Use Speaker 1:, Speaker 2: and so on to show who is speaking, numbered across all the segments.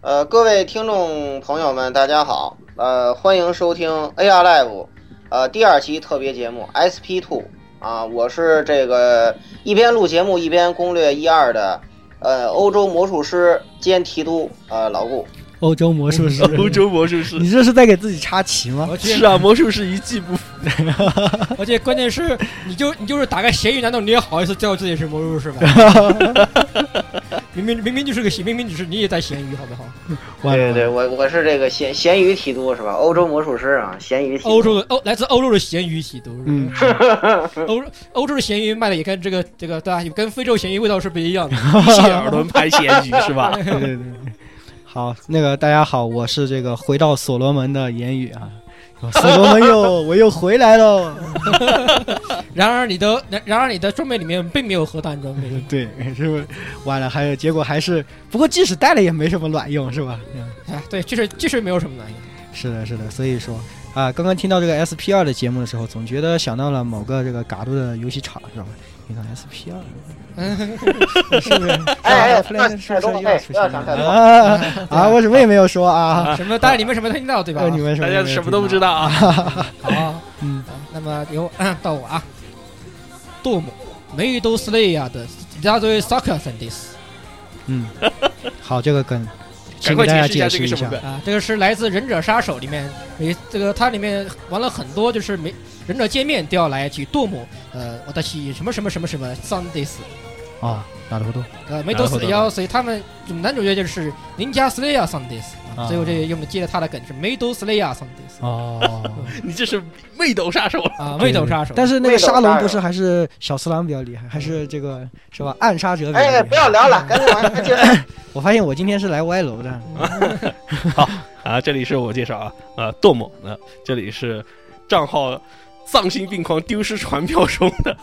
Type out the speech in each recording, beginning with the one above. Speaker 1: 呃，各位听众朋友们，大家好，呃，欢迎收听 AR Live，呃，第二期特别节目 SP Two 啊，我是这个一边录节目一边攻略一二的，呃，欧洲魔术师兼提督，呃，老顾。
Speaker 2: 欧洲魔术师，
Speaker 3: 欧洲魔术师
Speaker 2: 你这是在给自己插旗吗？
Speaker 4: 而且
Speaker 3: 是啊，魔术师一 季不
Speaker 4: 而且关键是，你就你就是打开咸鱼，难道你也好意思叫自己是魔术师吗？ 明明明明就是个明明就是你也在咸鱼，好不好？
Speaker 2: 完了
Speaker 1: 对对对，我我是这个咸咸鱼提督是吧？欧洲魔术师啊，咸鱼提督。
Speaker 4: 欧洲的欧来自欧洲的咸鱼起都是，
Speaker 2: 嗯，
Speaker 4: 欧欧洲的咸鱼卖的也跟这个这个对吧？也跟非洲咸鱼味道是不一样 的。
Speaker 3: 蟹耳轮排咸鱼是吧？
Speaker 2: 对对对。对好，那个大家好，我是这个回到所罗门的言语啊，所罗门 又我又回来喽。
Speaker 4: 然而你的然然而你的装备里面并没有核弹装备，
Speaker 2: 对，是不是完了？还有结果还是，不过即使带了也没什么卵用，是吧？嗯
Speaker 4: 哎，对，就是就是没有什么难。
Speaker 2: 是的，是的，所以说啊，刚刚听到这个 SP 二的节目的时候，总觉得想到了某个这个嘎嘟的游戏场，是吧？你看 SP 二，是不是？
Speaker 1: 哎哎
Speaker 2: 是吧是不是又要出
Speaker 1: 不要想太
Speaker 2: 现
Speaker 1: 多
Speaker 2: 了啊啊！我什么也没有说啊，
Speaker 4: 什么？当然你们什么都听到对吧？
Speaker 2: 呃你们什么
Speaker 3: 大
Speaker 2: 也没有
Speaker 3: 家什么都不知道啊。
Speaker 4: 好啊，
Speaker 2: 嗯
Speaker 4: 好，那么由到我啊，杜姆梅都斯雷亚的拉多萨克森蒂斯
Speaker 2: 听到。嗯，好，这个梗，
Speaker 3: 赶
Speaker 2: 请
Speaker 3: 快
Speaker 2: 给大家
Speaker 3: 解释一
Speaker 2: 解释一
Speaker 3: 下这个什么
Speaker 2: 下。
Speaker 3: 梗
Speaker 4: 啊，这个是来自《忍者杀手》里面，没这个它里面玩了很多，就是没忍者界面调来去杜姆，呃，我的西什么什么什么什么桑蒂斯，
Speaker 2: 啊，なるほど。
Speaker 4: 呃，梅都斯雷亚，所以他们男主角就是林加斯雷亚桑蒂斯，
Speaker 2: 啊
Speaker 4: 啊所以我这用的接了他的梗是梅都斯雷亚桑蒂斯
Speaker 2: 哦，
Speaker 3: 你这是味斗杀手，
Speaker 4: 啊，味斗杀手，
Speaker 2: 但
Speaker 4: 是
Speaker 2: 是那个沙
Speaker 1: 味道
Speaker 2: 龙
Speaker 1: 大
Speaker 2: 不是还是小次郎比较厉害，还是这个是吧？暗杀者比较厉
Speaker 1: 哎，不
Speaker 2: 害。
Speaker 1: 要聊了，赶紧往下接着。
Speaker 2: 我发现我今天是来歪楼的。
Speaker 3: 啊！这里是我介绍啊，呃，斗猛的，这里是账号丧心病狂丢失传票中的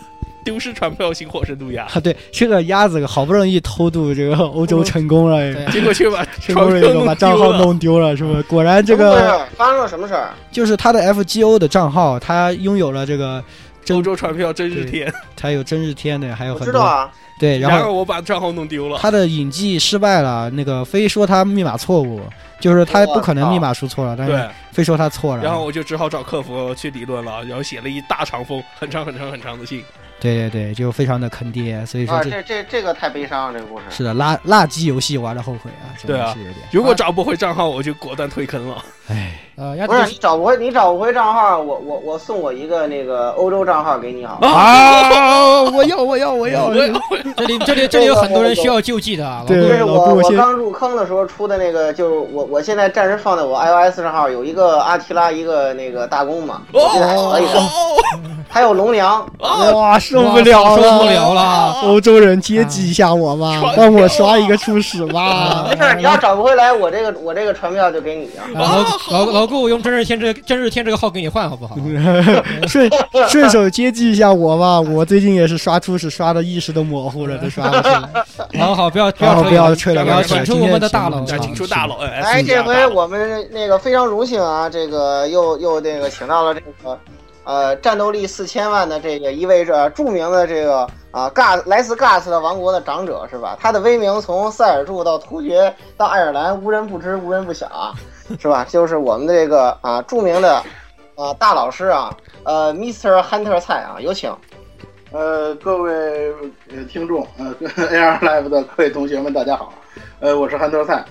Speaker 3: 丢失传票星火神渡鸦，
Speaker 2: 啊，对，这个鸭子好不容易偷渡这个欧洲成功了，
Speaker 4: 对啊
Speaker 3: 结果却 把
Speaker 2: 成
Speaker 3: 传
Speaker 2: 功了
Speaker 3: 票
Speaker 2: 以后把账
Speaker 3: 弄丢
Speaker 2: 号
Speaker 3: 了。
Speaker 2: 弄丢了，是吧？果 然这
Speaker 1: 什么事
Speaker 2: 个
Speaker 1: 儿发生了什么事儿？
Speaker 2: 就是他的 FGO 的账号，他拥有了这个真
Speaker 3: 欧洲传票真日天，
Speaker 2: 他有真日天的，还有
Speaker 1: 我
Speaker 2: 很
Speaker 1: 知道
Speaker 2: 多
Speaker 1: 啊，
Speaker 2: 对，然
Speaker 3: 然
Speaker 2: 后
Speaker 3: 后我把账号弄丢了。
Speaker 2: 他的引记失败了，那个非说他密码错误，就是他不可能密码输错了，但
Speaker 3: 对
Speaker 2: 哎是，非说他错了，
Speaker 3: 然后我就只好找客服去理论了，然后写了一大长封，很长很长很长的信。
Speaker 2: 对对对，就非常的坑爹，所以说
Speaker 1: 啊，
Speaker 2: 这
Speaker 1: 这这这个太悲伤了，这个故事。
Speaker 2: 是的，垃垃圾游戏玩的后悔啊，真
Speaker 3: 对
Speaker 2: 的
Speaker 3: 啊
Speaker 2: 是有点，
Speaker 3: 如果找不回账号，我就果断退坑了。
Speaker 2: 哎，
Speaker 4: 呃，鸭
Speaker 1: 不
Speaker 4: 子
Speaker 1: 是你找不回，你找不回账号，我我我送我一个那个欧洲账号给你好吗？
Speaker 2: 啊，我要我要我要，
Speaker 3: 我要回
Speaker 4: 这里这里这里有很多人需要救济的啊，
Speaker 2: 对
Speaker 1: 这是
Speaker 2: 老
Speaker 1: 我
Speaker 2: 顾
Speaker 1: 我
Speaker 2: 先
Speaker 1: 刚入坑的时候出的那个，就是我我现在暂时放在我 iOS 账号有一个阿提拉，一个那个大公嘛，我觉得还可以的，
Speaker 3: 哦，
Speaker 1: 还有龙娘，
Speaker 2: 哇，受
Speaker 4: 哇
Speaker 2: 不了
Speaker 4: 啊受
Speaker 2: 了，
Speaker 4: 不了了。
Speaker 2: 欧洲人接济一下我嘛，
Speaker 3: 啊
Speaker 2: 帮我刷一个初始嘛
Speaker 1: 没。事儿，你要找不回来，我这个我这个传票就给你啊。
Speaker 4: 老老老顾用真日天这个真日天这个号给你换好不好？
Speaker 2: 嗯顺顺手接济一下我嘛，我最近也是刷初始刷的意识都模糊了，都刷不出来。
Speaker 4: 好好，不要不要
Speaker 2: 然后
Speaker 4: 吹
Speaker 2: 不要吹了，
Speaker 3: 不
Speaker 2: 不
Speaker 3: 要
Speaker 2: 要
Speaker 3: 吹
Speaker 2: 吹
Speaker 4: 请
Speaker 2: 了，
Speaker 4: 出我们的大佬
Speaker 2: 今天
Speaker 3: 请出大佬。哎，
Speaker 1: 哎，这回我们那个非常荣幸啊，这个又又那个请到了这个，呃，战斗力四千万的这个一位这呃著名的这个啊，Gas 来自 Gas 的王国的长者是吧？他的威名从塞尔柱到突厥到爱尔兰，无人不知，无人不晓啊，是吧？就是我们的这个啊著名的啊大老师啊，呃，Mr. Hunter 蔡啊，有请。
Speaker 5: 呃，各位呃听众，呃 AR Live 的各位同学们，大家好，呃，我是憨豆菜，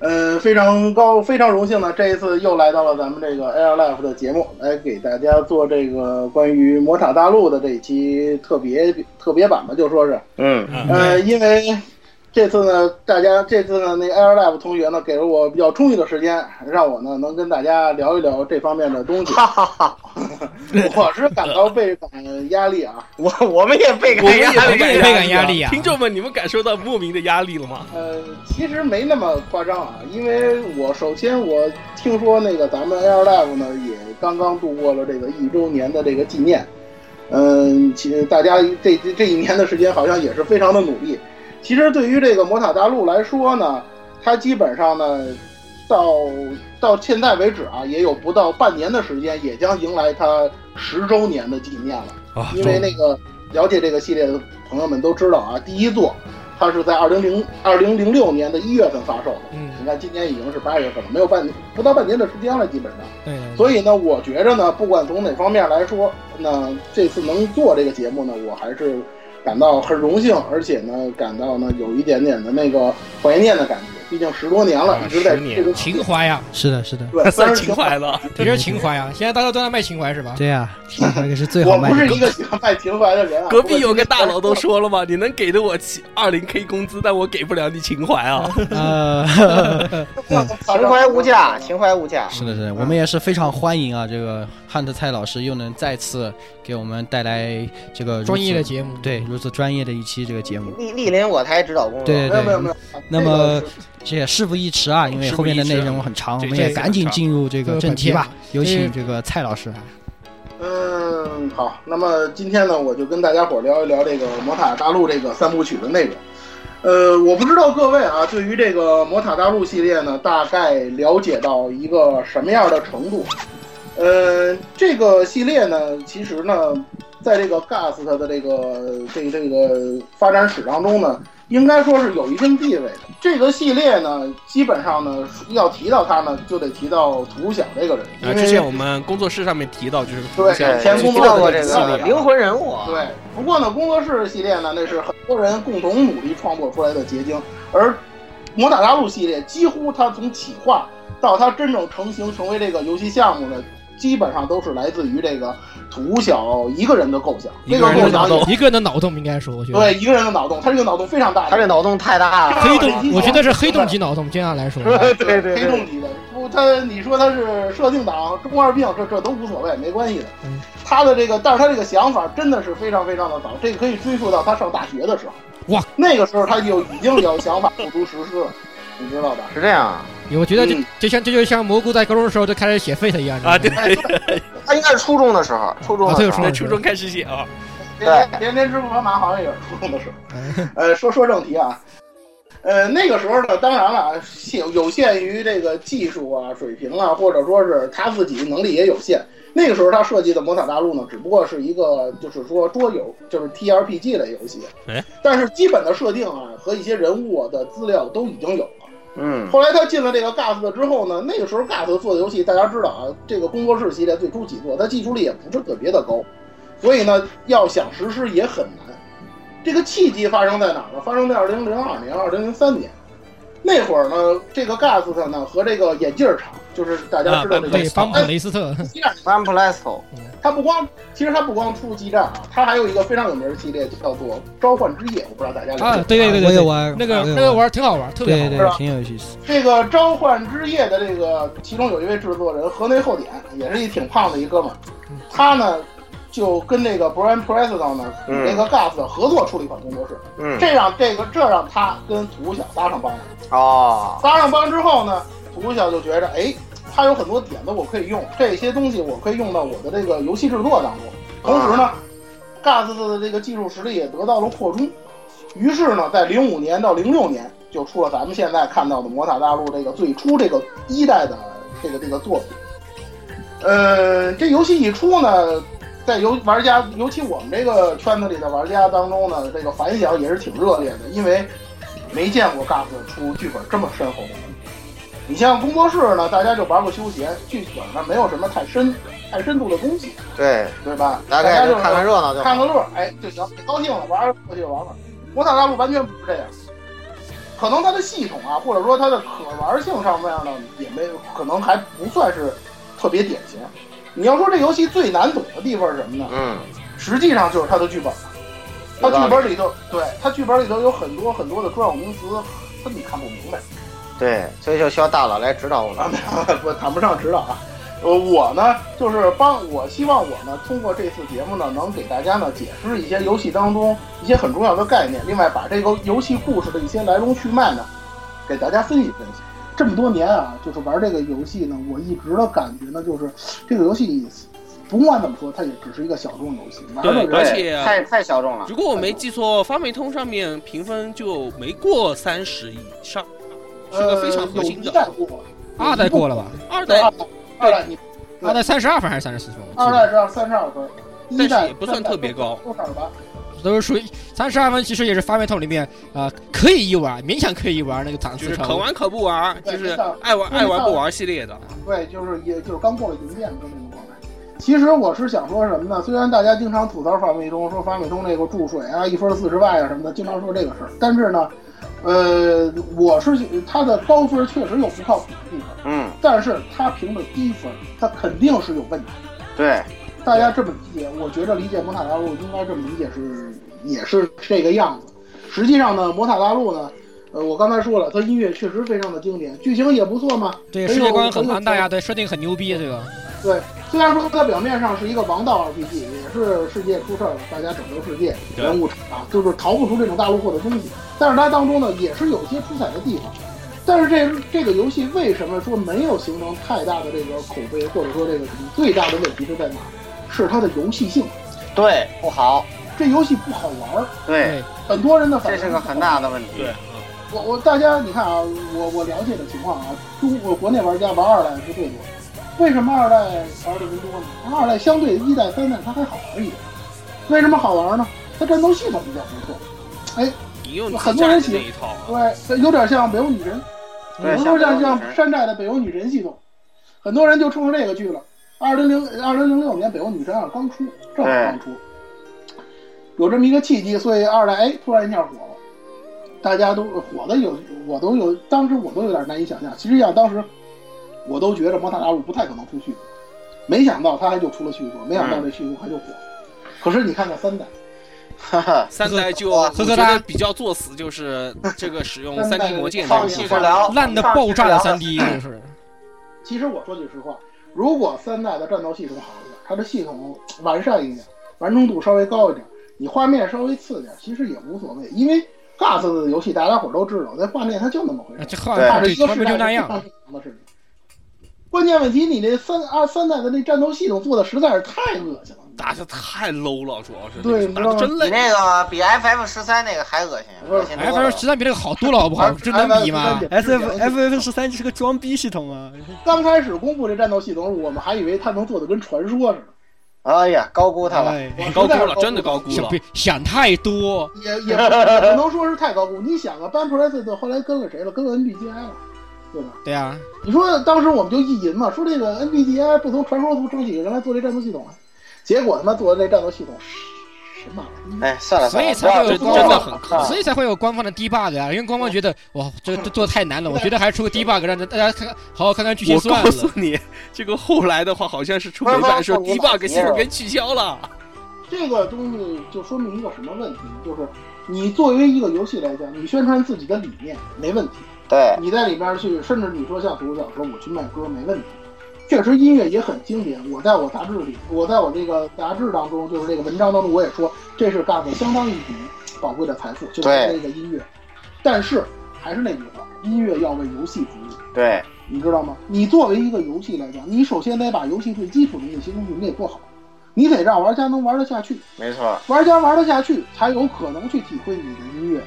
Speaker 5: 呃，非常高，非常荣幸呢，这一次又来到了咱们这个 AR Live 的节目，来给大家做这个关于魔塔大陆的这一期特别特别版吧，就说是，
Speaker 1: 嗯
Speaker 5: 呃，因为这次呢，大家这次呢，那 Air Lab 同学呢，给了我比较充裕的时间，让我呢能跟大家聊一聊这方面的东西。哈哈哈！我是感到倍感压力啊。
Speaker 1: 我我们也被
Speaker 3: 我
Speaker 1: 感
Speaker 3: 们也
Speaker 1: 压
Speaker 4: 我
Speaker 1: 力
Speaker 4: 们也倍感压力啊
Speaker 3: 听众们，你们感受到莫名的压力了吗？
Speaker 5: 呃，其实没那么夸张啊，因为我首先我听说那个咱们 Air Live 呢也刚刚度过了这个一周年的这个纪念，嗯，其实大家这这这一年的时间好像也是非常的努力。其实对于这个魔塔大陆来说呢，它基本上呢，到到现在为止啊，也有不到半年的时间，也将迎来它十周年的纪念了。
Speaker 3: 啊
Speaker 5: 因为那个了解这个系列的朋友们都知道啊，第一座它是在二零零二零零六年的一月份发售的。你
Speaker 4: 嗯，
Speaker 5: 看今年已经是八月份了，没有半年不到半年的时间了，基本上。
Speaker 4: 对
Speaker 2: 哎
Speaker 4: 的，
Speaker 5: 所以呢，我觉着呢，不管从哪方面来说，那这次能做这个节目呢，我还是感到很荣幸，而且呢，感到呢有一点点的那个怀念的感觉。毕竟十多年了，
Speaker 3: 啊
Speaker 5: 一直在
Speaker 3: 十年
Speaker 5: 这个
Speaker 4: 情怀呀，
Speaker 2: 是的，是的，
Speaker 5: 对，
Speaker 3: 算
Speaker 5: 但是
Speaker 3: 情怀了。
Speaker 4: 也是情怀呀。现在大家都在卖情怀是吧？
Speaker 2: 对呀，那个是最好
Speaker 5: 我
Speaker 2: 卖
Speaker 5: 不是一
Speaker 2: 的。
Speaker 5: 个喜欢卖情怀的人啊。
Speaker 3: 隔壁有个大佬都说了嘛，你能给的我七二零 K 工资，但我给不了你情怀啊！
Speaker 2: 呃，
Speaker 3: 嗯
Speaker 1: 情怀无价，情怀无价。啊
Speaker 2: 是的，是的，
Speaker 5: 嗯
Speaker 2: 我们也是非常欢迎啊，这个汉特蔡老师又能再次给我们带来这个如此
Speaker 4: 专业的节目，
Speaker 2: 对如此专业的一期这个节目，
Speaker 1: 莅莅临我台指导工作，
Speaker 2: 对
Speaker 5: 没
Speaker 2: 对
Speaker 5: 有
Speaker 2: 对
Speaker 5: 没有没。有。
Speaker 3: 嗯
Speaker 2: 那
Speaker 5: 这
Speaker 2: 么
Speaker 5: 个是
Speaker 2: 这也事不宜迟啊，因为
Speaker 3: 事不
Speaker 2: 后面的
Speaker 3: 宜迟
Speaker 2: 内
Speaker 3: 啊
Speaker 2: 容很长，我
Speaker 3: 这
Speaker 2: 们也
Speaker 3: 这
Speaker 2: 赶紧进入这个正题吧。有请这个蔡老师啊，
Speaker 5: 嗯，好，那么今天呢，我就跟大家伙儿聊一聊这个《魔塔大陆》这个三部曲的内容。呃，我不知道各位啊，对于这个《魔塔大陆》系列呢，大概了解到一个什么样的程度？呃，这个系列呢，其实呢，在这个 Gas 它的这个这这个发展史当中呢，应该说是有一定地位的。这个系列呢，基本上呢，要提到它呢，就得提到图晓这个人，因
Speaker 3: 啊，
Speaker 5: 为
Speaker 3: 之前我们工作室上面提到，就是
Speaker 5: 对
Speaker 3: 互相
Speaker 5: 以前
Speaker 1: 提
Speaker 5: 工作
Speaker 1: 到过这
Speaker 5: 的系列
Speaker 1: 个
Speaker 5: 啊
Speaker 1: 灵魂人物啊，
Speaker 5: 对，不过呢，工作室系列呢，那是很多人共同努力创作出来的结晶，而《魔塔大陆》系列几乎它从企划到它真正成型成为这个游戏项目呢，基本上都是来自于这个土小一个人的构想，
Speaker 3: 一
Speaker 5: 这
Speaker 3: 个
Speaker 5: 个
Speaker 3: 人
Speaker 5: 构
Speaker 3: 的
Speaker 5: 想
Speaker 3: 脑洞
Speaker 5: 有
Speaker 4: 一个人的脑洞应该说，我觉得
Speaker 5: 对一个人的脑洞，他这个脑洞非常大，
Speaker 1: 他这脑洞太大了，
Speaker 4: 黑洞，我觉得是黑洞级脑洞，这样来说，
Speaker 1: 对对对
Speaker 5: 黑洞级的，不，他你说他是设定党、中二病，这这都无所谓，没关系的
Speaker 4: 嗯。
Speaker 5: 他的这个，但是他这个想法真的是非常非常的早，这个可以追溯到他上大学的时候。
Speaker 4: 哇，
Speaker 5: 那个时候他就已经有想法付诸实施了，你知道吧？
Speaker 1: 是这样啊。
Speaker 4: 我觉得就
Speaker 5: 嗯
Speaker 4: 就像这就像蘑菇在高中的时候就开始写 Fate 一样
Speaker 3: 啊，对，
Speaker 5: 哎，
Speaker 1: 他应该是初中的时候，初中
Speaker 4: 啊
Speaker 1: 的
Speaker 4: 这
Speaker 1: 时
Speaker 4: 个
Speaker 1: 候
Speaker 4: 初中
Speaker 3: 在初中开始写啊，
Speaker 5: 天天天天吃不河马好像也是初中的时候。
Speaker 4: 嗯
Speaker 5: 呃，说说正题啊，呃，那个时候呢，当然了，限有限于这个技术啊、水平啊，或者说是他自己的能力也有限。那个时候他设计的《魔塔大陆》呢，只不过是一个就是说桌游，就是 TRPG 类游戏
Speaker 3: 哎，
Speaker 5: 但是基本的设定啊和一些人物啊的资料都已经有了。
Speaker 1: 嗯，
Speaker 5: 后来他进了这个 GAS 之后呢，那个时候 GAS 做的游戏大家知道啊，这个工作室系列最初几作，它技术力也不是特别的高，所以呢，要想实施也很难。这个契机发生在哪儿呢？发生在二零零二年、二零零三年那会儿呢，这个 GAS 呢和这个眼镜厂，就是大家知道这个
Speaker 4: 对，邦普雷斯特，
Speaker 5: 基站，
Speaker 1: o n p l a s o
Speaker 5: 它不光其实它不光出基站啊，它还有一个非常有名的系列叫做《召唤之夜》，我不知道大家了解
Speaker 4: 啊，对对对
Speaker 2: 我
Speaker 4: 对
Speaker 2: 也
Speaker 4: 对，
Speaker 2: 玩
Speaker 4: 那个
Speaker 2: 我也
Speaker 4: 那个玩儿挺好玩儿，特别好玩儿。
Speaker 2: 对对
Speaker 5: 是吧
Speaker 2: 对，挺有意思。
Speaker 5: 这个《召唤之夜》的这个，其中有一位制作人河内厚典，也是一挺胖的一哥们儿，他呢就跟那个 Brian Preston 呢，与
Speaker 1: 嗯
Speaker 5: 那个 Gus 合作出了一款工作室，
Speaker 1: 嗯，
Speaker 5: 这让这个这让他跟土小搭上帮了。
Speaker 1: 哦，
Speaker 5: 搭上帮之后呢，土小就觉着，哎，他有很多点子我可以用，这些东西我可以用到我的这个游戏制作当中。同时呢，Gus 的这个技术实力也得到了扩充。于是呢，在零五年到零六年就出了咱们现在看到的《魔塔大陆》这个最初这个一代的这个这个作品。呃，这游戏一出呢，在游玩家，尤其我们这个圈子里的玩家当中呢，这个反响也是挺热烈的，因为没见过 GAS 出剧本这么深厚的东西。你像工作室呢，大家就玩过休闲，剧本呢没有什么太深、太深度的东西，
Speaker 1: 对，
Speaker 5: 对吧？
Speaker 1: 大
Speaker 5: 家
Speaker 1: 概
Speaker 5: 就
Speaker 1: 就是看看热闹就
Speaker 5: 看
Speaker 1: 好。
Speaker 5: 个乐儿，哎就行，高兴了玩儿过去就玩玩。魔塔大陆完全不是这样，可能它的系统啊，或者说它的可玩性上面呢，也没有可能还不算是特别典型。你要说这游戏最难懂的地方是什么呢？
Speaker 1: 嗯，
Speaker 5: 实际上就是它的剧本，它
Speaker 1: 有道理
Speaker 5: 剧本里头，对它剧本里头有很多很多的专有名词，它你看不明白。
Speaker 1: 对，所以就需要大佬来指导我们
Speaker 5: 啊，。没有，我谈不上指导啊。呃，我呢，就是帮我希望我呢，通过这次节目呢，能给大家呢解释一些游戏当中一些很重要的概念，另外把这个游戏故事的一些来龙去脉呢，给大家分析分析。这么多年啊，就是玩这个游戏呢，我一直的感觉呢，就是这个游戏不管怎么说，它也只是一个小众游戏，玩的
Speaker 3: 而
Speaker 5: 人
Speaker 3: 且
Speaker 1: 对，太太小众了。
Speaker 3: 如果我没记错，发霉通上面评分就没过三十以上，是个非常
Speaker 5: 呃
Speaker 3: 核
Speaker 5: 有
Speaker 3: 心
Speaker 5: 一
Speaker 3: 的。
Speaker 5: 代过，
Speaker 4: 二代过了吧？
Speaker 3: 二
Speaker 5: 对
Speaker 3: 代
Speaker 5: 二代，二代你
Speaker 4: 二代三十二分还是三十四分？
Speaker 5: 二代是三十二分，一
Speaker 3: 但
Speaker 5: 代
Speaker 3: 是也不算特别高
Speaker 5: 多少吧？
Speaker 4: 都是属于三十二分，其实也是发面套里面啊、呃可以一玩，勉强可以一玩那个档
Speaker 3: 就
Speaker 4: 次
Speaker 3: 是
Speaker 4: 超
Speaker 3: 可
Speaker 4: 过。
Speaker 3: 玩可不玩，
Speaker 5: 对
Speaker 3: 就是
Speaker 5: 知道
Speaker 3: 爱玩
Speaker 5: 知道
Speaker 3: 爱玩不玩系列的。
Speaker 5: 对，就是也就是刚过了停电的这么一个状态。其实我是想说什么呢？虽然大家经常吐槽法米通，说法米通那个注水啊，一分四十万啊什么的，经常说这个事儿，但是呢，呃，我是他的高分确实有不靠谱的地方，
Speaker 1: 嗯，
Speaker 5: 但是他评的低分，他肯定是有问题。
Speaker 1: 对，
Speaker 5: 大家这么理解，我觉得理解魔塔大陆应该这么理解是也是这个样子。实际上呢，魔塔大陆呢，呃，我刚才说了，它音乐确实非常的经典，剧情也不错嘛，
Speaker 4: 对，
Speaker 5: 没
Speaker 4: 世界
Speaker 5: 有
Speaker 4: 观很庞大
Speaker 5: 没
Speaker 4: 呀，
Speaker 5: 有
Speaker 4: 对，设定很牛逼，对吧？
Speaker 5: 对，虽然说它表面上是一个王道 RPG，也是世界出事儿了，大家拯救世界，
Speaker 3: 对
Speaker 5: 人物啊，就是逃不出这种大陆货的东西。但是它当中呢，也是有些出彩的地方。但是这这个游戏为什么说没有形成太大的这个口碑，或者说这个最大的问题是在哪？是它的游戏性，
Speaker 1: 对，不好，
Speaker 5: 这游戏不好玩儿。
Speaker 1: 对，
Speaker 4: 对，
Speaker 5: 很多人的反
Speaker 1: 这
Speaker 5: 应
Speaker 1: 是个很。大的问题。
Speaker 3: 对，
Speaker 5: 我我大家你看啊，我我了解的情况啊，中国国内玩家玩二代是最多的。为什么二代玩的人多呢？二代相对一代、三代它还好玩一点。为什么好玩呢？它战斗系统比较不错，
Speaker 3: 你用
Speaker 5: 很多人
Speaker 3: 自
Speaker 5: 喜
Speaker 3: 驾那一套啊，
Speaker 5: 对，它有点像北欧女神，
Speaker 1: 对
Speaker 5: 有点像
Speaker 1: 像北欧女
Speaker 5: 像
Speaker 1: 神
Speaker 5: 山寨的北欧女神系统。很多人就冲着这个去了。二零零二零零六年北欧女神二刚出，正好
Speaker 1: 对
Speaker 5: 刚出，有这么一个契机，所以二代哎突然一下火了，大家都火的有我都有，当时我都有点难以想象。其实像当时我都觉着魔塔大陆不太可能出续作，没想到他还就出了续作，没想
Speaker 1: 嗯
Speaker 5: 到这续作还就火。可是你看看三代，
Speaker 1: 哈哈，
Speaker 3: 三代就
Speaker 1: 呵
Speaker 3: 我
Speaker 4: 呵
Speaker 3: 觉
Speaker 4: 哒
Speaker 3: 得比较作死，就是这个使用三
Speaker 5: 三代
Speaker 3: D 魔剑 这
Speaker 1: 放
Speaker 3: 个
Speaker 1: 弃
Speaker 3: 技
Speaker 1: 治
Speaker 3: 术。
Speaker 1: 疗，
Speaker 4: 烂的爆炸的三 D 就是。
Speaker 5: 其实我说句实话，如果三代的战斗系统好一点，它的系统完善一点，完成度稍微高一点，你画面稍微次点，其实也无所谓，因为 GAS 的游戏大家伙都知道，那画面它就那么回
Speaker 4: 啊
Speaker 5: 事，
Speaker 4: 这画
Speaker 1: 对
Speaker 5: 画
Speaker 4: 画
Speaker 5: 着
Speaker 4: 对，
Speaker 5: 一个
Speaker 4: 成
Speaker 5: 时
Speaker 4: 本
Speaker 5: 代
Speaker 4: 就那
Speaker 5: 非
Speaker 4: 样
Speaker 5: 常。正常的事情。关键问题，你这三二三代的那战斗系统做的实在是太恶心了。
Speaker 3: 打的太 low 了，主要是
Speaker 5: 对
Speaker 3: 打的真
Speaker 1: 比
Speaker 3: 累。啊
Speaker 1: 那个比 FF 十三那个还恶心，恶心
Speaker 4: F
Speaker 1: 多了
Speaker 4: L 十三比这个好多了，好不好？这能比吗？
Speaker 2: S F F F 十三就是个装逼系统啊！
Speaker 5: 刚开始公布这战斗系统，我们还以为它能做的跟传说似的。
Speaker 1: 哎呀，高估他了。
Speaker 2: 哎，
Speaker 5: 我
Speaker 3: 高
Speaker 5: 实在
Speaker 3: 估
Speaker 5: 是
Speaker 3: 了，真的高估
Speaker 4: 想
Speaker 3: 了。
Speaker 4: 别想太多，
Speaker 5: 也也不也不能说是太高估。你想啊，班普莱斯特后来跟了谁了？跟了 NBGI 了，对吧？
Speaker 4: 对啊，
Speaker 5: 你说当时我们就意淫嘛，说这个 NBGI 不从传说图整起人来做这战斗系统来，啊结果他妈做的这战斗系统什么玩意儿？
Speaker 1: 哎，算了
Speaker 4: 所
Speaker 1: 算
Speaker 4: 以
Speaker 1: 了，
Speaker 4: 才会有
Speaker 1: 不要
Speaker 4: 官
Speaker 3: 这真
Speaker 1: 这
Speaker 3: 的
Speaker 1: 么
Speaker 4: 方
Speaker 3: 很
Speaker 1: 啊
Speaker 4: 所以才会有官方的 debug 啊，因为官方觉得哇，这这做得太难了，我觉得还出个 debug 让大家看看，好好看看剧情
Speaker 3: 我
Speaker 4: 算
Speaker 3: 告
Speaker 4: 了
Speaker 3: 诉。你，这个后来的话，好像是出美版说
Speaker 1: 官方
Speaker 3: debug 系统
Speaker 1: 官
Speaker 3: 给取消了。
Speaker 5: 这个东西就说明一个什么问题？就是你作为一个游戏来讲，你宣传自己的理念没问题，
Speaker 1: 对，
Speaker 5: 你在里边去，甚至你说像独角说我去卖歌没问题，确实音乐也很经典。我在我杂志里，我在我这个杂志当中，就是这个文章当中，我也说这是 GAS 相当一笔宝贵的财富，就是它这个音乐。但是还是那句话，音乐要为游戏服务，
Speaker 1: 对，
Speaker 5: 你知道吗？你作为一个游戏来讲，你首先得把游戏最基础的那些东西你得做好，你得让玩家能玩得下去。
Speaker 1: 没错，
Speaker 5: 玩家玩得下去，才有可能去体会你的音乐，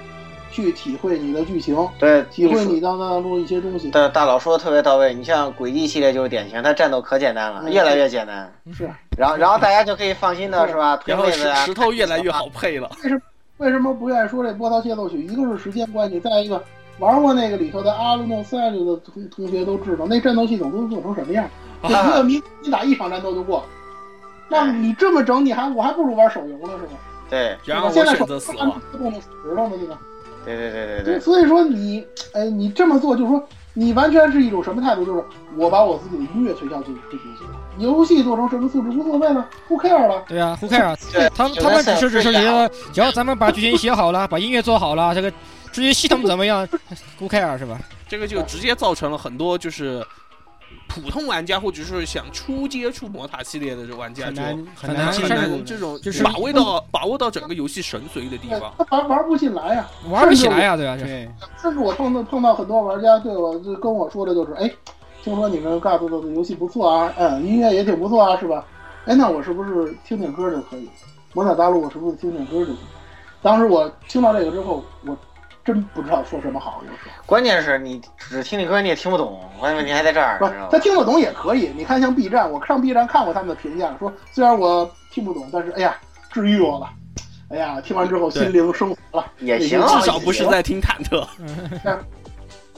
Speaker 5: 去体会你的剧情，
Speaker 1: 对，
Speaker 5: 体会你当当中一些东西。
Speaker 1: 大大佬说的特别到位，你像《轨迹》系列就是典型，它战斗可简单了，
Speaker 5: 嗯
Speaker 1: 越来越简单。
Speaker 5: 是，
Speaker 1: 然后然后大家就可以放心的是吧？推
Speaker 3: 然后
Speaker 1: 妹子啊
Speaker 3: 石
Speaker 1: 呀
Speaker 3: 石，头越来越好配了，
Speaker 5: 为什么不愿意说这波涛泄漏曲？一个是时间关系，再一个玩过那个里头的阿鲁诺斯艾略的同同学都知道，那战斗系统都做成什么样，
Speaker 3: 啊
Speaker 5: 就一个迷你打一场战斗就过。那你这么整，你还我还不如玩手游呢，是吧？
Speaker 1: 对
Speaker 3: 然后
Speaker 5: 现
Speaker 3: 我
Speaker 5: 在
Speaker 3: 选
Speaker 5: 手
Speaker 3: 择
Speaker 5: 游
Speaker 3: 死
Speaker 5: 按
Speaker 3: 亡。
Speaker 5: 自动的石头呢，对吧？
Speaker 1: 对对对对对，
Speaker 5: 所以说你，哎，你这么做就是说，你完全是一种什么态度？就是我把我自己的音乐推向最最低游戏做成什么素质无所谓了，who care 了。
Speaker 4: 对啊，Who care？啊
Speaker 1: 对
Speaker 4: 他们他们只是只是觉得，只要咱们把剧情写好了，把 音乐做好了，这个至于系统怎么样，Who care 是吧？
Speaker 3: 这个就直接造成了很多就是普通玩家或者是想初接触魔塔系列的这玩家
Speaker 2: 很
Speaker 3: 就
Speaker 2: 难
Speaker 4: 很
Speaker 2: 难
Speaker 4: 难
Speaker 2: 进
Speaker 3: 很
Speaker 4: 很难
Speaker 2: 入
Speaker 3: 难
Speaker 2: 的
Speaker 3: 这种
Speaker 4: 就是
Speaker 3: 把握到把握到整个游戏神髓的地
Speaker 5: 对
Speaker 3: 方。
Speaker 5: 他玩玩不进来呀、
Speaker 4: 玩不起来呀，对吧？这
Speaker 2: 对，
Speaker 5: 甚至我碰到碰到很多玩家对我就跟我说的就是，哎，听说你们 GAS 做的游戏不错啊，嗯，音乐也挺不错啊，是吧？哎，那我是不是听听歌就可以？魔塔大陆我是不是听听歌就行？当时我听到这个之后，我真不知道说什么好，有时候
Speaker 1: 关键是你只听你歌你也听不懂，关键问题还在这儿，
Speaker 5: 不
Speaker 1: 你
Speaker 5: 是
Speaker 1: 知道
Speaker 5: 他
Speaker 1: 吗？
Speaker 5: 听得懂也可以。你看像 B 站，我上 B 站看过他们的评价，说虽然我听不懂，但是哎呀，治愈我了。哎呀，听完之后
Speaker 3: 对
Speaker 5: 心灵升华了。
Speaker 1: 也行
Speaker 5: 啊
Speaker 3: 至少不是在听忐忑。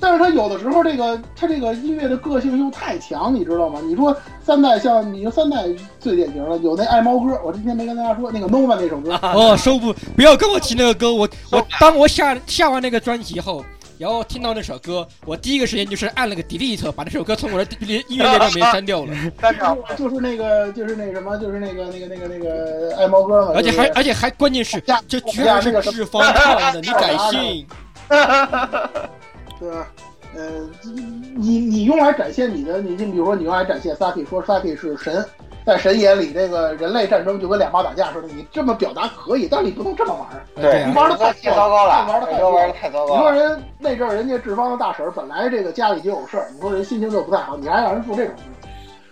Speaker 5: 但是他有的时候这个他这个音乐的个性又太强，你知道吗？你说三代像你说三代最典型的有那爱猫歌，我之前没跟大家说那个 Nova 那首歌，
Speaker 4: 哦，收不，不要跟我提那个歌。我我当我下下完那个专辑以后，然后听到那首歌，我第一个时间就是按了个 delete，把那首歌从我的音音乐列表里面删掉了，
Speaker 1: 三秒
Speaker 5: 就是那个就是那什么就是那个那个那个那个爱猫歌嘛，
Speaker 4: 而且
Speaker 5: 就是
Speaker 4: 还而且还关键是
Speaker 5: 呀
Speaker 4: 这居然是志方唱的，你敢信？
Speaker 5: 对吧？呃，你你用来展现你的，你就比如说你用来展现 Saki 说 Saki 是神，在神眼里这个人类战争就跟两把打架似的，你这么表达可以，但是你不能这么玩儿。
Speaker 1: 对，
Speaker 5: 你玩的太
Speaker 1: 太糟糕了，
Speaker 5: 玩的
Speaker 1: 这
Speaker 5: 太
Speaker 1: 歌
Speaker 5: 糟糕
Speaker 1: 玩的
Speaker 5: 了。
Speaker 1: 太糟
Speaker 5: 你
Speaker 1: 糕了。
Speaker 5: 说人那阵儿人家志方的大婶儿本来这个家里就有事儿，你说人心情就不太好，你还让人做这种事情。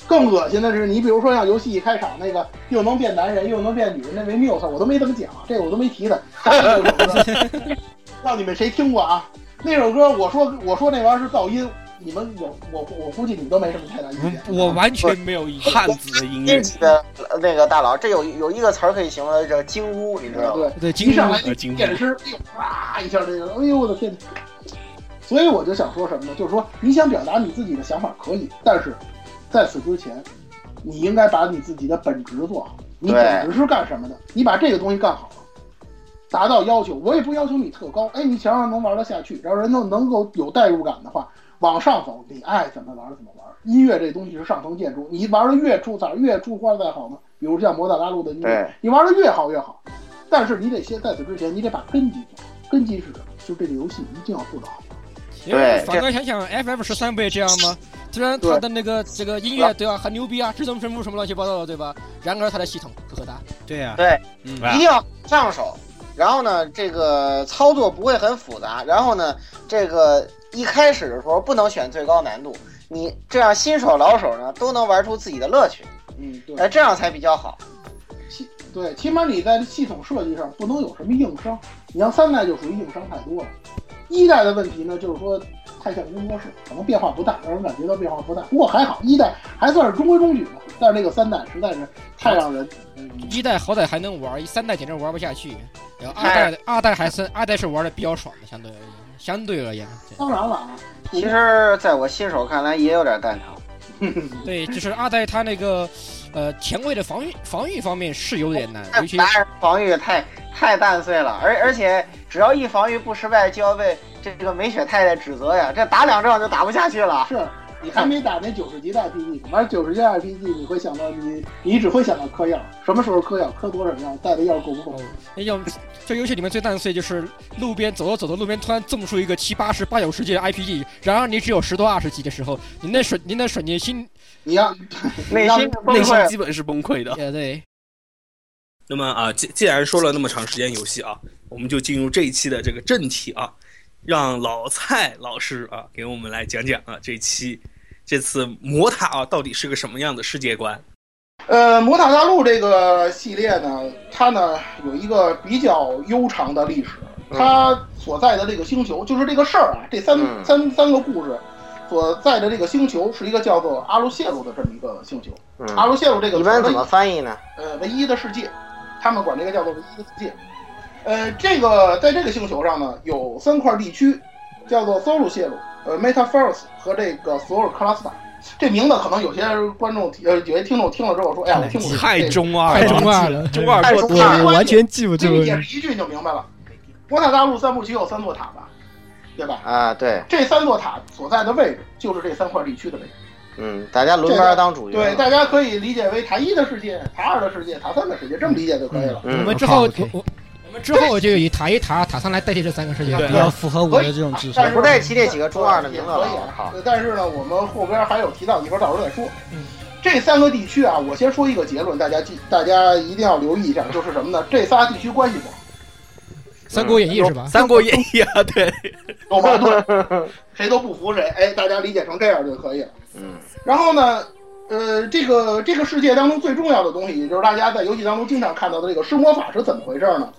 Speaker 5: 更恶心的是，你比如说像游戏一开场那个又能变男人又能变女人那维缪特，我都没怎么讲，啊这个我都没提他。这首歌让你们谁听过啊？那首歌我说我说那玩意儿是噪音，你们有我我估计你们都没什么太大意见。
Speaker 4: 我完全没有意见。
Speaker 3: 汉子的音乐
Speaker 1: 这，级的呃那个大佬，这有有一个词儿可以形容的，叫金屋，你知道吗？
Speaker 5: 对，
Speaker 2: 对，
Speaker 5: 一
Speaker 2: 经
Speaker 5: 上
Speaker 2: 常
Speaker 5: 来就电师，哎呦，哇一下这个，哎呦我的天！所以我就想说什么呢？就是说你想表达你自己的想法可以，但是在此之前，你应该把你自己的本职做好。你
Speaker 1: 对
Speaker 5: 本职是干什么的？你把这个东西干好了，达到要求。我也不要求你特高，哎，你想想能玩得下去，然后人能能够有代入感的话，往上走，你爱怎么玩怎么玩。音乐这东西是上层建筑，你玩的越出彩，越出花再好呢。比如像摩大拉路的音乐
Speaker 1: 对，
Speaker 5: 你玩的越好越好，但是你得先在此之前，你得把根基做好。根基是什么？就这个游戏一定要做得好。
Speaker 1: 对
Speaker 4: 反观想想，FF 十三不也这样吗？虽然它的那个这个音乐对吧很牛逼啊，制动声部什么乱七八糟的对吧？然而它的系统可可大，
Speaker 2: 对呀，
Speaker 1: 对，
Speaker 2: 嗯
Speaker 3: 啊
Speaker 1: 一定要上手。然后呢，这个操作不会很复杂。然后呢，这个一开始的时候不能选最高难度，你这样新手老手呢都能玩出自己的乐趣，
Speaker 5: 嗯，对。
Speaker 1: 哎，这样才比较好。
Speaker 5: 起对，起码你在系统设计上不能有什么硬伤。你像三代就属于硬伤太多了。一代的问题呢，就是说太像工作室，可能变化不大，让人感觉到变化不大。不过还好，一代还算是中规中矩吧。但是那个三代实在是太让人，嗯，
Speaker 4: 一代好歹还能玩，三代简直玩不下去。然后二代二代还是二代是玩的比较爽的，相对而言，相对而言，
Speaker 5: 当然了啊，
Speaker 1: 其实，在我新手看来也有点蛋疼。
Speaker 4: 对，对就是二代它那个呃前卫的防御防御方面是有点难，
Speaker 1: 太
Speaker 4: 尤其
Speaker 1: 男人防御太太蛋碎了，而而且只要一防御不失败，就要被这个美雪太太指责呀，这打两仗就打不下去了。
Speaker 5: 是你还没打那九十级的 RPG，玩
Speaker 1: 啊
Speaker 5: 九十级 RPG 你会想到你，你只会想到嗑药，什么时候嗑药，嗑多少药，带的药够不够？
Speaker 1: 哦
Speaker 4: 那种这游戏里面最蛋碎就是路边走着走着，路边突然种出一个七八十、八九十级的 IPE，然而你只有十多二十级的时候，你那瞬你那瞬间心
Speaker 5: 你要
Speaker 1: 内心崩
Speaker 3: 内心
Speaker 1: 溃，
Speaker 3: 基本是崩溃的。
Speaker 4: 也呃对，
Speaker 3: 那么啊，既既然说了那么长时间游戏啊，我们就进入这一期的这个正题啊，让老蔡老师啊给我们来讲讲啊这一期这次魔塔啊到底是个什么样的世界观？
Speaker 5: 呃，《魔塔大陆》这个系列呢，它呢有一个比较悠长的历史。
Speaker 1: 嗯
Speaker 5: 它所在的这个星球，就是这个事儿啊，这三、
Speaker 1: 嗯
Speaker 5: 三三个故事所在的这个星球是一个叫做阿鲁谢鲁的这么一个星球。阿
Speaker 1: 嗯，
Speaker 5: 鲁谢鲁这个
Speaker 1: 一般怎么翻译呢？
Speaker 5: 呃唯一的世界，他们管这个叫做唯一的世界。呃，这个在这个星球上呢，有三块地区，叫做 Solo 泄露、呃 Metaverse 和这个索尔克拉斯塔。这名字可能有些观众呃有些听众听了之后说，哎呀，我听过
Speaker 3: 太中二
Speaker 4: 太
Speaker 3: 了，
Speaker 4: 中二了，
Speaker 3: 中二
Speaker 1: 太
Speaker 3: 过
Speaker 1: 中
Speaker 2: 我
Speaker 1: 二
Speaker 2: 我完全记不
Speaker 5: 这
Speaker 2: 住
Speaker 5: 个。解释一句你就明白了。魔塔大陆三部曲有三座塔吧，对吧？
Speaker 1: 啊，对，
Speaker 5: 这三座塔所在的位置就是这三块地区的位置。
Speaker 1: 嗯，大家轮班当主角
Speaker 5: 对，
Speaker 1: 嘛。
Speaker 5: 大家可以理解为塔一的世界、塔二的世界、塔三的世界，这么理解就可以了。
Speaker 4: 我
Speaker 1: 嗯
Speaker 4: 们之后
Speaker 2: OK，OK
Speaker 4: 我我我们之后就以塔一塔塔三来代替这三个世界
Speaker 2: 比
Speaker 4: 观。
Speaker 2: 较符合我的这种智
Speaker 5: 但
Speaker 2: 商
Speaker 5: 是。
Speaker 1: 不带提这几个中二的名字了
Speaker 5: 也可以
Speaker 1: 我靠
Speaker 5: 啊。但是呢，我们后边还有提到，一会儿到时候再说
Speaker 4: 嗯。
Speaker 5: 这三个地区啊，我先说一个结论，大家记，大家一定要留意一下，就是什么呢？这仨地区关系不好，
Speaker 4: 三国演义是吧？
Speaker 3: 《三国演义》啊，对，
Speaker 5: 有矛盾， 谁都不服谁，哎，大家理解成这样就可以了。
Speaker 1: 嗯，
Speaker 5: 然后呢，呃，这个这个世界当中最重要的东西，也就是大家在游戏当中经常看到的这个施魔法是怎么回事呢？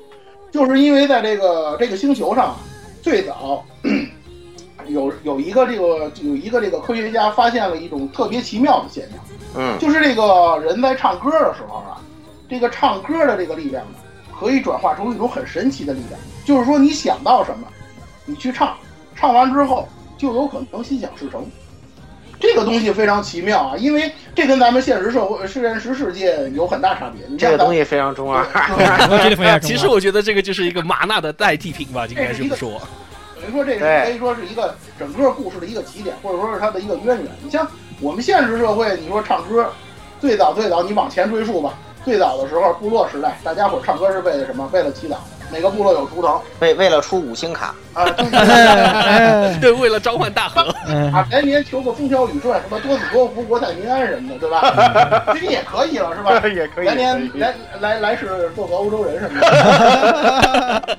Speaker 5: 就是因为在这个这个星球上啊，最早有有一个这个有一个这个科学家发现了一种特别奇妙的现象，
Speaker 1: 嗯
Speaker 5: 就是这个人在唱歌的时候啊，这个唱歌的这个力量呢，可以转化成一种很神奇的力量，就是说你想到什么，你去唱，唱完之后就有可能心想事成。这个东西非常奇妙啊，因为这跟咱们现实社会、现实世界有很大差别。你
Speaker 1: 这
Speaker 5: 看
Speaker 1: 个
Speaker 5: 咱
Speaker 1: 东
Speaker 5: 们
Speaker 1: 西非常中二。
Speaker 2: 我觉得非常
Speaker 3: 其实我觉得这个就是一个麻辣的代替品吧，应该这么 说。
Speaker 5: 等于说这是
Speaker 1: 对
Speaker 5: 可以说是一个整个故事的一个起点，或者说是它的一个渊源。你像我们现实社会，你说唱歌，最早最早你往前追溯吧，最早的时候部落时代，大家伙唱歌是为了什么？为了祈祷，每个部落有图腾
Speaker 1: 为为了出五星卡，
Speaker 5: 啊，
Speaker 2: 哎
Speaker 3: 对，为了召唤大河，
Speaker 2: 哎
Speaker 5: 啊，连年求个风调雨顺，什么多子多福、国泰民安什么的，对吧？这也可以了，是吧？
Speaker 1: 也可
Speaker 5: 来年来来来世做个欧洲人什 么的。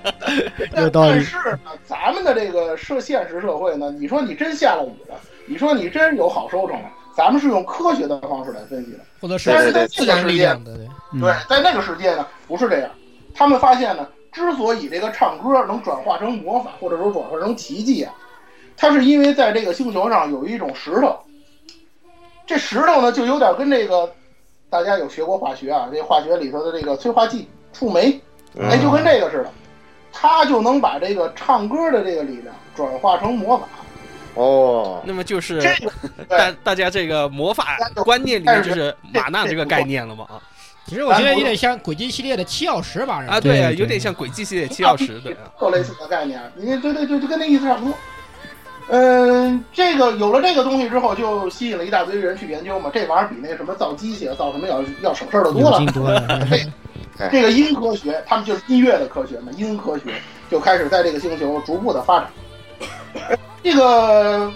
Speaker 5: 但
Speaker 2: 有道理
Speaker 5: 但是呢，咱们的这个社现实社会呢，你说你真下了雨了，你说你真有好收成了，咱们是用科学的方式来分析的。
Speaker 4: 或者是
Speaker 5: 对对对
Speaker 4: 自然力量的，对，
Speaker 2: 嗯
Speaker 5: 对，在那个世界呢，不是这样。他们发现呢，之所以这个唱歌能转化成魔法，或者说转化成奇迹啊，它是因为在这个星球上有一种石头，这石头呢就有点跟这个大家有学过化学啊，这化学里头的这个催化剂触媒，哎，就跟这个似的，它就能把这个唱歌的这个力量转化成魔法。
Speaker 1: 哦，
Speaker 3: 那么就是
Speaker 5: 这个
Speaker 3: 大大家这个魔法观念里面就是玛纳这个概念了嘛啊
Speaker 4: 其实我觉得有点像《轨迹》系列的七钥匙吧，
Speaker 3: 啊，对啊，有点像轨迹系列七钥匙 对啊，
Speaker 5: 够类似的概念，你对对对，就跟那意思差不多。嗯，这个有了这个东西之后，就吸引了一大堆人去研究嘛。这玩意儿比那什么造机械、造什么要要省事儿的多
Speaker 2: 有
Speaker 5: 了
Speaker 2: 劲。多了，哎
Speaker 5: 这个音科学，他们就是音乐的科学嘛，音科学就开始在这个星球逐步的发展。这个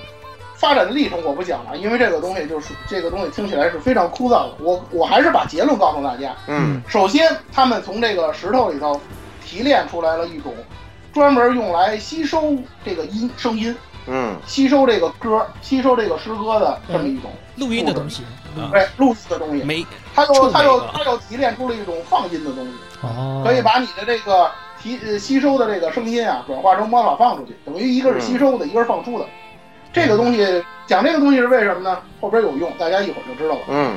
Speaker 5: 发展的历程我不讲了，因为这个东西就是这个东西听起来是非常枯燥的。我我还是把结论告诉大家，
Speaker 1: 嗯，
Speaker 5: 首先，他们从这个石头里头提炼出来了一种专门用来吸收这个音声音、
Speaker 1: 嗯，
Speaker 5: 吸收这个歌、吸收这个诗歌的这么一种
Speaker 4: 录音的东西，
Speaker 3: 嗯
Speaker 5: 哎录制的东西。
Speaker 3: 没
Speaker 5: 它
Speaker 3: 触
Speaker 5: 又
Speaker 3: 媒
Speaker 5: 它又
Speaker 3: 啊
Speaker 5: 它又提炼出了一种放音的东西，
Speaker 2: 哦，
Speaker 5: 可以把你的这个提呃吸收的这个声音啊转化成魔法放出去，等于一个是吸收的，一个是放出的。这个东西讲这个东西是为什么呢？后边有用，大家一会儿就知道了。
Speaker 1: 嗯，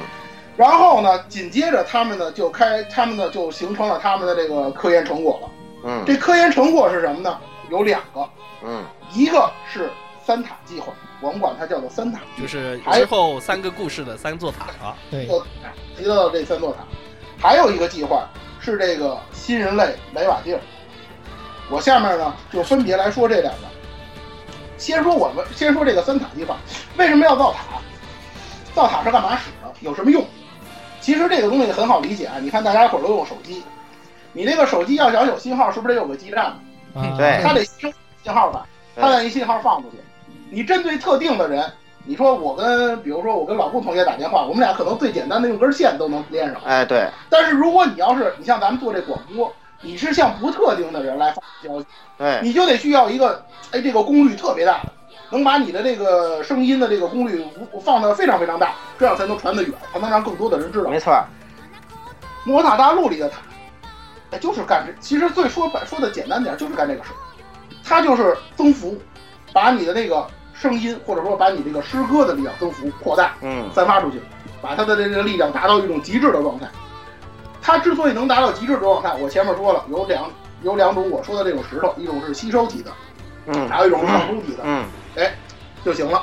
Speaker 5: 然后呢，紧接着他们呢就开，他们呢就形成了他们的这个科研成果了。
Speaker 1: 嗯，
Speaker 5: 这科研成果是什么呢？有两个，
Speaker 1: 嗯，
Speaker 5: 一个是三塔计划，我们管它叫做三塔计划，
Speaker 3: 就是之后三个故事的三座塔啊，
Speaker 4: 对，
Speaker 5: 提到这三座塔。还有一个计划是这个新人类雷瓦蒂尔。我下面呢就分别来说这两个。先说我们，先说这个三塔计划，为什么要造塔？造塔是干嘛使的？有什么用？其实这个东西很好理解啊，你看大家伙儿都用手机，你这个手机要想有信号，是不是得有个基站？
Speaker 4: 啊
Speaker 1: 对
Speaker 5: 它得吸收信号吧，它把一信号放出去。你针对特定的人，你说我跟，比如说我跟老顾同学打电话，我们俩可能最简单的用根线都能连上。
Speaker 1: 哎，对，
Speaker 5: 但是如果你要是你像咱们做这广播，你是向不特定的人来发消息，
Speaker 1: 对，
Speaker 5: 你就得需要一个，哎，这个功率特别大的，能把你的这个声音的这个功率无放的非常非常大，这样才能传得远，才能让更多的人知道
Speaker 1: 没。错儿，
Speaker 5: 摩塔大陆里的塔，哎就是干这，其实最说白说的简单点，就是干这个事儿。它就是增幅，把你的那个声音，或者说把你这个诗歌的力量增幅扩大，
Speaker 1: 嗯，
Speaker 5: 散发出去，把它的这个力量达到一种极致的状态。它之所以能达到极致的状态，我前面说了，有两有两种我说的这种石头，一种是吸收体的，
Speaker 1: 嗯，
Speaker 5: 还有一种是放出体的。哎
Speaker 1: 嗯，
Speaker 5: 就行了，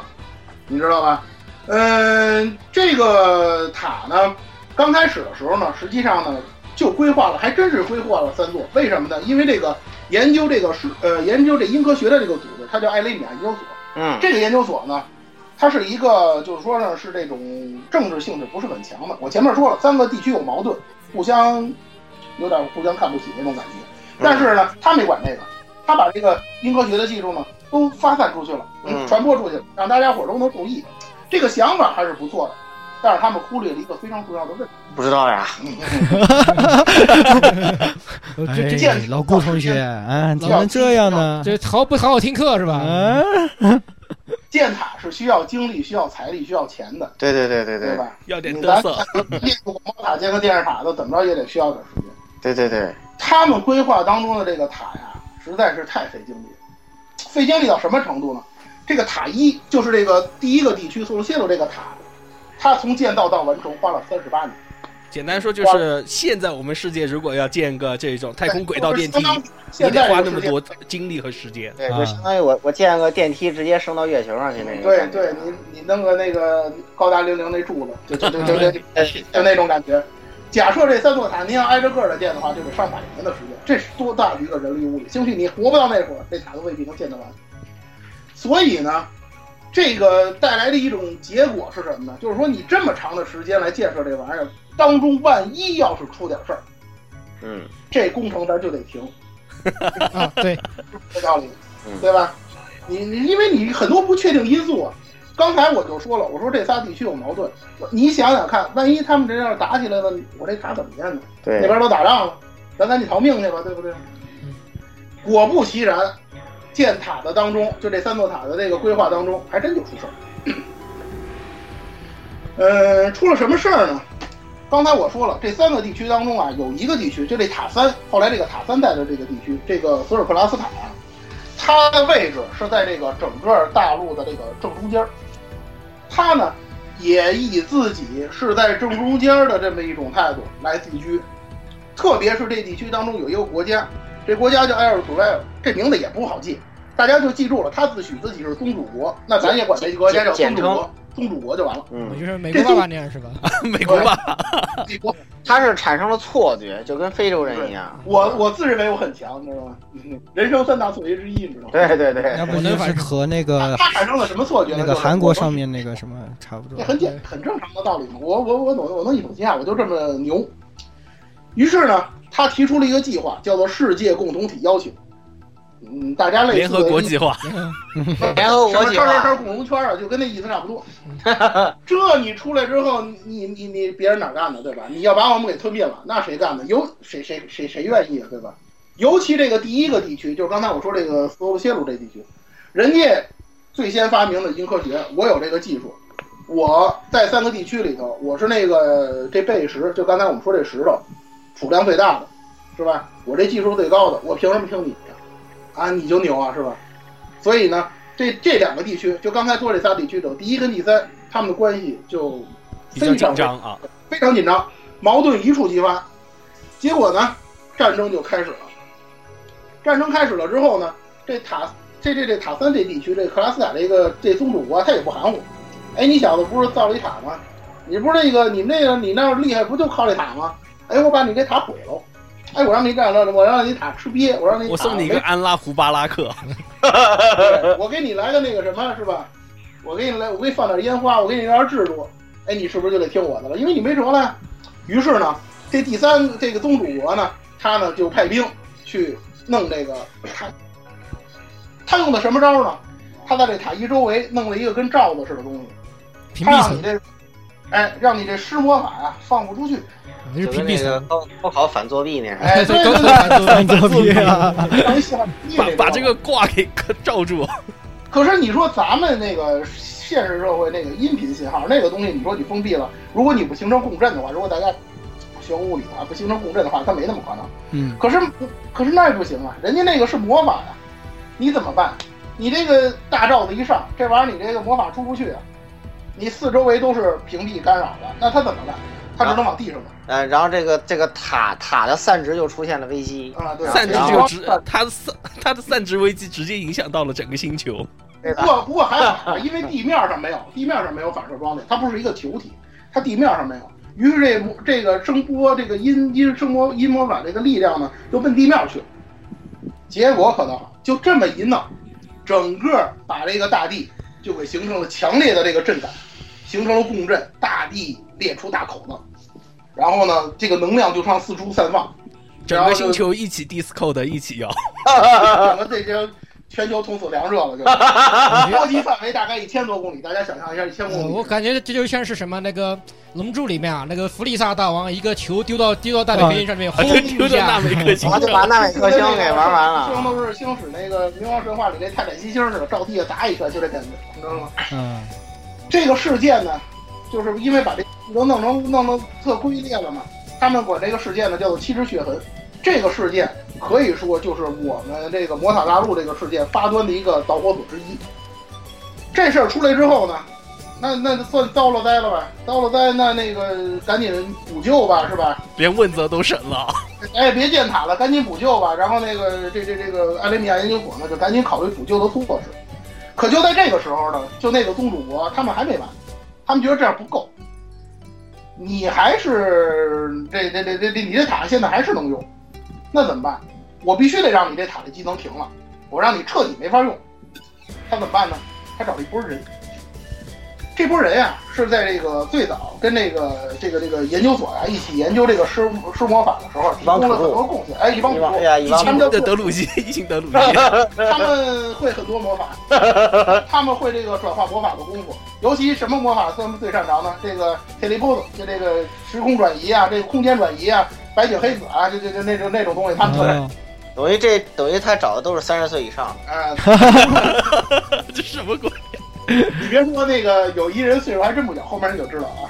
Speaker 5: 你知道吧？嗯，这个塔呢，刚开始的时候呢，实际上呢就规划了，还真是规划了三座。为什么呢？因为这个研究这个是呃研究这英科学的这个组织，它叫艾雷米亚研究所。
Speaker 1: 嗯，
Speaker 5: 这个研究所呢，它是一个就是说呢是这种政治性质不是很强的。我前面说了，三个地区有矛盾，互相有点互相看不起那种感觉。
Speaker 1: 嗯
Speaker 5: 但是呢，他没管这个，他把这个英科学的技术呢都发散出去了，
Speaker 1: 嗯
Speaker 5: 传播出去了，让大家伙儿都能注意。这个想法还是不错的，但是他们忽略了一个非常重要 的问
Speaker 1: 不知道呀，
Speaker 5: 题，
Speaker 2: 哎
Speaker 5: 这这
Speaker 2: 老顾同学，啊，怎
Speaker 5: 老
Speaker 2: 么这样呢？
Speaker 4: 这好不好好听课是吧？
Speaker 2: 啊，
Speaker 5: 建塔是需要精力、需要财力、需要钱的，
Speaker 1: 对对对对
Speaker 5: 对
Speaker 1: 对
Speaker 5: 吧？
Speaker 3: 要 点
Speaker 5: 你
Speaker 3: 嘚
Speaker 5: 咱
Speaker 3: 瑟，
Speaker 5: 建个广播塔、建个电视塔的，怎么着也得需要点时间。
Speaker 1: 对对对，
Speaker 5: 他们规划当中的这个塔呀，实在是太费精力了，费精力到什么程度呢？这个塔一就是这个第一个地区索罗谢罗这个塔，它从建造到完成花了三十八年，
Speaker 3: 简单说就是，现在我们世界如果要建个这种太空轨道电梯，
Speaker 5: 就是相当于
Speaker 3: 你
Speaker 5: 现
Speaker 3: 得
Speaker 5: 在
Speaker 3: 花
Speaker 5: 这个
Speaker 3: 那
Speaker 5: 世
Speaker 3: 么
Speaker 5: 界
Speaker 3: 多精力和时间。
Speaker 1: 对，
Speaker 2: 啊
Speaker 1: 就相当于我我建个电梯直接升到月球上去那种
Speaker 5: 对
Speaker 1: 感觉。
Speaker 5: 对，你你弄个那个高达零零那柱子，就就就就就就那种感觉。假设这三座塔您要挨着个儿的建的话，就得上百年的时间，这是多大的一个人力物力？兴许你活不到那会儿，这塔都未必能建得完。所以呢，这个带来的一种结果是什么呢？就是说你这么长的时间来建设这玩意儿，当中万一要是出点事儿，
Speaker 1: 嗯
Speaker 5: 这工程咱就得停。
Speaker 2: 啊，对，
Speaker 5: 有道理
Speaker 1: 嗯，
Speaker 5: 对吧？你你因为你很多不确定因素啊。刚才我就说了，我说这仨地区有矛盾，我你想想看，万一他们这要是打起来了，我这塔怎么建呢？
Speaker 1: 对，
Speaker 5: 那边都打仗了，咱赶紧逃命去吧，对不对？果不其然，建塔的当中，就这三座塔的这个规划当中，还真就出事儿。呃，出了什么事儿呢？刚才我说了，这三个地区当中啊，有一个地区，就这塔三，后来这个塔三带的这个地区，这个索尔克拉斯塔啊，它的位置是在这个整个大陆的这个正中间儿。它呢，也以自己是在正中间儿的这么一种态度来自居，特别是这地区当中有一个国家，这国家叫埃尔祖威尔，这名字也不好记，大家就记住了，他自诩自己是宗主国，那咱也管这国家叫宗主国，宗主国就完了。
Speaker 4: 我
Speaker 1: 嗯，
Speaker 4: 就是美国爸爸那样是吧？
Speaker 3: 美国吧，
Speaker 5: 美国，
Speaker 1: 他是产生了错觉，就跟非洲人一样。
Speaker 5: 我我自认为我很强，你知道吗？ 人生三大错觉之一，你知道吗？
Speaker 1: 对对对，
Speaker 2: 要不就是和那个
Speaker 5: 他产生了什么错觉呢？
Speaker 2: 呃那
Speaker 5: 就
Speaker 2: 个
Speaker 5: 是
Speaker 2: 韩国
Speaker 5: 我能
Speaker 2: 上面那个什么差不
Speaker 5: 这
Speaker 2: 多。
Speaker 5: 很简很正常的道理嘛。我我我我我能一口气啊，我就这么牛。于是呢，他提出了一个计划，叫做“世界共同体要求”。嗯，大家类似
Speaker 3: 联合国计划，
Speaker 1: 联合国计
Speaker 5: 圈圈
Speaker 1: 划
Speaker 5: 圈共荣圈啊，就跟那意思差不多。 这你出来之后，你你你别人哪干的对吧？你要把我们给吞灭了，那谁干的？有谁谁谁谁愿意啊对吧？尤其这个第一个地区，就是刚才我说这个斯洛切鲁这地区，人家最先发明的已经科学，我有这个技术，我在三个地区里头，我是那个这贝石，就刚才我们说这石头，储量最大的，是吧？我这技术最高的，我凭什么听你的？啊，你就牛啊，是吧？所以呢，这这两个地区，就刚才说这仨地区里头，第一跟第三，他们的关系就
Speaker 3: 比较
Speaker 5: 非常
Speaker 3: 紧张啊。
Speaker 5: 非常紧张，矛盾一触即发。结果呢，战争就开始了。战争开始了之后呢，这塔这这这塔三这地区，这克拉斯塔这个这宗主国、啊，他也不含糊。哎，你小子不是造了一塔吗？你不是那个你那个你那儿厉害，不就靠这塔吗？哎，我把你这塔毁喽！哎，我让你干了，我让你塔吃瘪，我让你塔
Speaker 3: 我送你一个安拉胡巴拉克，
Speaker 5: 对 我给你来个那个什么是吧？我给你来，我给你放点烟花，我给你来点制度，哎，你是不是就得听我的了？因为你没辙了呀。于是呢，这第三这个宗主国呢，他呢就派兵去弄这个塔。他用的什么招呢？他在这塔一周围弄了一个跟罩子似的东西，
Speaker 4: 屏
Speaker 5: 他
Speaker 4: 蔽
Speaker 5: 让
Speaker 4: 层，
Speaker 5: 你这，哎，让你这施魔法啊放不出去。
Speaker 4: 那是
Speaker 1: 就
Speaker 4: 屏
Speaker 1: 跟
Speaker 4: 蔽
Speaker 1: 那个
Speaker 4: 层。
Speaker 1: 高高考反作弊那啥。
Speaker 5: 哎，对对对，
Speaker 2: 很牛逼啊！
Speaker 5: 让你想
Speaker 3: 把把这个挂给罩住。
Speaker 5: 可是你说咱们那个现实社会那个音频信号那个东西，你说你封闭了，如果你不形成共振的话，如果大家学物理啊不形成共振的话，它没那么可能。
Speaker 2: 嗯，
Speaker 5: 可是可是那也不行啊，人家那个是魔法呀、你怎么办？你这个大罩子一上，这玩意儿你这个魔法出不去啊，你四周围都是屏蔽干扰的，那他怎么办？他只能往地上
Speaker 1: 呃，然后这个这个塔塔的散值就出现了危机，
Speaker 5: 打啊，对，
Speaker 3: 散值
Speaker 1: 然
Speaker 3: 就
Speaker 1: 后
Speaker 3: 直，它的散它的散值危机直接影响到了整个星球。
Speaker 1: 对
Speaker 5: 不
Speaker 1: 吧？
Speaker 5: 过不过还好，因为地面上没有， 地面上没有反射装置，它不是一个球体，它地面上没有。于是这魔这个声波这个音音声波音魔法这个力量呢，就奔地面去了。结果可倒好，就这么一弄，整个把这个大地就给形成了强烈的这个震感，形成了共振，大地裂出大口子，然后呢，这个能量就向四处散放，
Speaker 3: 整个星球一起 disco 的一起
Speaker 5: 啊
Speaker 3: 摇，
Speaker 5: 整个这些全球从此凉热了，就是波及范围大概一千多公里，大家想象一下，一千公
Speaker 4: 呃
Speaker 5: 里。
Speaker 4: 我感觉这就像是什么那个《龙珠》里面啊，那个弗利萨大王一个球丢到丢到大美
Speaker 2: 啊
Speaker 4: 人上面，轰
Speaker 3: 就
Speaker 4: 一
Speaker 3: 丢到
Speaker 4: 下，
Speaker 3: 纳美克星
Speaker 1: 我就把
Speaker 3: 上。
Speaker 1: 纳美克星给玩完
Speaker 5: 星
Speaker 1: 了。
Speaker 5: 都是星矢那个《冥王神话》里那泰坦星星似的，照地下砸一拳，就这感觉，你知道吗？
Speaker 2: 嗯，
Speaker 5: 这个事件呢，就是因为把这都弄成弄成特龟裂了嘛，他们管这个事件呢叫做七只血痕。这个事件可以说就是我们这个魔塔大陆这个事件发端的一个导火索之一。这事儿出来之后呢，那那就算遭了灾了吧，遭了灾，那那个赶紧补救吧，是吧？
Speaker 3: 连问责都省了。
Speaker 5: 哎，别建塔了，赶紧补救吧。然后那个这这这个艾雷米亚研究所呢，就赶紧考虑补救的措施。可就在这个时候呢，就那个宗主国他们还没完，他们觉得这样不够，你还是这这这这这你这塔现在还是能用，那怎么办？我必须得让你这塔的技能停了，我让你彻底没法用。他怎么办呢？他找了一波人，这波人呀、是在这个最早跟这个这个这个研究所啊一起研究这个施施魔法的时候，提供了很多贡献。哎，一帮
Speaker 1: 一
Speaker 5: 主
Speaker 1: 帮哎呀，一帮
Speaker 5: 他们
Speaker 3: 的
Speaker 5: 都
Speaker 3: 德鲁伊，一群德鲁伊，
Speaker 5: 他们会很多魔法，他们会这个转化魔法的功夫，尤其什么魔法他们最擅长呢？这个 teleport，就这个时空转移啊，这个空间转移啊，白雪黑子啊，这这这那种那种东西，他们特擅
Speaker 2: 哦
Speaker 1: 等于这等于他找的都是三十岁以上，
Speaker 5: 啊、
Speaker 3: 这什么鬼？
Speaker 5: 你别说那个有一人岁数还真不小，后面你就知道啊。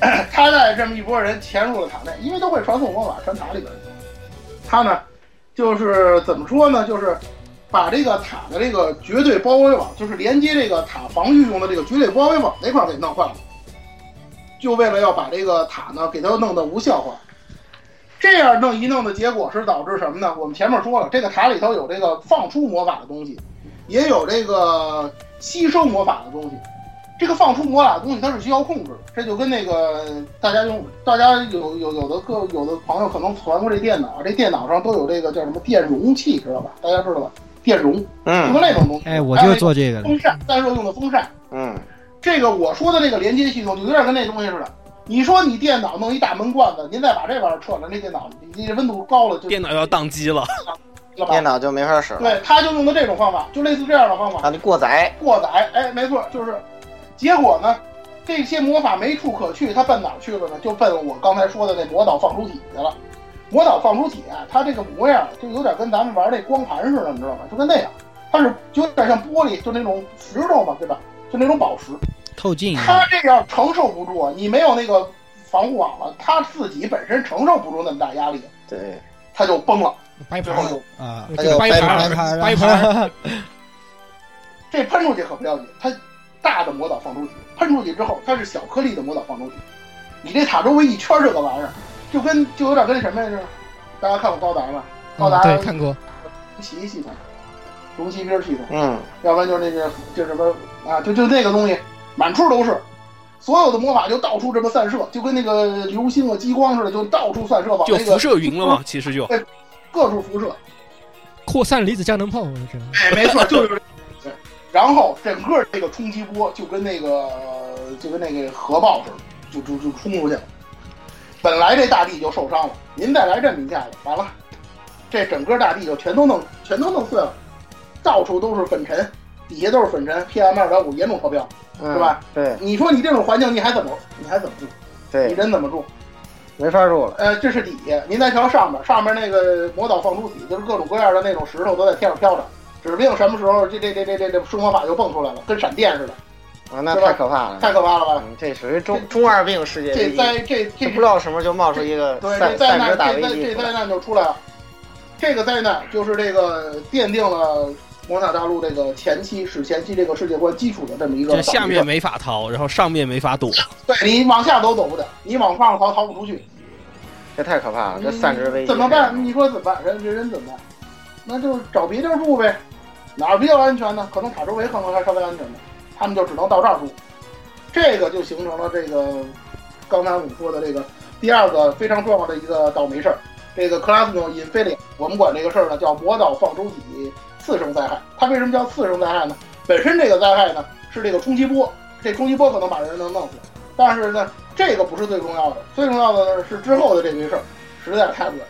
Speaker 5: 他带这么一波人潜入了塔内，因为都会传送魔法传塔里边去。他呢，就是怎么说呢，就是把这个塔的这个绝对包围网，就是连接这个塔防御用的这个绝对包围网那块儿给弄坏了，就为了要把这个塔呢给它弄得无效化。这样弄一弄的结果是导致什么呢？我们前面说了，这个塔里头有这个放出魔法的东西，也有这个吸收魔法的东西。这个放出魔法的东西它是需要控制的，这就跟那个大家用，大家有有有的个有的朋友可能传过这电脑，这电脑上都有这个叫什么电容器，知道吧？大家知道吧？电容，就跟那种东西。
Speaker 2: 哎，我就做这个的。
Speaker 5: 风扇，散热用的风扇。
Speaker 1: 嗯
Speaker 5: 这个我说的这个连接系统，就有点跟那东西似的。你说你电脑弄一大门罐子，您再把这玩意儿撤了，那电脑你这温度高了就
Speaker 3: 电脑要宕机了，
Speaker 5: 了
Speaker 1: 电
Speaker 5: 吧？
Speaker 1: 脑就没法使了，
Speaker 5: 对，他就用的这种方法，就类似这样的方法。
Speaker 1: 让你过载。
Speaker 5: 过载，哎，没错，就是。结果呢，这些魔法没处可去，他奔哪儿去了呢？就奔我刚才说的那魔导放出体去了。魔导放出体啊，它这个模样就有点跟咱们玩那光盘似的，你知道吗？就跟那样，它是有点像玻璃，就那种石头嘛，对吧？就那种宝石。
Speaker 2: 透镜一
Speaker 5: 他
Speaker 2: 样，
Speaker 5: 这样承受不住，啊你没有那个防护网了，他自己本身承受不住那么大压力，
Speaker 1: 对，
Speaker 5: 他就崩了，
Speaker 4: 掰
Speaker 5: 最
Speaker 4: 盘儿
Speaker 5: 后 就
Speaker 2: 啊，
Speaker 1: 他就
Speaker 4: 掰
Speaker 1: 掰
Speaker 4: 盘
Speaker 1: 盘
Speaker 4: 儿
Speaker 2: 儿
Speaker 4: 掰盘儿，嗯
Speaker 5: 这喷出去可不要紧，它大的魔导放出体，喷出去之后它是小颗粒的魔导放出体，你这塔周围一圈这个玩意儿，就跟就有点跟什么呀？就是大家看过高达吗？高达
Speaker 4: 嗯对，看过。
Speaker 5: 奇系统、龙骑兵系统，
Speaker 1: 嗯，
Speaker 5: 要不然就是那个就什么啊，就就那个东西，满处都是。所有的魔法就到处这么散射，就跟那个流星啊、激光似的，就到处散射，往
Speaker 3: 就
Speaker 5: 那个
Speaker 3: 辐射云了嘛？其实就
Speaker 5: 各处辐射。
Speaker 4: 扩散离子降能炮，我知道。
Speaker 5: 哎，没错，就是。对，然后整个这个冲击波就跟那个就跟那个核爆似的，就就就冲出去了。本来这大地就受伤了，您再来这么一下子，完了，这整个大地就全都弄全都弄碎了，到处都是粉尘，底下都是粉尘，PM 二点五严重超标。
Speaker 1: 嗯
Speaker 5: 是吧？
Speaker 1: 对
Speaker 5: 你说你这种环境，你还怎么你还怎么住？你
Speaker 1: 对，
Speaker 5: 人怎么住？
Speaker 1: 没法住了。
Speaker 5: 呃，这是底下，您再瞧上面，上面那个魔导放出体，就是各种各样的那种石头都在天上飘着，指不定什么时候这这这这这这生魔法就蹦出来了，跟闪电似的，
Speaker 1: 啊，那
Speaker 5: 是吧
Speaker 1: 太可怕了。
Speaker 5: 太可怕了吧！
Speaker 1: 嗯，这属于中中二病世界
Speaker 5: 这
Speaker 1: 第一，
Speaker 5: 灾这
Speaker 1: 这
Speaker 5: 这
Speaker 1: 不知道什么时候就冒出一个
Speaker 5: 对
Speaker 1: 散
Speaker 5: 这灾
Speaker 1: 散
Speaker 5: 难
Speaker 1: 值大
Speaker 5: 这
Speaker 1: 危
Speaker 5: 灾
Speaker 1: 机
Speaker 5: 这
Speaker 1: 出
Speaker 5: 灾
Speaker 1: 来。
Speaker 5: 难就出来了，这个灾难就是这个奠定了魔塔大陆这个前期史前期这个世界观基础的这么一个
Speaker 3: 这
Speaker 5: 导致
Speaker 3: 下面没法逃，然后上面没法躲，
Speaker 5: 对你往下走走不了，你往上逃逃不出去，
Speaker 1: 这太可怕了，这散值危机
Speaker 5: 怎么办？你说怎么办？人人人怎么办？那就找别地儿住呗，哪儿比较安全呢？可能塔周围可能还稍微安全吧，他们就只能到这儿住。这个就形成了这个刚才我们说的这个第二个非常重要的一个倒霉事儿，这个 Classno i n f i n i 我们管这个事儿呢叫魔导放周体次生灾害。它为什么叫次生灾害呢？本身这个灾害呢是这个冲击波，这冲击波可能把人能弄死，但是呢这个不是最重要的，最重要的呢是之后的这个事儿实在太恶心了。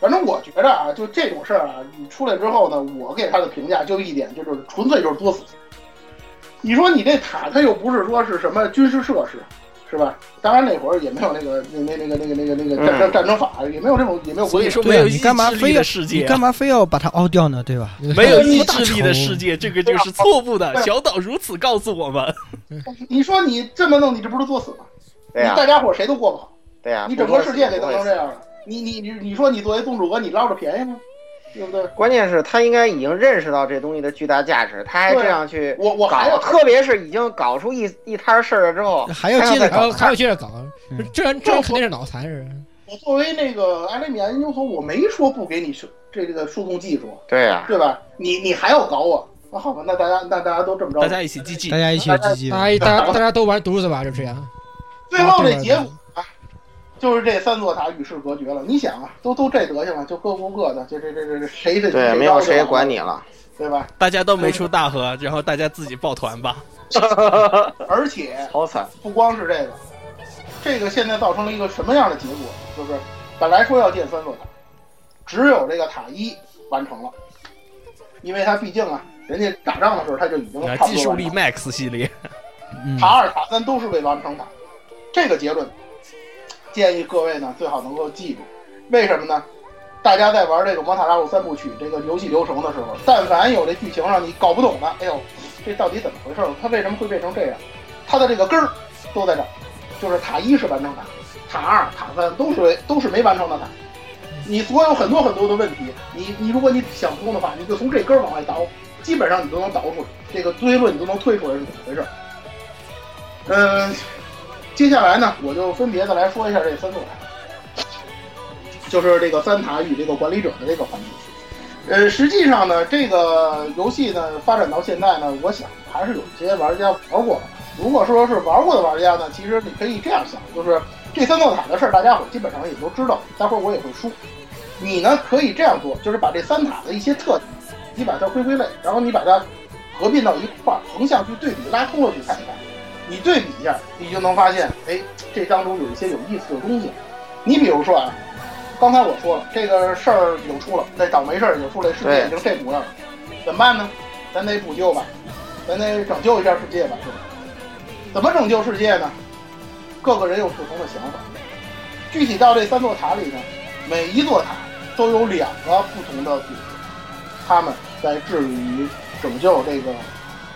Speaker 5: 反正我觉着啊，就这种事儿啊，你出来之后呢，我给他的评价就一点，就是纯粹就是作死。你说你这塔，它又不是说是什么军事设施，是吧？当然那会儿也没有那个那那那个那个那个那个战争战争法，也没有这种也没有规
Speaker 3: 嗯所
Speaker 5: 定
Speaker 3: 以。说没
Speaker 2: 对啊
Speaker 3: 有
Speaker 2: 你
Speaker 3: 意
Speaker 2: 干嘛
Speaker 3: 志
Speaker 2: 非
Speaker 3: 力
Speaker 2: 要
Speaker 3: 的世
Speaker 2: 你
Speaker 3: 界啊
Speaker 2: 干。嘛非要把它凹掉呢？对吧？
Speaker 3: 没有意
Speaker 2: 那么大
Speaker 3: 志力的
Speaker 2: 仇
Speaker 3: 世界，这个就是错误的。小岛如此告诉我们，
Speaker 5: 你说你这么弄，你这不是作死吗？
Speaker 1: 对呀
Speaker 5: 你大家伙谁都过不好，
Speaker 1: 对呀，
Speaker 5: 你整个世界
Speaker 1: 得
Speaker 5: 给弄成这样了。你你你你说你作为宗主国，你捞着便宜吗？对不对？
Speaker 1: 关键是他应该已经认识到这东西的巨大价值，他还这样去
Speaker 5: 我我还
Speaker 1: 搞，啊
Speaker 5: 要
Speaker 1: 特别是已经搞出一一摊事儿了之后，
Speaker 2: 还要接着
Speaker 1: 还
Speaker 4: 然
Speaker 2: 搞
Speaker 4: 后呃还要接着搞
Speaker 2: 嗯，
Speaker 4: 这人这人肯定是脑残人。
Speaker 5: 我作为那个艾利米亚研究所，我没说不给你这这个输送技术，啊
Speaker 1: 对呀、
Speaker 5: 对吧？你你还要搞我？那好吧，那大家那大家都这么着吧。
Speaker 3: 大家一起 GG
Speaker 2: 大。家一起积极。
Speaker 4: 大家大家大家都玩犊子吧，就这样。
Speaker 5: 最后这结果啊，就是这三座塔与世隔绝了。你想啊，都都这德行了，就各过各的，就这这这这谁这啊
Speaker 1: 对，没有谁管
Speaker 5: 你，
Speaker 1: 你了。
Speaker 5: 对吧？
Speaker 3: 大家都没出大河，然后大家自己抱团吧。
Speaker 5: 而且
Speaker 1: 好惨，
Speaker 5: 不光是这个，这个现在造成了一个什么样的结果？就是本来说要建三座塔，只有这个塔一完成了，因为它毕竟啊，人家打仗的时候他就已经差不多完成
Speaker 3: 啊技
Speaker 5: 了
Speaker 3: 术力 max 系列，
Speaker 2: 嗯，
Speaker 5: 塔二、塔三都是未完成塔。这个结论，建议各位呢最好能够记住。为什么呢？大家在玩这个《魔塔拉鲁三部曲》这个游戏流程的时候，但凡有这剧情让你搞不懂的，哎呦，这到底怎么回事儿？它为什么会变成这样？它的这个根儿都在这儿，就是塔一是完成塔，塔二、塔三都是都是没完成的塔。你所有很多很多的问题，你你如果你想通的话，你就从这根儿往外倒，基本上你都能倒出来，这个推论你都能推出来是怎么回事儿。嗯，接下来呢，我就分别的来说一下这三座塔，就是这个三塔与这个管理者的这个环节。呃，实际上呢，这个游戏呢发展到现在呢，我想还是有一些玩家玩过的。如果说是玩过的玩家呢，其实你可以这样想，就是这三座塔的事儿，大家伙基本上也都知道，待会儿我也会说。你呢可以这样做，就是把这三塔的一些特点，你把它归归类，然后你把它合并到一块儿，横向去对比，拉通了去看一看。你对比一下，你就能发现，哎，这当中有一些有意思的东西。你比如说啊，刚才我说了，这个事儿已经出了，这倒霉事儿已经出了，世界已经这模样了，怎么办呢？咱得补救吧，咱得拯救一下世界吧，是吧？怎么拯救世界呢？各个人有不同的想法。具体到这三座塔里呢，每一座塔都有两个不同的组织，他们在致力于拯救这个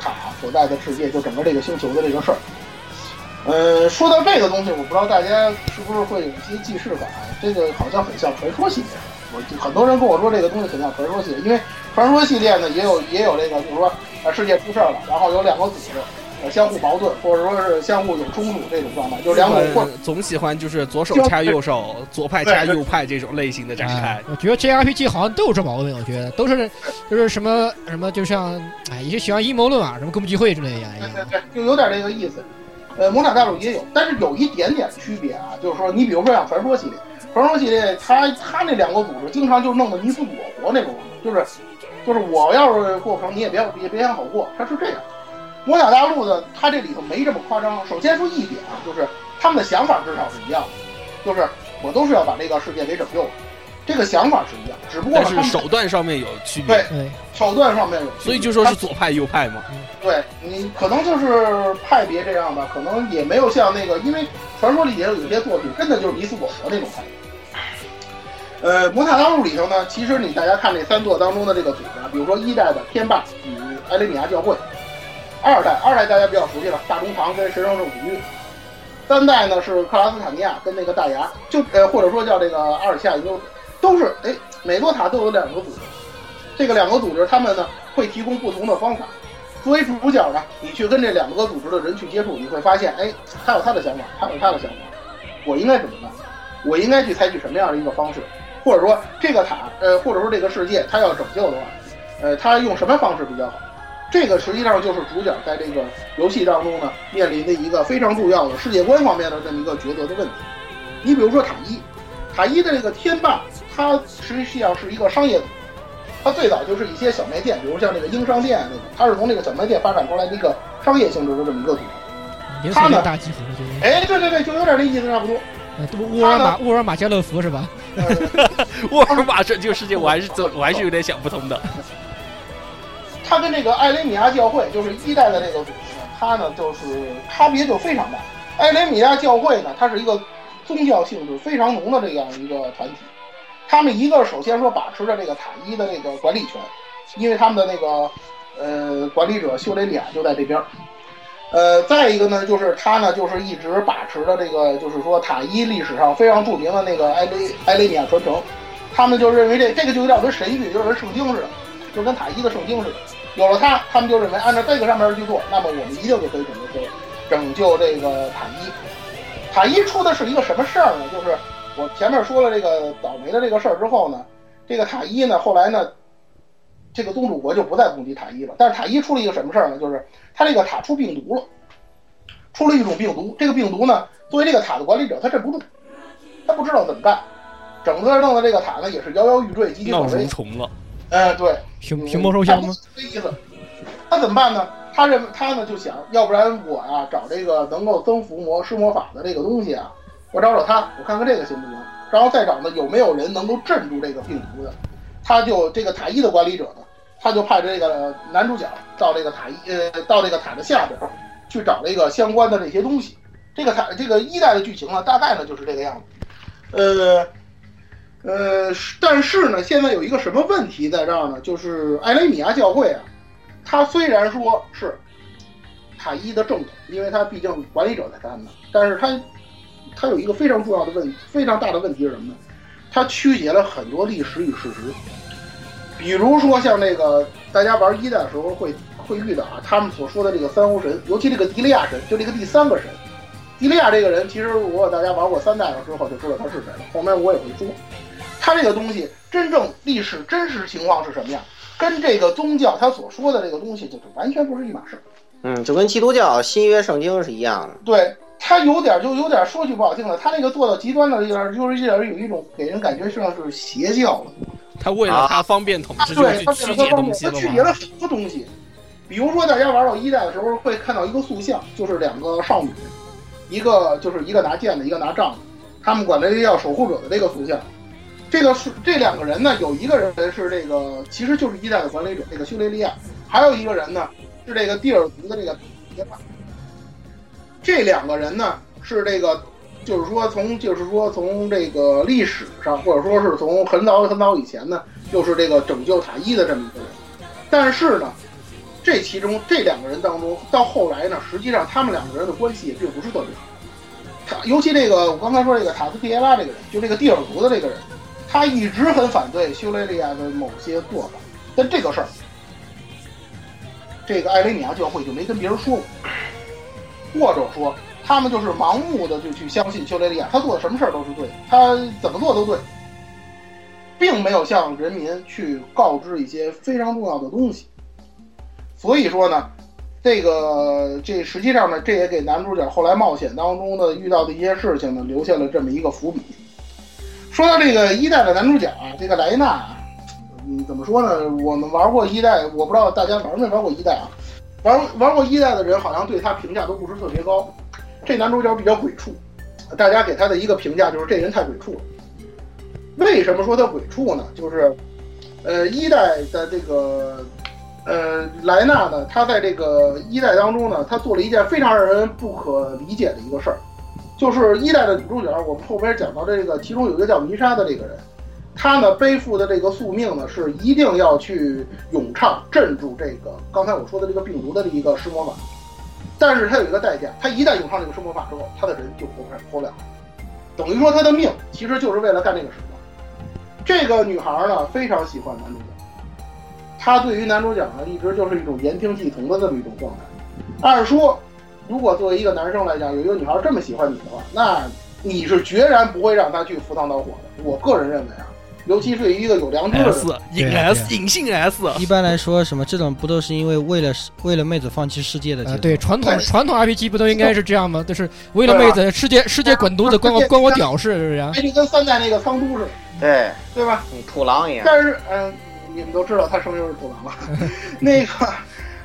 Speaker 5: 塔所在的世界，就整个这个星球的这个事儿。呃，说到这个东西，我不知道大家是不是会有一些既视感，这个好像很像传说系列。我就很多人跟我说这个东西很像传说系列，因为传说系列呢也有也有这个，就是说呃世界出事儿了，然后有两个组织呃相互矛盾，或者说是相互有冲突这种状态，就是两种
Speaker 3: 日
Speaker 5: 或
Speaker 3: 本 总喜欢就是左手掐右手，左派掐右派这种类型的展
Speaker 4: 哎
Speaker 3: 开。，
Speaker 4: 我觉得 JRPG 好像都有这毛病，我觉得都是就是什么什么，就像哎，也是喜欢阴谋论啊，什么公集会之类的呀。哎
Speaker 5: 对对对，就有点这个意思。呃，魔塔大陆也有，但是有一点点区别啊，就是说，你比如说像传说系列，传说系列它它那两个组织经常就弄得你死我活那种，就是就是我要是过不成，你也别也别想好过，它是这样。魔塔大陆呢，它这里头没这么夸张。首先说一点啊，就是他们的想法至少是一样的，就是我都是要把这个世界给拯救，这个想法是一样，只不过
Speaker 3: 但
Speaker 5: 呢
Speaker 3: 是
Speaker 5: 他们
Speaker 3: 手段上面有区别
Speaker 5: 对，
Speaker 4: 对，
Speaker 5: 手段上面有区别，
Speaker 3: 所以就说
Speaker 5: 它
Speaker 3: 是左派右派嘛。
Speaker 5: 对你可能就是派别这样吧，可能也没有像那个，因为传说里也有一些作品真的就是你死我活那种派别。呃，魔塔大陆里头呢，其实你大家看这三座当中的这个组织啊，比如说一代的天霸与埃雷米亚教会，二代二代大家比较熟悉了，大中堂跟神圣政府军，三代呢是克拉斯坦尼亚跟那个大牙，就呃或者说叫这个阿尔夏研究所，都是哎每座塔都有两个组织，这个两个组织他们呢会提供不同的方法，作为主角呢，你去跟这两个组织的人去接触，你会发现，哎，他有他的想法，他有他的想法，我应该怎么办？我应该去采取什么样的一个方式？或者说这个塔，呃，或者说这个世界，他要拯救的话，呃，他用什么方式比较好？这个实际上就是主角在这个游戏当中呢面临的一个非常重要的世界观方面的这么一个抉择的问题。你比如说塔一，塔一的这个天霸，它实际上是一个商业组织它最早就是一些小卖店，比如像那个英商店那种，它是从那个小卖店发展过来的一个商业性质的这么一个组织。
Speaker 4: 零四年大集合，我觉得
Speaker 5: 哎，对对对，就有点这意思，差不多。
Speaker 4: 哎都沃尔玛沃尔玛家乐福是吧？
Speaker 5: 呃
Speaker 3: 沃尔玛拯救世界，我还是走，我还是有点想不通的。
Speaker 5: 它跟这个艾雷米亚教会就是一代的这个组织呢，它呢就是呃差别就非常大。艾雷米亚教会呢，它是一个宗教性质非常浓的这样一个团体。他们一个首先说把持着这个塔一的这个管理权，因为他们的那个呃管理者修雷里亚就在这边儿。呃，再一个呢，就是他呢，就是一直把持着这个，就是说塔一历史上非常著名的那个埃雷埃雷米亚传承，他们就认为这这个就有点跟神谕，有点跟圣经似的，就跟塔一的圣经似的。有了它，他们就认为按照这个上面去做，那么我们一定就可以拯救拯救这个塔一。塔一出的是一个什么事儿呢？就是我前面说了这个倒霉的这个事儿之后呢，这个塔一呢，后来呢，这个东主国就不再攻击塔一了。但是塔一出了一个什么事儿呢？就是他这个塔出病毒了，出了一种病毒。这个病毒呢，作为这个塔的管理者，他镇不住，他不知道怎么办，整个弄的这个塔呢也是摇摇欲坠，岌岌
Speaker 3: 闹
Speaker 5: 可
Speaker 3: 蠕
Speaker 5: 危。
Speaker 3: 虫了，
Speaker 5: 哎、对，
Speaker 4: 嗯
Speaker 2: 熊熊猫烧
Speaker 5: 哎
Speaker 2: 香吗？？
Speaker 5: 这意思。他怎么办呢？他认为他呢就想，要不然我啊找这个能够增幅魔施魔法的这个东西啊，我找找他，我看看这个行不行，然后再找呢有没有人能够镇住这个病毒的。他就这个塔一的管理者呢，他就派这个男主角到这个塔一呃到这个塔的下边儿去找这个相关的这些东西。这个塔这个一代的剧情呢，大概呢就是这个样子。呃，呃，是但是呢，现在有一个什么问题在这儿呢？就是埃雷米亚教会啊，它虽然说是塔一的正统，因为它毕竟管理者在他们那儿，但是它它有一个非常重要的问题，非常大的问题是什么呢？它曲解了很多历史与事实，比如说像那个大家玩一代的时候会会遇到啊，他们所说的这个三欧神，尤其这个迪利亚神，就这个第三个神。迪利亚这个人，其实如果大家玩过三代了之后就知道他是谁了，后面我也会说。它这个东西真正历史真实情况是什么样，跟这个宗教它所说的这个东西就是完全不是一码事儿。
Speaker 1: 嗯，就跟基督教新约圣经是一样的。
Speaker 5: 对，它有点就有点说句不好听的，它那个做到极端的有点就是有点有一种给人感觉像是邪教了。
Speaker 6: 他为了他方便统治，就
Speaker 5: 对，
Speaker 6: 去
Speaker 5: 它给
Speaker 6: 曲
Speaker 5: 了它
Speaker 6: 解
Speaker 5: 方
Speaker 6: 东
Speaker 5: 面，
Speaker 6: 西
Speaker 5: 它
Speaker 6: 了
Speaker 5: 曲解
Speaker 6: 嘛。
Speaker 5: 了很多东西。比如说，大家玩到一代的时候会看到一个塑像，就是两个少女，一个就是一个拿剑的，一个拿杖的，他们管这个叫守护者的这个塑像。这个是这两个人呢，有一个人是这个，其实就是一代的管理者，这个修雷利亚，还有一个人呢是这个蒂尔族的这个杰帕。这两个人呢是这个，就是说从就是说从这个历史上，或者说是从很早很早以前呢，就是这个拯救塔一的这么一个人。但是呢，这其中这两个人当中，到后来呢，实际上他们两个人的关系也并不是特别好。他尤其这个我刚才说这个塔斯蒂耶拉这个人，就这个蒂尔族的这个人，他一直很反对修雷利亚的某些做法，但这个事儿，这个艾雷米亚教会就没跟别人说过，或者说他们就是盲目的就去相信修雷利亚，他做的什么事儿都是对的，他怎么做都对，并没有向人民去告知一些非常重要的东西。所以说呢，这个这实际上呢，这也给男主角后来冒险当中的遇到的一些事情呢，留下了这么一个伏笔。说到这个一代的男主角啊，这个莱纳啊，嗯，怎么说呢？我们玩过一代，我不知道大家玩没玩过一代啊。玩玩过一代的人好像对他评价都不是特别高。这男主角比较鬼畜，呃大家给他的一个评价就是这人太鬼畜了。为什么说他鬼畜呢？就是，呃，一代的这个，呃，莱纳呢，他在这个一代当中呢，他做了一件非常让人不可理解的一个事儿，就是一代的女主角，我们后边讲到这个，其中有一个叫弥莎的这个人，她呢背负的这个宿命呢，是一定要去咏唱镇住这个刚才我说的这个病毒的一个施魔法，但是他有一个代价，他一旦咏唱这个施魔法之后，他的人就活不了活不了，等于说他的命其实就是为了干这个事情。这个女孩呢非常喜欢男主角，她对于男主角呢一直就是一种言听计从的这么一种状态。按说，如果作为一个男生来讲，有一个女孩这么喜欢你的话，那你是决然不会让她去赴汤蹈火的。我个人认为啊，尤其是一个有良知的人，
Speaker 6: S 隐
Speaker 2: 对啊
Speaker 6: S 隐性 S，
Speaker 2: 一般来说，什么这种不都是因为为了为了妹子放弃世界的节奏？
Speaker 4: 呃，对，传统
Speaker 5: 对啊
Speaker 4: 传统 RPG 不都应该是这样吗？就是为了妹子，世界世界滚犊子，关我关我屌事，是不是啊？
Speaker 5: 哎，就跟三代那个仓都似的，
Speaker 1: 对，
Speaker 5: 对吧？
Speaker 1: 你土狼一样。
Speaker 5: 但是，嗯、你们都知道他声优是土狼了。那个，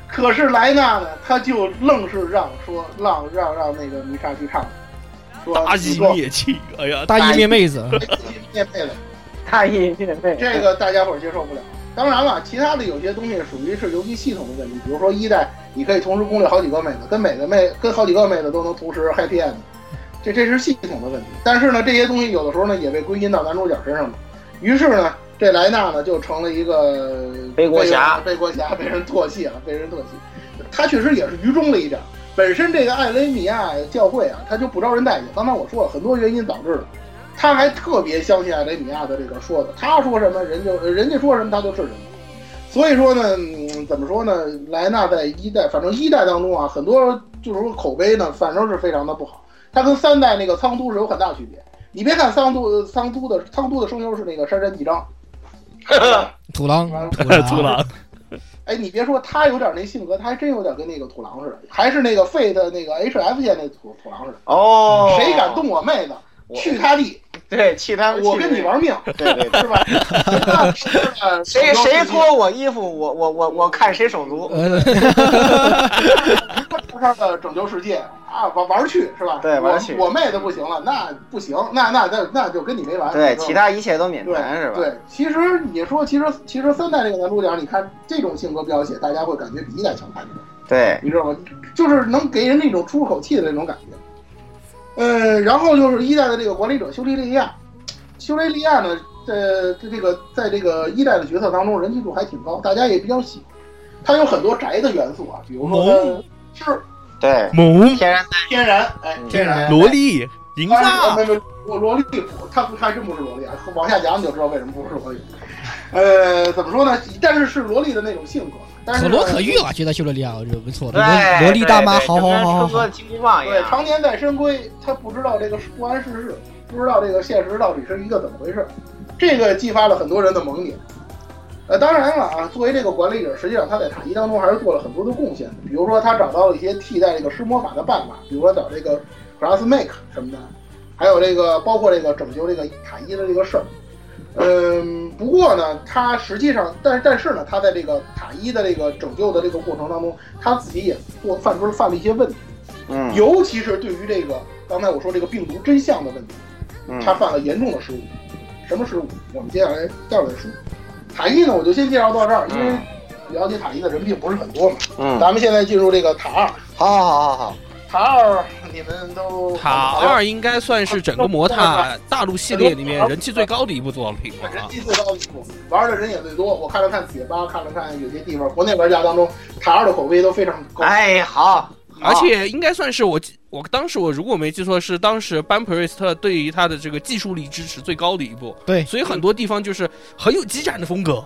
Speaker 5: 可是莱纳呢，他就愣是让说让让让那个弥莎去唱，说
Speaker 6: 大
Speaker 5: 你哎
Speaker 6: 义
Speaker 5: 做
Speaker 6: 灭亲，哎呀，
Speaker 4: 大义灭妹子，
Speaker 5: 面配了，
Speaker 1: 大义灭妹
Speaker 5: 这个大家伙儿接受不了。当然了，其他的有些东西属于是游戏系统的问题，比如说一代你可以同时攻略好几个妹子，跟每个妹跟好几个妹子都能同时 happy end，这这是系统的问题。但是呢，这些东西有的时候呢也被归因到男主角身上了。于是呢，这莱纳呢就成了一个
Speaker 1: 背锅侠
Speaker 5: 背锅侠被人唾弃了，被人唾弃。他确实也是愚忠了一点儿。本身这个艾雷米亚教会啊，他就不招人待见。刚才我说了很多原因导致的，他还特别相信艾雷米亚的这个说的，他说什么人就人家说什么他就是什么。所以说呢，嗯怎么说呢？莱纳在一代，反正一代当中啊，很多就是说口碑呢，反正是非常的不好。它跟三代那个仓都是有很大区别。你别看桑都桑都的桑都的声优是那个山山纪章，
Speaker 4: 土 狼
Speaker 5: 完了，
Speaker 2: 土狼
Speaker 6: 土狼，
Speaker 5: 哎，你别说他有点那性格，他还真有点跟那个土狼似的，还是那个 Fate 那个 HF 线那土土狼似的。
Speaker 1: 哦，
Speaker 5: 谁敢动我妹子，
Speaker 1: 我
Speaker 5: 去他地，
Speaker 1: 对，气他们，
Speaker 5: 我跟你，玩命，
Speaker 1: 对对对，
Speaker 5: 是吧？那是 呃
Speaker 1: 谁谁脱我衣服，我我我我看谁手足，
Speaker 4: 呃，
Speaker 5: 他的拯救世界啊，玩玩去是吧？
Speaker 1: 对玩去
Speaker 5: 我我妹子不行了，那不行，那那那那就跟你没完。
Speaker 1: 对，
Speaker 5: 你知道吗
Speaker 1: 其他一切都免
Speaker 5: 对
Speaker 1: 谈是吧？
Speaker 5: 对，其实你说，其实其实三代这个男主角，你看这种性格标写，大家会感觉比一代强太多，
Speaker 1: 对
Speaker 5: 你知道吗？就是能给人那种出口气的那种感觉。嗯，然后就是一代的这个管理者修利利亚，修利利亚呢，呃，这这个在这个一代的角色当中人气度还挺高，大家也比较喜欢。他有很多宅的元素啊，比如说它是
Speaker 1: 对，
Speaker 6: 萌
Speaker 1: 天然
Speaker 5: 天然，哎，天然
Speaker 6: 萝莉银
Speaker 5: 当然，
Speaker 6: 发，
Speaker 5: 哎没没，我萝莉不，他不，他真不是萝莉啊！ 往下讲你就知道为什么不是萝莉。呃，怎么说呢？但是是萝莉的那种性格，但是
Speaker 4: 可
Speaker 5: 呢
Speaker 4: 罗可。遇啊，觉得修罗利亚我觉得不错
Speaker 1: 对
Speaker 4: 的。
Speaker 2: 萝萝莉大妈好好好好
Speaker 1: 哥的金箍棒一
Speaker 5: 对，
Speaker 1: 样，
Speaker 5: 常年在深闺，他不知道这个不谙世事，不知道这个现实到底是一个怎么回事。这个激发了很多人的萌点。呃，当然了啊，作为这个管理者，实际上他在塔一当中还是做了很多的贡献的，比如说他找到了一些替代这个施魔法的办法，比如说找这个 Grass Make 什么的，还有这个包括这个拯救这个塔一的这个事儿。嗯，不过呢，他实际上，但是但是呢，他在这个塔一的这个拯救的这个过程当中，他自己也做犯出了犯了一些问题。
Speaker 1: 嗯
Speaker 5: 尤其是对于这个刚才我说这个病毒真相的问题，
Speaker 1: 嗯
Speaker 5: 他犯了严重的失误。什么失误？我们接下来第二本书。塔一呢，我就先介绍到这儿，因为了解塔一的人并不是很多嘛。
Speaker 1: 嗯，
Speaker 5: 咱们现在进入这个塔二，
Speaker 1: 好好好好，
Speaker 5: 塔二你们都
Speaker 6: 塔二应该算是整个魔塔大陆系列里面人气最高的一部作品了
Speaker 5: 人
Speaker 6: 啊。
Speaker 5: 气最高的一部，玩的人也最多。我看了看贴吧，看了看有些地方国内玩家当中，塔二的口碑都非常高。
Speaker 1: 哎好，
Speaker 6: 而且应该算是我记，我当时我如果没记错，是当时班普瑞斯特对于他的这个技术力支持最高的一部。
Speaker 2: 对
Speaker 6: 所以很多地方就是很有激战的风格。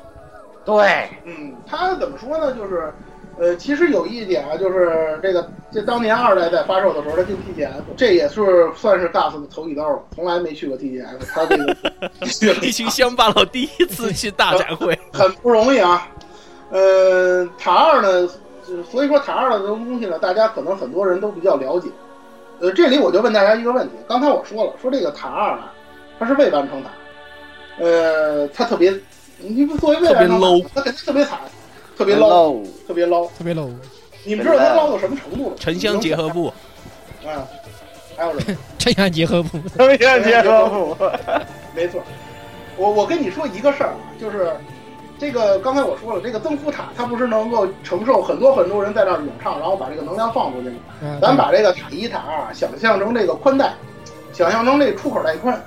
Speaker 1: 对，
Speaker 5: 嗯，他怎么说呢？就是，呃，其实有一点啊，就是这个这当年二代在发售的时候，它进 TGS，这也是算是 GAS 的头一刀了，从来没去过 TGS，他这个去了
Speaker 6: 一群乡巴佬第一次去大展 会，
Speaker 5: 很不容易啊。呃，塔二呢，就所以说塔二的这种东西呢，大家可能很多人都比较了解。呃，这里我就问大家一个问题，刚才我说了，说这个塔二啊，它是未完成塔，呃，它特别，你不作为未完成
Speaker 6: 特别 low
Speaker 5: 塔，它肯定特别惨，特
Speaker 1: 特
Speaker 5: 别 low，
Speaker 1: low，
Speaker 5: 特别 low。
Speaker 4: 特别 low，
Speaker 5: 你们知道他捞到什么程度了吗？
Speaker 6: 城乡结合部。
Speaker 5: 啊，还有什么？
Speaker 4: 正阳结合部，
Speaker 1: 特别
Speaker 5: 结合
Speaker 1: 部，
Speaker 5: 没错，我我跟你说一个事儿啊，就是这个刚才我说了，这个增幅塔它不是能够承受很多很多人在那儿咏唱，然后把这个能量放出去吗？
Speaker 4: 嗯
Speaker 5: 咱把这个塔一塔啊想象成这个宽带，想象成这个出口带宽，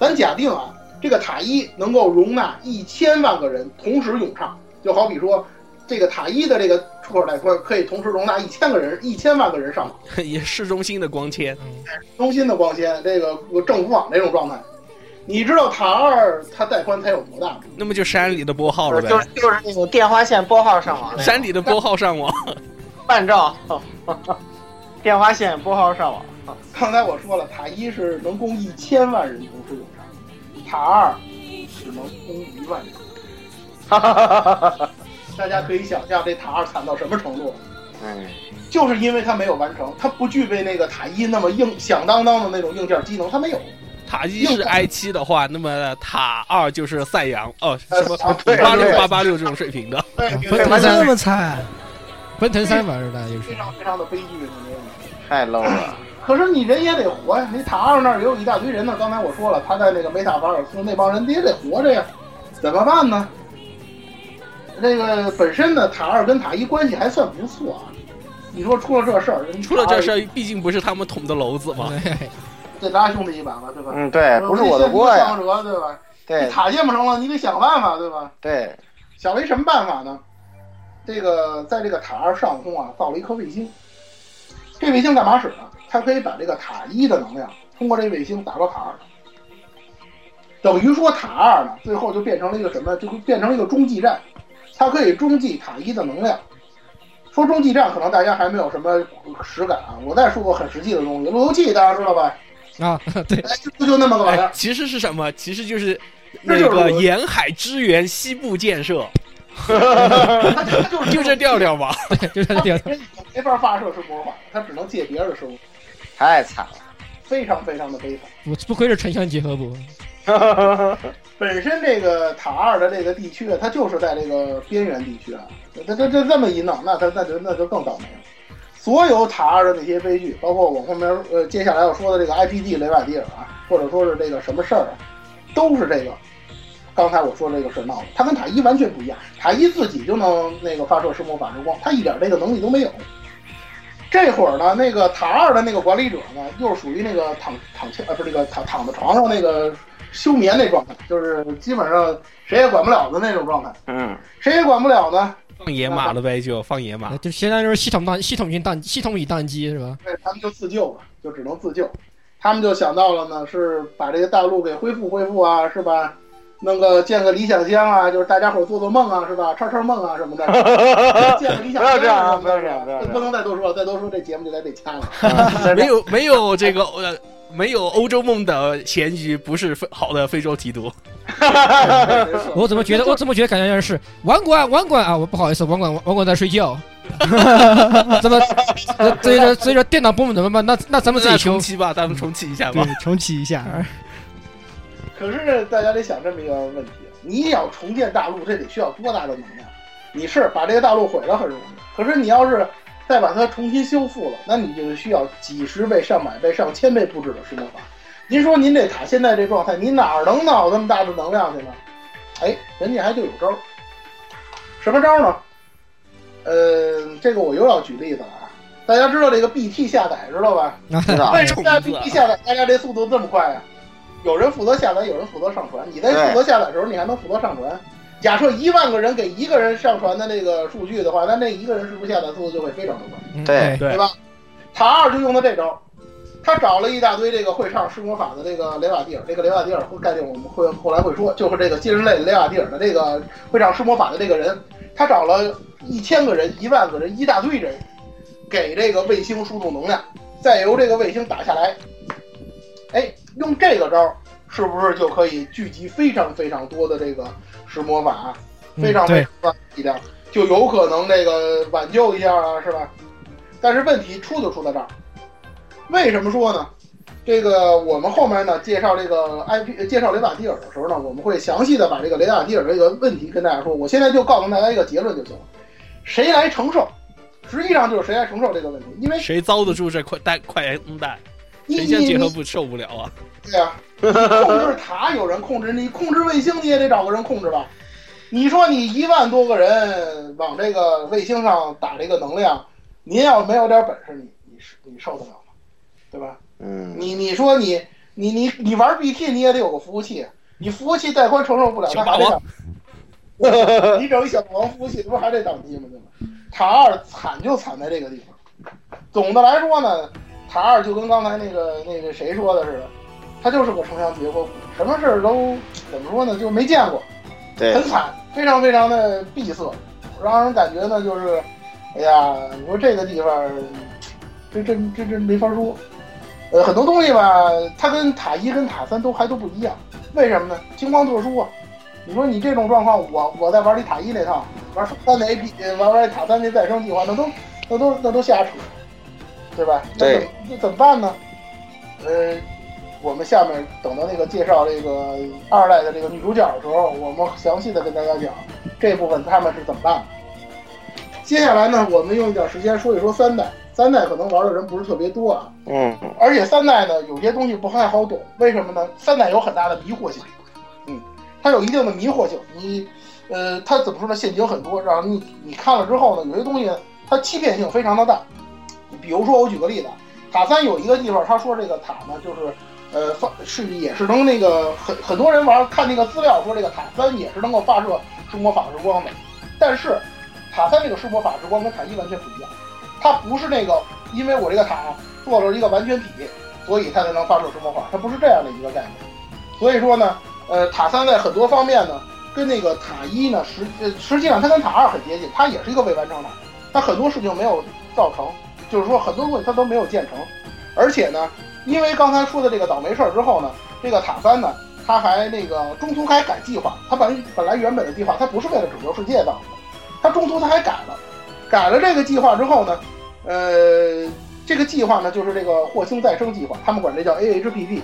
Speaker 5: 咱假定啊，这个塔一能够容纳一千万个人同时咏唱，就好比说这个塔一的这个出口带宽可以同时容纳一千个人、一千万个人上网。
Speaker 6: 也市中心的光纤，
Speaker 5: 中心的光纤，这个正负网这种状态。你知道塔二它带宽才有多大吗？
Speaker 6: 那么就山里的拨号了 呗
Speaker 1: 就。是就是那种电话线拨号上网，
Speaker 6: 山里的拨号上网，
Speaker 1: 半兆， 电话线拨号上网，
Speaker 5: 刚才我说了，塔一是能供一千万人同时用上，塔二只能供一万人。大家可以想象这塔二惨到什么程度了，
Speaker 1: 嗯，
Speaker 5: 就是因为它没有完成，它不具备那个塔一那么硬响当当的那种硬件机能，它没有。
Speaker 6: 塔一是 i 七的话，那么塔二就是赛扬哦，
Speaker 5: 呃
Speaker 6: 什么
Speaker 5: 啊
Speaker 6: 五
Speaker 5: 对
Speaker 6: 八六
Speaker 5: 对
Speaker 6: 八八六这种水平 的。
Speaker 5: 对，
Speaker 4: 不是
Speaker 5: 对
Speaker 4: 他
Speaker 5: 反
Speaker 4: 是
Speaker 5: 正
Speaker 2: 这么惨，
Speaker 4: 奔腾三玩的就
Speaker 5: 非
Speaker 4: 是。
Speaker 5: 常非常的悲剧，你知道吗？
Speaker 1: 太 low 了，
Speaker 5: 可是你人也得活呀，你塔二那儿也有一大堆人呢。刚才我说了，他在那个梅塔法尔斯那帮人也得活着呀，怎么办呢？这个本身呢，塔二跟塔一关系还算不错啊。你说出了这事儿，人
Speaker 6: 出了这事
Speaker 5: 儿，
Speaker 6: 儿，毕竟不是他们捅的篓子嘛。
Speaker 4: 对
Speaker 5: 得拉兄弟一把了，对吧？
Speaker 1: 嗯，对，不是我的锅呀，哎
Speaker 5: 先得上折对吧？你
Speaker 1: 对
Speaker 5: 塔建不成了，你得想办法，对吧？
Speaker 1: 对，
Speaker 5: 想了一什么办法呢？这个在这个塔二上空啊，造了一颗卫星。这卫星干嘛使呢？它可以把这个塔一的能量通过这卫星打到塔二。等于说塔二呢，最后就变成了一个什么？就变成了一个中继站，它可以中继塔一的能量。说中继站，可能大家还没有什么实感啊。我再说个很实际的东西，路由器大家知道吧？
Speaker 4: 啊，对，
Speaker 5: 哎，就就那么个玩意
Speaker 6: 哎
Speaker 5: 儿，，
Speaker 6: 其实是什么？其实就是
Speaker 5: 那
Speaker 6: 那
Speaker 5: 就是
Speaker 6: 个
Speaker 5: 我
Speaker 6: 沿海支援西部建设，
Speaker 5: 它它就是
Speaker 6: 就这调调 吧。
Speaker 4: 就是这样。
Speaker 5: 没法发射是魔法，它只能借别人的生物，
Speaker 1: 太惨了。
Speaker 5: 非常非常的悲惨。
Speaker 4: 我不愧是城乡结合部，
Speaker 5: 本身这个塔二的这个地区啊，它就是在这个边缘地区啊，它它这这么一弄，那它那就那就更倒霉了。所有塔二的那些悲剧，包括我后面呃接下来要说的这个 IPG 雷瓦蒂尔啊，或者说是这个什么事儿啊，都是这个刚才我说这个事儿闹的。它跟塔一完全不一样，塔一自己就能那个发射石魔法之光，它一点这个能力都没有。这会儿呢，那个塔二的那个管理者呢，又是属于那个躺躺枪呃，不是那个躺躺在床上那个休眠那状态，就是基本上谁也管不了的那种状态，
Speaker 1: 嗯，
Speaker 5: 谁也管不了呢。
Speaker 6: 放野马了呗，就放野马
Speaker 4: 啊。就相当于是系统宕系统性宕系统已宕机是吧？
Speaker 5: 哎对，他们就自救了，就只能自救。他们就想到了呢，是把这个大陆给恢复恢复啊，是吧？弄个建个理想乡啊，就是大家伙儿做做梦啊，是吧？唱唱梦啊什 么的，建个理想乡
Speaker 1: 不要这样啊
Speaker 5: 什么的
Speaker 1: 不要这样不要这样
Speaker 5: 不能再多说了，再多说这节目就该被掐了。
Speaker 6: 没有没有这个呃，没有欧洲梦的咸鱼不是非好的非洲提 督。
Speaker 5: 哎
Speaker 4: 我怎么觉得我怎么觉得感觉像是网管网管啊？我不好意思，网管网管在睡觉。怎么随着随着电脑部门怎么办？那那咱
Speaker 6: 咱
Speaker 4: 们自己
Speaker 6: 重
Speaker 4: 修。
Speaker 6: 启吧，咱们重启一下吧。
Speaker 2: 对，重启一下。
Speaker 5: 可是大家得想这么一个问题：你要重建大陆，这得需要多大的能量？你是把这个大陆毁了很容易，可是你要是再把它重新修复了，那你就需要几十倍、上百倍、上千倍不止的石魔法。您说您这塔现在这状态，你哪儿能闹那么大的能量去呢？哎，人家还就有招儿，什么招儿呢？呃，这个我又要举例子了啊！大家知道这个 BT 下载知道吧？
Speaker 1: 知道。
Speaker 5: 为什么大家 BT 下载大家这速度这么快啊？有人负责下载，有人负责上传。你在负责下载的时候，你还能负责上传。假设一万个人给一个人上传的那个数据的话，那那一个人是不是下载速度就会非常的快？
Speaker 4: 嗯
Speaker 1: 对
Speaker 6: 对
Speaker 5: 对吧？塔二就用的这招，他找了一大堆这个会唱施魔法的这个雷瓦蒂尔，这个雷瓦蒂尔会概念我们会后来会说，就是这个精神类雷瓦蒂尔的这个会唱施魔法的这个人，他找了一千个人、一万个人、一大堆人，给这个卫星输入能量，再由这个卫星打下来，哎，用这个招儿是不是就可以聚集非常非常多的这个石魔法，非常非常多的力量，就有可能这个挽救一下啊，是吧？但是问题出就出在这儿，为什么说呢？这个我们后面呢介绍这个 IP 介绍雷瓦蒂尔的时候呢，我们会详细的把这个雷瓦蒂尔这个问题跟大家说。我现在就告诉大家一个结论就行了，谁来承受？实际上就是谁来承受这个问题，因为
Speaker 6: 谁遭得住这快带快恩带？
Speaker 5: 你
Speaker 6: 城乡
Speaker 5: 你
Speaker 6: 结合
Speaker 5: 你
Speaker 6: 部受不了啊！
Speaker 5: 对呀、控制塔有人控制，你控制卫星你也得找个人控制吧？你说你一万多个人往这个卫星上打这个能量，您要没有点本事，你你是你受得了吗？对吧？
Speaker 1: 嗯，
Speaker 5: 你你说你你你你玩 BT 你也得有个服务器，你服务器带宽承受不了，
Speaker 6: 小
Speaker 5: 那
Speaker 6: 霸
Speaker 5: 还得打 你整一小霸王服务器，这不还得挡机吗？对吧？塔二惨就惨在这个地方。总的来说呢，塔二就跟刚才那个那个谁说的似的，他就是个城乡结合部，什么事儿都怎么说呢，就没见过。
Speaker 1: 对
Speaker 5: 很，惨，非常非常的闭塞，让人感觉呢就是，哎呀，你说这个地方，这这这这没法说。呃，很多东西吧，它跟塔一跟塔三都还都不一样，为什么呢？情况特殊啊。你说你这种状况，我我在玩你塔一那套，玩塔三的 AP，呃玩玩塔三那再生计划，那都那都那都瞎扯，对吧？那怎
Speaker 1: 对
Speaker 5: 么那怎么办呢？呃，我们下面等到那个介绍这个二代的这个女主角的时候，我们详细的跟大家讲这部分他们是怎么办的。接下来呢，我们用一点时间说一说三代。三代可能玩的人不是特别多啊，
Speaker 1: 嗯，
Speaker 5: 而且三代呢有些东西不太好懂，为什么呢？三代有很大的迷惑性，嗯，它有一定的迷惑性。你，呃，它怎么说呢？陷阱很多，让你你看了之后呢，有些东西它欺骗性非常的大。比如说，我举个例子，啊，塔三有一个地方，他说这个塔呢，就是，呃，发是也是能那个很很多人玩看那个资料说这个塔三也是能够发射施魔法之光的，但是塔三这个施魔法之光跟塔一完全不一样，它不是那个因为我这个塔啊做了一个完全体，所以它才能发射出魔法，它不是这样的一个概念。所以说呢，呃，塔三在很多方面呢，跟那个塔一呢，实呃实际上它跟塔二很接近，它也是一个未完成塔，它很多事情没有造成，就是说很多东西它都没有建成，而且呢，因为刚才说的这个倒霉事儿之后呢，这个塔三呢，它还那个中途还改计划，它本本来原本的计划它不是为了拯救世界的，它中途它还改了，改了这个计划之后呢，呃，这个计划呢就是这个霍星再生计划，他们管这叫 AHPP。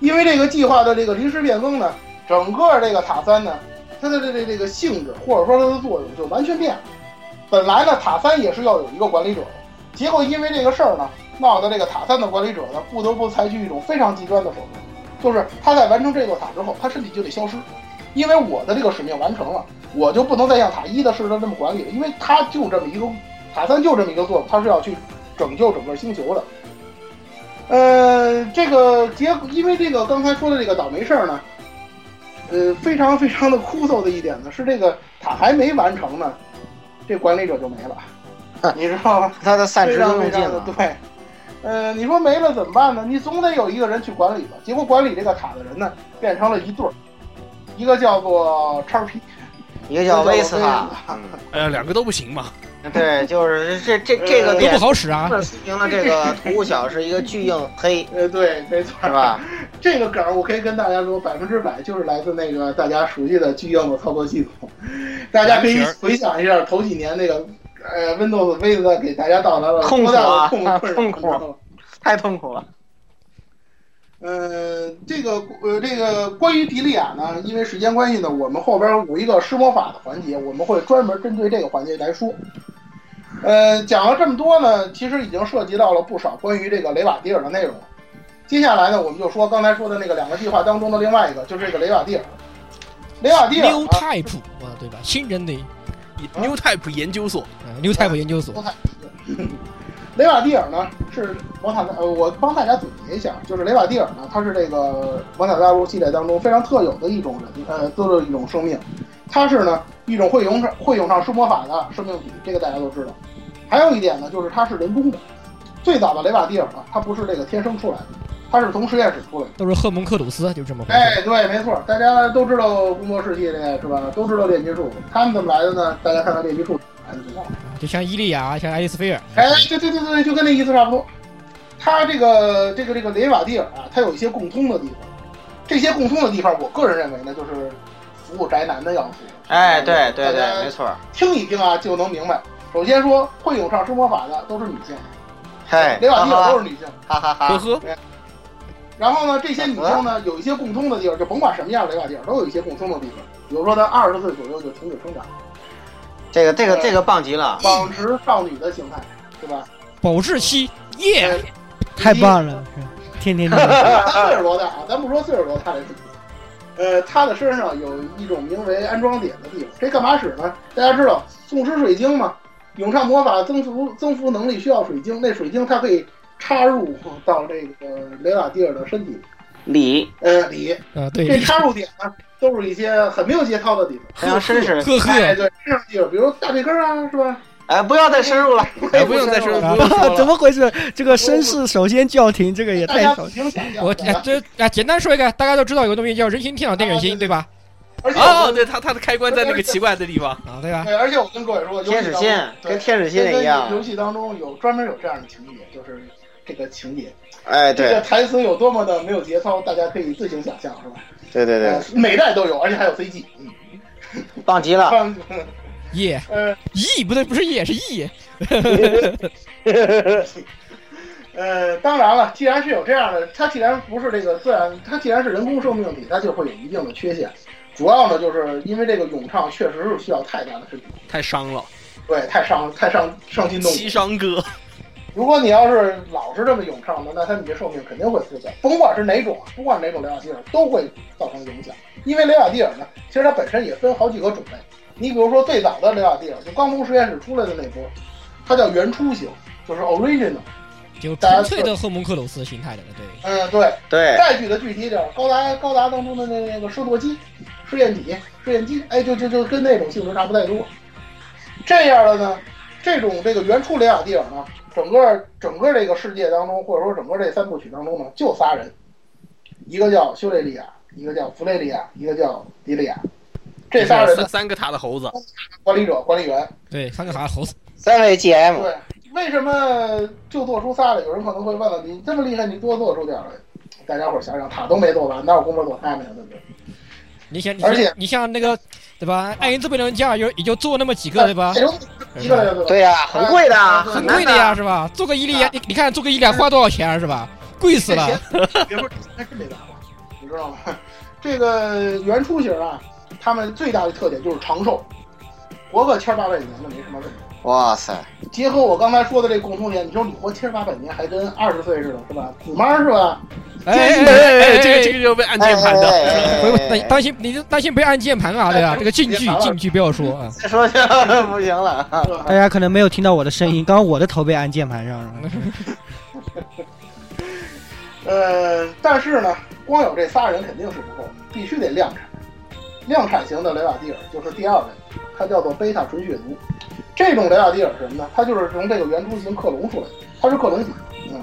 Speaker 5: 因为这个计划的这个临时变更呢，整个这个塔三呢，它的这这这个性质或者说它的作用就完全变了。本来呢，塔三也是要有一个管理者的，结果因为这个事儿呢，闹得这个塔三的管理者呢，不得不采取一种非常极端的手段，就是他在完成这座塔之后，他身体就得消失，因为我的这个使命完成了，我就不能再像塔一的似的这么管理了，因为他就这么一个塔三就这么一个作用，他是要去拯救整个星球的。呃，这个结果，因为这个刚才说的这个倒霉事儿呢，呃，非常非常的枯燥的一点呢，是这个塔还没完成呢，这管理者就没 了，你知道吗？
Speaker 1: 他的散值
Speaker 5: 非
Speaker 1: 就
Speaker 5: 常非
Speaker 1: 用尽
Speaker 5: 常的
Speaker 1: 了。
Speaker 5: 对。呃，你说没了怎么办呢？你总得有一个人去管理吧。结果管理这个塔的人呢，变成了一对儿，一个叫做叉 P，
Speaker 1: 一个叫威斯塔，
Speaker 6: 哎呀，两个都不行
Speaker 5: 啊
Speaker 6: 嘛。
Speaker 1: 嗯对，就是这这这个
Speaker 4: 都不
Speaker 1: 点，
Speaker 4: 好使啊。
Speaker 1: 这说明了这个图五小是一个巨硬黑，
Speaker 5: 呃，对，没错，
Speaker 1: 是？吧？
Speaker 5: 这个梗儿我可以跟大家说，百分之百就是来自那个大家熟悉的巨硬的操作系统。大家可以回想一下头几年那个呃 Windows Vista 给大家带来了
Speaker 1: 痛苦
Speaker 5: 多大
Speaker 1: 啊
Speaker 5: 的痛
Speaker 1: 痛苦
Speaker 5: 苦，你知道吗
Speaker 1: 太痛苦了。
Speaker 5: 呃，这个呃，这个关于迪利亚呢，因为时间关系呢，我们后边有一个施魔法的环节，我们会专门针对这个环节来说。呃，讲了这么多呢，其实已经涉及到了不少关于这个雷瓦蒂尔的内容。接下来呢，我们就说刚才说的那个两个计划当中的另外一个，就是这个雷瓦蒂尔。雷瓦蒂尔
Speaker 4: New
Speaker 5: 啊，
Speaker 4: Type 啊，对吧？新人类
Speaker 5: 啊
Speaker 6: New Type 研究所，
Speaker 4: 啊，New Type 研究所
Speaker 5: 我，看雷瓦蒂尔呢是魔塔大呃，我帮大家总结一下，就是雷瓦蒂尔呢，他是这个魔塔大陆系列当中非常特有的一种人，呃，都是一种生命。他是呢一种会用上会用上施魔法的生命体，这个大家都知道。还有一点呢，就是他是人工的。最早的雷瓦蒂尔呢，他不是这个天生出来的，他是从实验室出来的。
Speaker 4: 都是赫蒙克鲁斯，就这么回事。
Speaker 5: 哎，对，没错，大家都知道工作室系列是吧？都知道炼金术，他们怎么来的呢？大家看看炼金术来的知道。
Speaker 4: 就像伊利亚，像爱丽丝菲尔，
Speaker 5: 哎，对对对对，就跟那意思差不多。他这个这个这个雷瓦蒂尔啊，他有一些共通的地方，这些共通的地方，我个人认为呢，就是服务宅男的要素。
Speaker 1: 哎，对对
Speaker 5: 大家
Speaker 1: 对，没错。
Speaker 5: 听一听啊就能明白。首先说会咏唱施魔法的都是女性，
Speaker 1: 嘿，
Speaker 5: 雷瓦
Speaker 1: 哈
Speaker 5: 蒂尔都
Speaker 1: 哈
Speaker 5: 是女性。
Speaker 1: 哈哈
Speaker 6: 呵
Speaker 1: 哈，
Speaker 6: 呵，
Speaker 5: 然后呢，这些女生呢有一些共通的地方，就甭管什么样的雷瓦蒂尔，都有一些共通的地方。比如说，她二十岁左右就停止生长，
Speaker 1: 这个这个这个棒极了。
Speaker 5: 保持少女的形态，对吧？
Speaker 4: 保质期，耶！
Speaker 2: 太 棒了，是吧天天天。
Speaker 5: 他岁数多大啊？咱不说岁数多大这问题，呃，他的身上有一种名为安装点的地方，这干嘛使呢？大家知道送吃水晶嘛，咏唱魔法增幅增幅能力需要水晶，那水晶它可以插入到这个雷瓦蒂尔的身体里
Speaker 1: 李，
Speaker 5: 呃里，
Speaker 4: 啊，
Speaker 5: 这
Speaker 4: 对，
Speaker 5: 插入点呢都是一些很没有节操的地方。
Speaker 1: 非常绅士。
Speaker 4: 赫
Speaker 2: 啊
Speaker 4: 赫，
Speaker 5: 哎，对，身上地方，比如大腿根儿啊，是吧？
Speaker 1: 哎，不要再深入了。
Speaker 6: 哎，不用再说，
Speaker 4: 啊
Speaker 6: 不用说了
Speaker 2: 怎。么回事？这个绅士首先叫停，这个也
Speaker 5: 大
Speaker 2: 太
Speaker 5: 家
Speaker 2: 少
Speaker 5: 自。行想象。
Speaker 4: 我
Speaker 5: 对吧
Speaker 4: 这啊，简单说一个，大家都知道有个东西叫人形电脑电源芯，对吧？
Speaker 5: 而且
Speaker 6: 哦，
Speaker 5: 我
Speaker 6: 对，他他的开关在那个奇怪的地方。
Speaker 4: 啊，对吧？
Speaker 5: 对，而且我跟各位说，
Speaker 1: 天使心
Speaker 5: 对
Speaker 1: 跟天使心一
Speaker 5: 这跟游
Speaker 1: 样。
Speaker 5: 戏当中有专门有这样的情节，就是这个情节，
Speaker 1: 哎，
Speaker 5: 这个
Speaker 1: 对
Speaker 5: 台词有多么的没有节操，大家可以自行想象，是吧？
Speaker 1: 对对
Speaker 5: 呃
Speaker 1: 对，
Speaker 5: 每代都有，而且还有 CG。
Speaker 1: 棒极了。
Speaker 5: 嗯，
Speaker 4: 耶，
Speaker 5: 呃
Speaker 4: 咦，不对，不是耶，是 E，亿。
Speaker 5: 呃，当然了，既然是有这样的，它既然不是这个自然，它既然是人工生命体，它就会有一定的缺陷。主要呢，就是因为这个咏唱确实是需要太大的身体，
Speaker 6: 太伤了，
Speaker 5: 对，太伤太伤伤筋动骨
Speaker 6: 七。伤 哥，
Speaker 5: 如果你要是老是这么咏唱的，那他你这寿命肯定会缩小，甭管是哪种，啊，不管是哪种雷瓦蒂尔，都会造成影响。因为雷瓦蒂尔呢，其实它本身也分好几个种类。你比如说最早的雷瓦蒂尔，就刚从实验室出来的那波，它叫原初型，就是 original。
Speaker 4: 就纯粹的赫蒙克鲁斯形态的，对，
Speaker 5: 嗯，对。
Speaker 1: 对，
Speaker 5: 再举的具体一点，高达高达当中的那那个试舵机、试验体、试验机，哎，就就就跟那种性质差不太多。这样的呢，这种这个原初雷雅蒂尔呢，整个整个这个世界当中，或者说整个这三部曲当中呢，就仨人，一个叫修雷利亚，一个叫弗雷利亚，一个叫迪利亚，这仨人
Speaker 6: 三
Speaker 5: 的
Speaker 6: 三个塔的猴子，
Speaker 5: 管理者、管理员。
Speaker 4: 对，三个啥猴子，
Speaker 1: 三位 GM，
Speaker 5: 对，为什么就做出仨来？有人可能会问了，你这么厉害，你多做出点儿来。大家伙儿想想，塔都没做完，哪有功夫做他们呀？对不对？
Speaker 4: 你想，你
Speaker 5: 而且
Speaker 4: 像你像那个对吧？爱因斯贝伦架也也就做那么几个对吧？
Speaker 5: 呃这都一个来就对吧？
Speaker 1: 对呀、很贵的，
Speaker 4: 很贵的呀，是吧？做个伊利亚，你你看做个伊利亚花多少钱啊是吧？贵死了。
Speaker 5: 别说这还真没办法，你知道吗？这个原初型啊，他们最大的特点就是长寿，活个千八百年那没什么问题。
Speaker 1: 哇塞，
Speaker 5: 结合我刚才说的这共同点，你说你活千八百年还跟二十岁似的，是吧？虎妈是吧？
Speaker 4: 哎哎哎
Speaker 6: 哎，
Speaker 4: 哎，
Speaker 6: 这个这
Speaker 4: 个。
Speaker 6: 个就被按键盘的，
Speaker 1: 哎
Speaker 4: 不用担心，你就担心被按键盘啊，对吧？这个禁
Speaker 5: 别
Speaker 4: 句
Speaker 5: 烦了
Speaker 4: 禁句不要说啊。
Speaker 1: 再说就不行了。
Speaker 5: 是吧
Speaker 2: 大家可能没有听到我的声音，刚刚我的头被按键盘上了。
Speaker 5: 呃，但是呢，光有这仨人肯定是不够，必须得量产。量产型的雷瓦蒂尔就是第二类，它叫做贝塔纯血族。这种雷瓦蒂尔是什么呢？它就是从这个原初型克隆出来的，它是克隆体。嗯，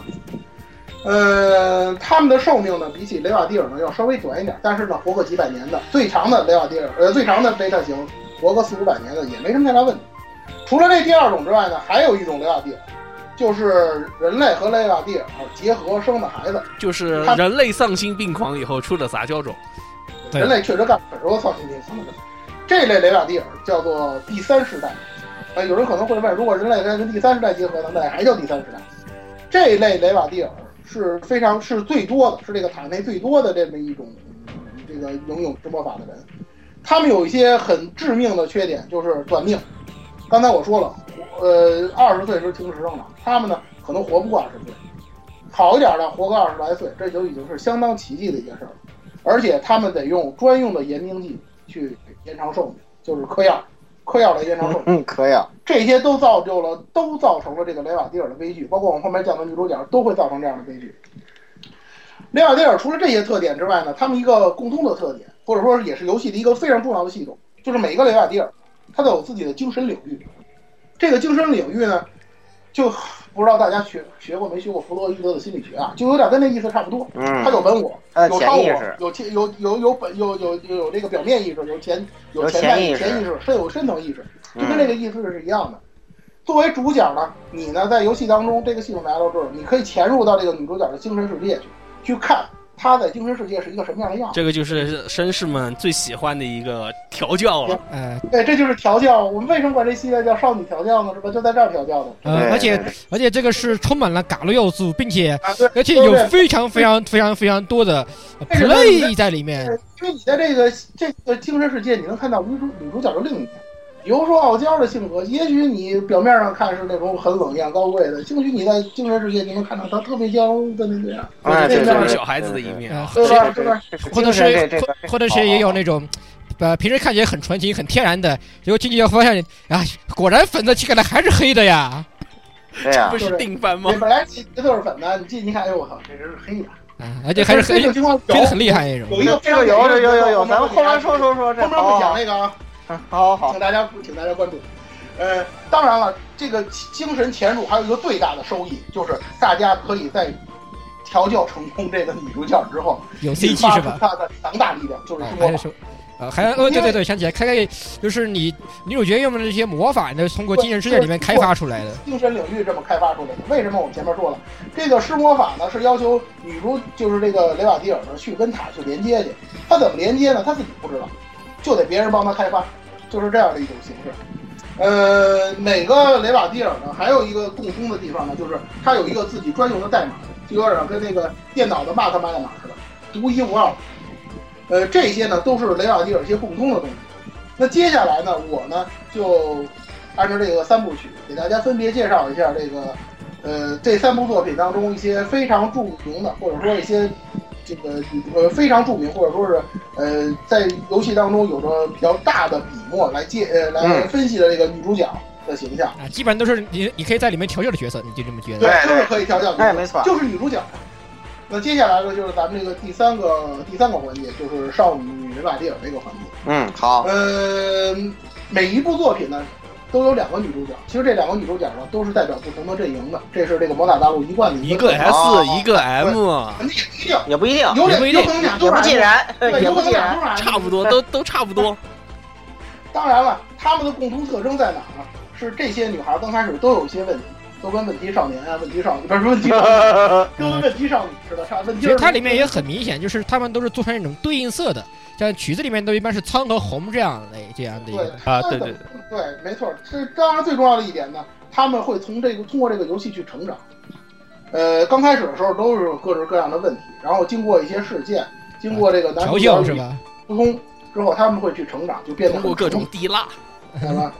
Speaker 5: 呃，他们的寿命呢，比起雷瓦蒂尔呢要稍微短一点，但是呢，活个几百年的，最长的雷瓦蒂尔，呃，最长的贝塔型活个四五百年的也没什么太大问题。除了这第二种之外呢，还有一种雷瓦蒂尔，就是人类和雷瓦蒂尔结合生的孩子。
Speaker 6: 就是人类丧心病狂以后出的杂交种，
Speaker 4: 对
Speaker 5: 人类确实干了很多丧心病狂的事。这类雷瓦蒂尔叫做第三世代。啊，有人可能会问，如果人类跟第三世代结合，那还叫第三世代？这一类雷瓦蒂尔是非常是最多的，是这个塔内最多的这么一种嗯这个拥有之魔法的人。他们有一些很致命的缺点，就是短命。刚才我说了，呃，二十岁时停止生长，他们呢可能活不过二十岁，好一点的活个二十来岁，这就已经是相当奇迹的一件事儿了。而且他们得用专用的延命剂去延长寿命，就是嗑药，嗑药来延长寿命。
Speaker 1: 嗯，可以啊。
Speaker 5: 这些都造就了，都造成了这个雷瓦蒂尔的悲剧，包括我们后面讲的女主角都会造成这样的悲剧。雷瓦蒂尔除了这些特点之外呢，他们一个共通的特点，或者说也是游戏的一个非常重要的系统，就是每一个雷瓦蒂尔，他都有自己的精神领域。这个精神领域呢，就不知道大家学学过没学过弗洛伊德的心理学啊，就有点跟那意思差不多。他
Speaker 1: 嗯，
Speaker 5: 有本我，
Speaker 1: 他的
Speaker 5: 有超
Speaker 1: 潜意
Speaker 5: 我，
Speaker 1: 识，
Speaker 5: 有潜有有有本有有有有这个表面意识，有潜有
Speaker 1: 有
Speaker 5: 潜
Speaker 1: 潜
Speaker 5: 在
Speaker 1: 意识
Speaker 5: 潜意识，深有深层意识。就跟这
Speaker 1: 嗯，
Speaker 5: 个意思是一样的。作为主角呢，你呢在游戏当中，这个系统来到这儿，你可以潜入到这个女主角的精神世界去，去看她在精神世界是一个什么样的样子。
Speaker 6: 这个就是绅士们最喜欢的一个调教了。
Speaker 4: 哎，
Speaker 5: 对，这就是调教。我们为什么管这系列叫少女调教呢？是吧？就在这儿调教的。
Speaker 4: 呃，
Speaker 1: 对
Speaker 4: 而且而且这个是充满了嘎鲁要素，并且
Speaker 5: 啊，对，
Speaker 4: 而且有非常非常非常非常多的呃
Speaker 5: 为什么你
Speaker 4: play 在里面。
Speaker 5: 因为你在这个这个精神世界，你能看到女主女主角的另一面，比如说傲娇的性格，也许你表面上看是那种很冷艳高贵的，兴许你在精神世界你能看到她特别娇的那个样，
Speaker 6: 或者
Speaker 1: 哎，
Speaker 6: 是
Speaker 1: 对
Speaker 5: 这
Speaker 1: 对
Speaker 5: 样
Speaker 6: 像
Speaker 1: 对，
Speaker 6: 小孩子的一面啊，
Speaker 5: 对吧？对吧？
Speaker 1: 对，
Speaker 4: 或者
Speaker 1: 精神
Speaker 4: 是
Speaker 1: 这哦这个
Speaker 4: 或或者是也有那种，呃，平时看起来很纯情、很天然的，结果进去要发现，啊，果然粉色气概的还是黑的呀！
Speaker 1: 对呀
Speaker 6: 不，是定番吗
Speaker 5: 哎你？本来这都是粉的，你进去一看，哎呦我操，这人是黑的，
Speaker 4: 啊，而且还是
Speaker 5: 这
Speaker 4: 黑，
Speaker 5: 种情况
Speaker 4: 黑
Speaker 5: 有
Speaker 4: 的很厉。害那种。
Speaker 5: 有一个
Speaker 1: 这个有有有有有，咱们后面说
Speaker 5: 说，
Speaker 1: 说说
Speaker 5: 后
Speaker 1: 这，
Speaker 5: 面会
Speaker 1: 好
Speaker 5: 讲
Speaker 1: 好
Speaker 5: 那个啊，
Speaker 1: 哦好好
Speaker 5: 请大家请大家关注。呃，当然了，这个精神潜入还有一个最大的收益，就是大家可以在调教成功这个女主角之后，
Speaker 4: 有
Speaker 5: 激
Speaker 4: CG
Speaker 5: 发
Speaker 4: 是
Speaker 5: 出
Speaker 4: 吧？
Speaker 5: 她的强大力量，就是
Speaker 4: 啊，
Speaker 5: 说
Speaker 4: 还是说，啊，还呃，对对对，想起来，开开就是你女主角用的这些魔法，那是通过精神世界里面开发出来的。
Speaker 5: 精神领域这么开发出来的。为什么我们前面说了，这个施魔法呢是要求女主就是这个雷瓦蒂尔呢去跟塔去连接去，她怎么连接呢？她自己不知道，就得别人帮她开发，就是这样的一种形式。呃，每个雷瓦蒂尔呢还有一个共通的地方呢，就是它有一个自己专用的代码，就有点跟那个电脑的 m a t 代码似的，独一无二。呃，这些呢都是雷瓦蒂尔一些共通的东西。那接下来呢，我呢就按照这个三部曲，给大家分别介绍一下这个，呃，这三部作品当中一些非常著名的，或者说一些这个呃非常著名，或者说是呃在游戏当中有着比较大的笔墨来介呃来
Speaker 1: 嗯
Speaker 5: 分析的这个女主角的形象，
Speaker 4: 啊，基本上都是你，你可以在里面调教的角色，你就这么觉得
Speaker 1: 对？
Speaker 5: 就是可以调教女主角
Speaker 1: 哎没错
Speaker 5: 就是女主角。那接下来呢，就是咱们这个第三个第三个环节，就是少女雷瓦蒂尔这个环节。
Speaker 1: 嗯好，
Speaker 5: 呃，每一部作品呢，都有两个女主角。其实这两个女主角呢，都是代表不同的阵营的，这是这个魔法大陆一贯的
Speaker 6: 一
Speaker 5: 个
Speaker 6: 个
Speaker 5: 啊
Speaker 6: S 一个 M，
Speaker 5: 肯定一定
Speaker 1: 也不一定，
Speaker 5: 有
Speaker 6: 也不
Speaker 5: 两
Speaker 6: 一
Speaker 5: 有
Speaker 6: 定
Speaker 5: 可能俩
Speaker 1: 也
Speaker 5: 都是
Speaker 1: 不
Speaker 5: M，
Speaker 1: 尽然，
Speaker 5: 对，
Speaker 1: 也
Speaker 5: 有
Speaker 1: 不
Speaker 5: 可能
Speaker 1: 尽
Speaker 5: 俩
Speaker 1: 然
Speaker 5: 都。是 M，
Speaker 6: 差不多都都差不多。
Speaker 5: 当然了，他们的共同特征在哪儿呢？是这些女孩刚开始都有一些问题，都跟问题少年啊、问题少女不是问题少女，跟问题少女似的，差问题。
Speaker 4: 其实它里面也很明显，就是他们都是做成一种对应色的，像曲子里面都一般是苍和红这样的这样的一
Speaker 5: 对
Speaker 4: 个。
Speaker 6: 啊对对对
Speaker 5: 对，没错。这当然最重要的一点呢，他们会从这个通过这个游戏去成长。呃，刚开始的时候都是各式各样的问题，然后经过一些事件，经过这个男
Speaker 4: 啊调
Speaker 5: 主
Speaker 4: 教
Speaker 5: 角
Speaker 4: 是
Speaker 5: 与
Speaker 4: 吧？
Speaker 5: 沟通之后，他们会去成长，就变得
Speaker 6: 通过各种滴蜡，
Speaker 5: 对吧？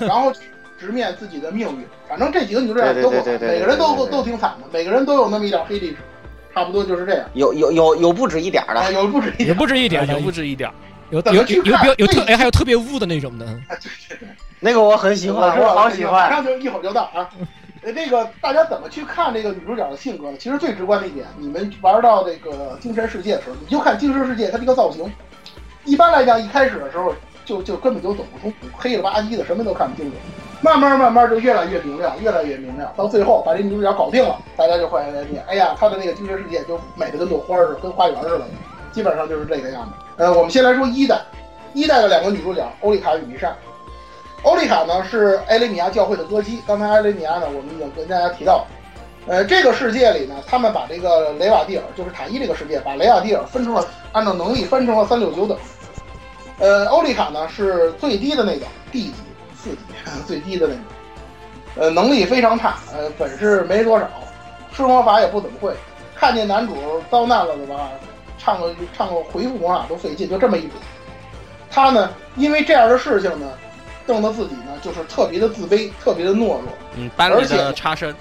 Speaker 5: 然后去直面自己的命运。反正这几个女主角都不
Speaker 1: 对对对
Speaker 5: 惨，
Speaker 1: 对对
Speaker 5: 每个人
Speaker 1: 对
Speaker 5: 都
Speaker 1: 对对
Speaker 5: 都挺惨的，每个人都有那么一点黑历史，差不多就是这样。
Speaker 1: 有有有有不止一点儿
Speaker 5: 啊，
Speaker 1: 的，
Speaker 5: 有不止 一
Speaker 4: 也
Speaker 5: 点，
Speaker 4: 不止一点
Speaker 6: 哎也
Speaker 4: 的，
Speaker 6: 不止一点。
Speaker 4: 有有有有比较有特哎，还有特别污的那种的。
Speaker 2: 哎
Speaker 1: 那个我很喜欢，我好喜
Speaker 5: 马
Speaker 1: 欢。
Speaker 5: 上就一会儿就到啊。呃，这个大家怎么去看这个女主角的性格呢？其实最直观的一点，你们玩到这个精神世界的时候，你就看精神世界它这个造型。一般来讲，一开始的时候就就根本就走不通，黑了吧唧的，什么都看不清楚。慢慢慢慢就越来越明亮，越来越明亮，到最后把这女主角搞定了，大家就会念，哎呀，她的那个精神世界就美的跟朵花似的，跟花园似的，基本上就是这个样子。呃，我们先来说一代，一代的两个女主角欧丽卡与弥善。欧丽卡呢是埃雷米亚教会的歌姬，刚才埃雷米亚呢我们已经跟大家提到了，呃，这个世界里呢，他们把这个雷瓦蒂尔，就是塔伊这个世界，把雷瓦蒂尔分成了按照能力分成了三六九等。呃，欧丽卡呢是最低的那个 D 级四级最低的那个，呃，能力非常差，呃，本事没多少，施魔法也不怎么会，看见男主遭难了的吧，唱个唱个回复魔法都费劲，就这么一主。他呢，因为这样的事情呢，弄得自己呢就是特别的自卑，特别的懦弱，
Speaker 6: 嗯，班里的差生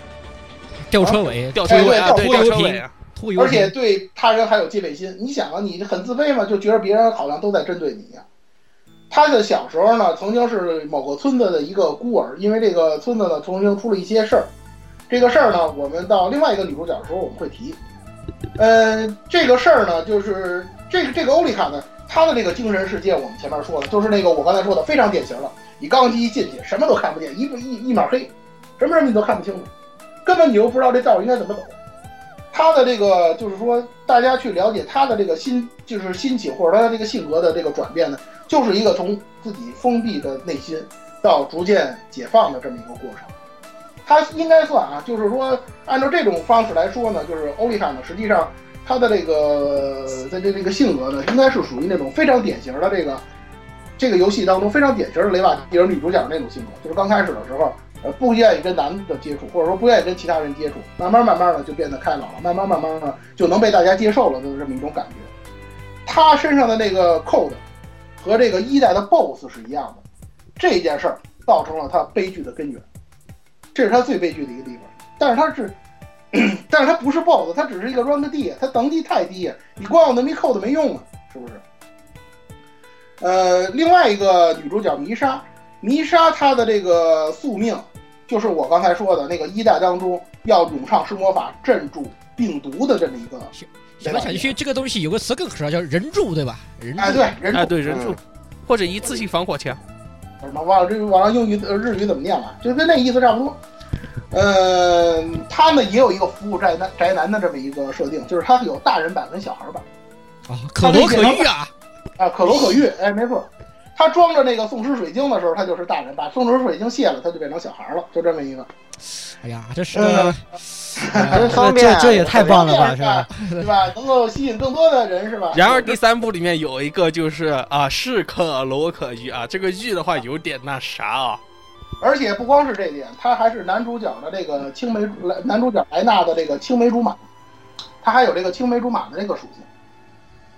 Speaker 4: 吊车尾，
Speaker 6: 吊车尾啊，
Speaker 5: 哎
Speaker 6: 对
Speaker 5: 对
Speaker 6: 吊
Speaker 4: 吊
Speaker 6: 车
Speaker 4: 车
Speaker 6: 尾
Speaker 4: 尾
Speaker 6: 啊，
Speaker 4: 拖油
Speaker 5: 而
Speaker 4: 瓶
Speaker 5: 且对他人还有戒备心。你想啊，你很自卑嘛，就觉得别人好像都在针对你一样。他的小时候呢，曾经是某个村子的一个孤儿，因为这个村子呢，曾经出了一些事儿。这个事儿呢，我们到另外一个女主角的时候我们会提。呃，这个事儿呢，就是这个这个欧丽卡呢，她的这个精神世界，我们前面说了，就是那个我刚才说的非常典型了。你刚一进去，什么都看不见，一一一码黑，什么什么你都看不清楚，根本你又不知道这道应该怎么走。他的这个就是说，大家去了解他的这个心，就是心情或者他的这个性格的这个转变呢，就是一个从自己封闭的内心到逐渐解放的这么一个过程。他应该算啊，就是说，按照这种方式来说呢，就是欧丽卡呢，实际上他的这个在这这个性格呢，应该是属于那种非常典型的这个这个游戏当中非常典型的雷瓦蒂尔女主角那种性格，就是刚开始的时候，呃，不愿意跟男的接触，或者说不愿意跟其他人接触，慢慢慢慢的就变得开朗了，慢慢慢慢的就能被大家接受了，就是这么一种感觉。他身上的那个 code 和这个一代的 BOSS 是一样的，这件事儿造成了他悲剧的根源，这是他最悲剧的一个地方。但是他是， 但是他不是 BOSS，他只是一个 rank D，他等级太低，你光有那么一 code 没用啊，是不是？呃，另外一个女主角弥莎，弥莎她的这个宿命，就是我刚才说的那个一代当中要咏唱施魔法镇住病毒的这么一个，
Speaker 4: 什么小区这个东西有个词更可少，叫人柱对吧？人柱啊
Speaker 5: 哎，对，人
Speaker 6: 哎，
Speaker 5: 种
Speaker 6: 对人柱
Speaker 1: 嗯，
Speaker 6: 或者一次性防火墙，
Speaker 5: 什么忘了这网上英语呃日语怎么念了，就跟那意思差不多。呃，他呢也有一个服务宅男宅男的这么一个设定，就是他有大人版跟小孩版
Speaker 4: 啊，可罗可喻啊，
Speaker 5: 啊，可罗可喻，哎，没错。他装着那个宋时水晶的时候，他就是大人；把宋时水晶卸了，他就变成小孩了，就这么一个，
Speaker 4: 哎呀，这
Speaker 2: 嗯
Speaker 4: 是个
Speaker 1: 真
Speaker 2: 这
Speaker 1: 方便
Speaker 2: 这
Speaker 1: 啊，
Speaker 2: 这也太棒了吧，
Speaker 5: 是
Speaker 2: 是吧？
Speaker 5: 对吧？能够吸引更多的人，是吧？
Speaker 6: 然而第三部里面有一个就是啊，是可罗可喻啊，这个喻的话有点那啥啊，
Speaker 5: 而且不光是这点，他还是男主角的这个青梅竹来，男主角莱纳的这个青梅竹马，他还有这个青梅竹马的这个属性。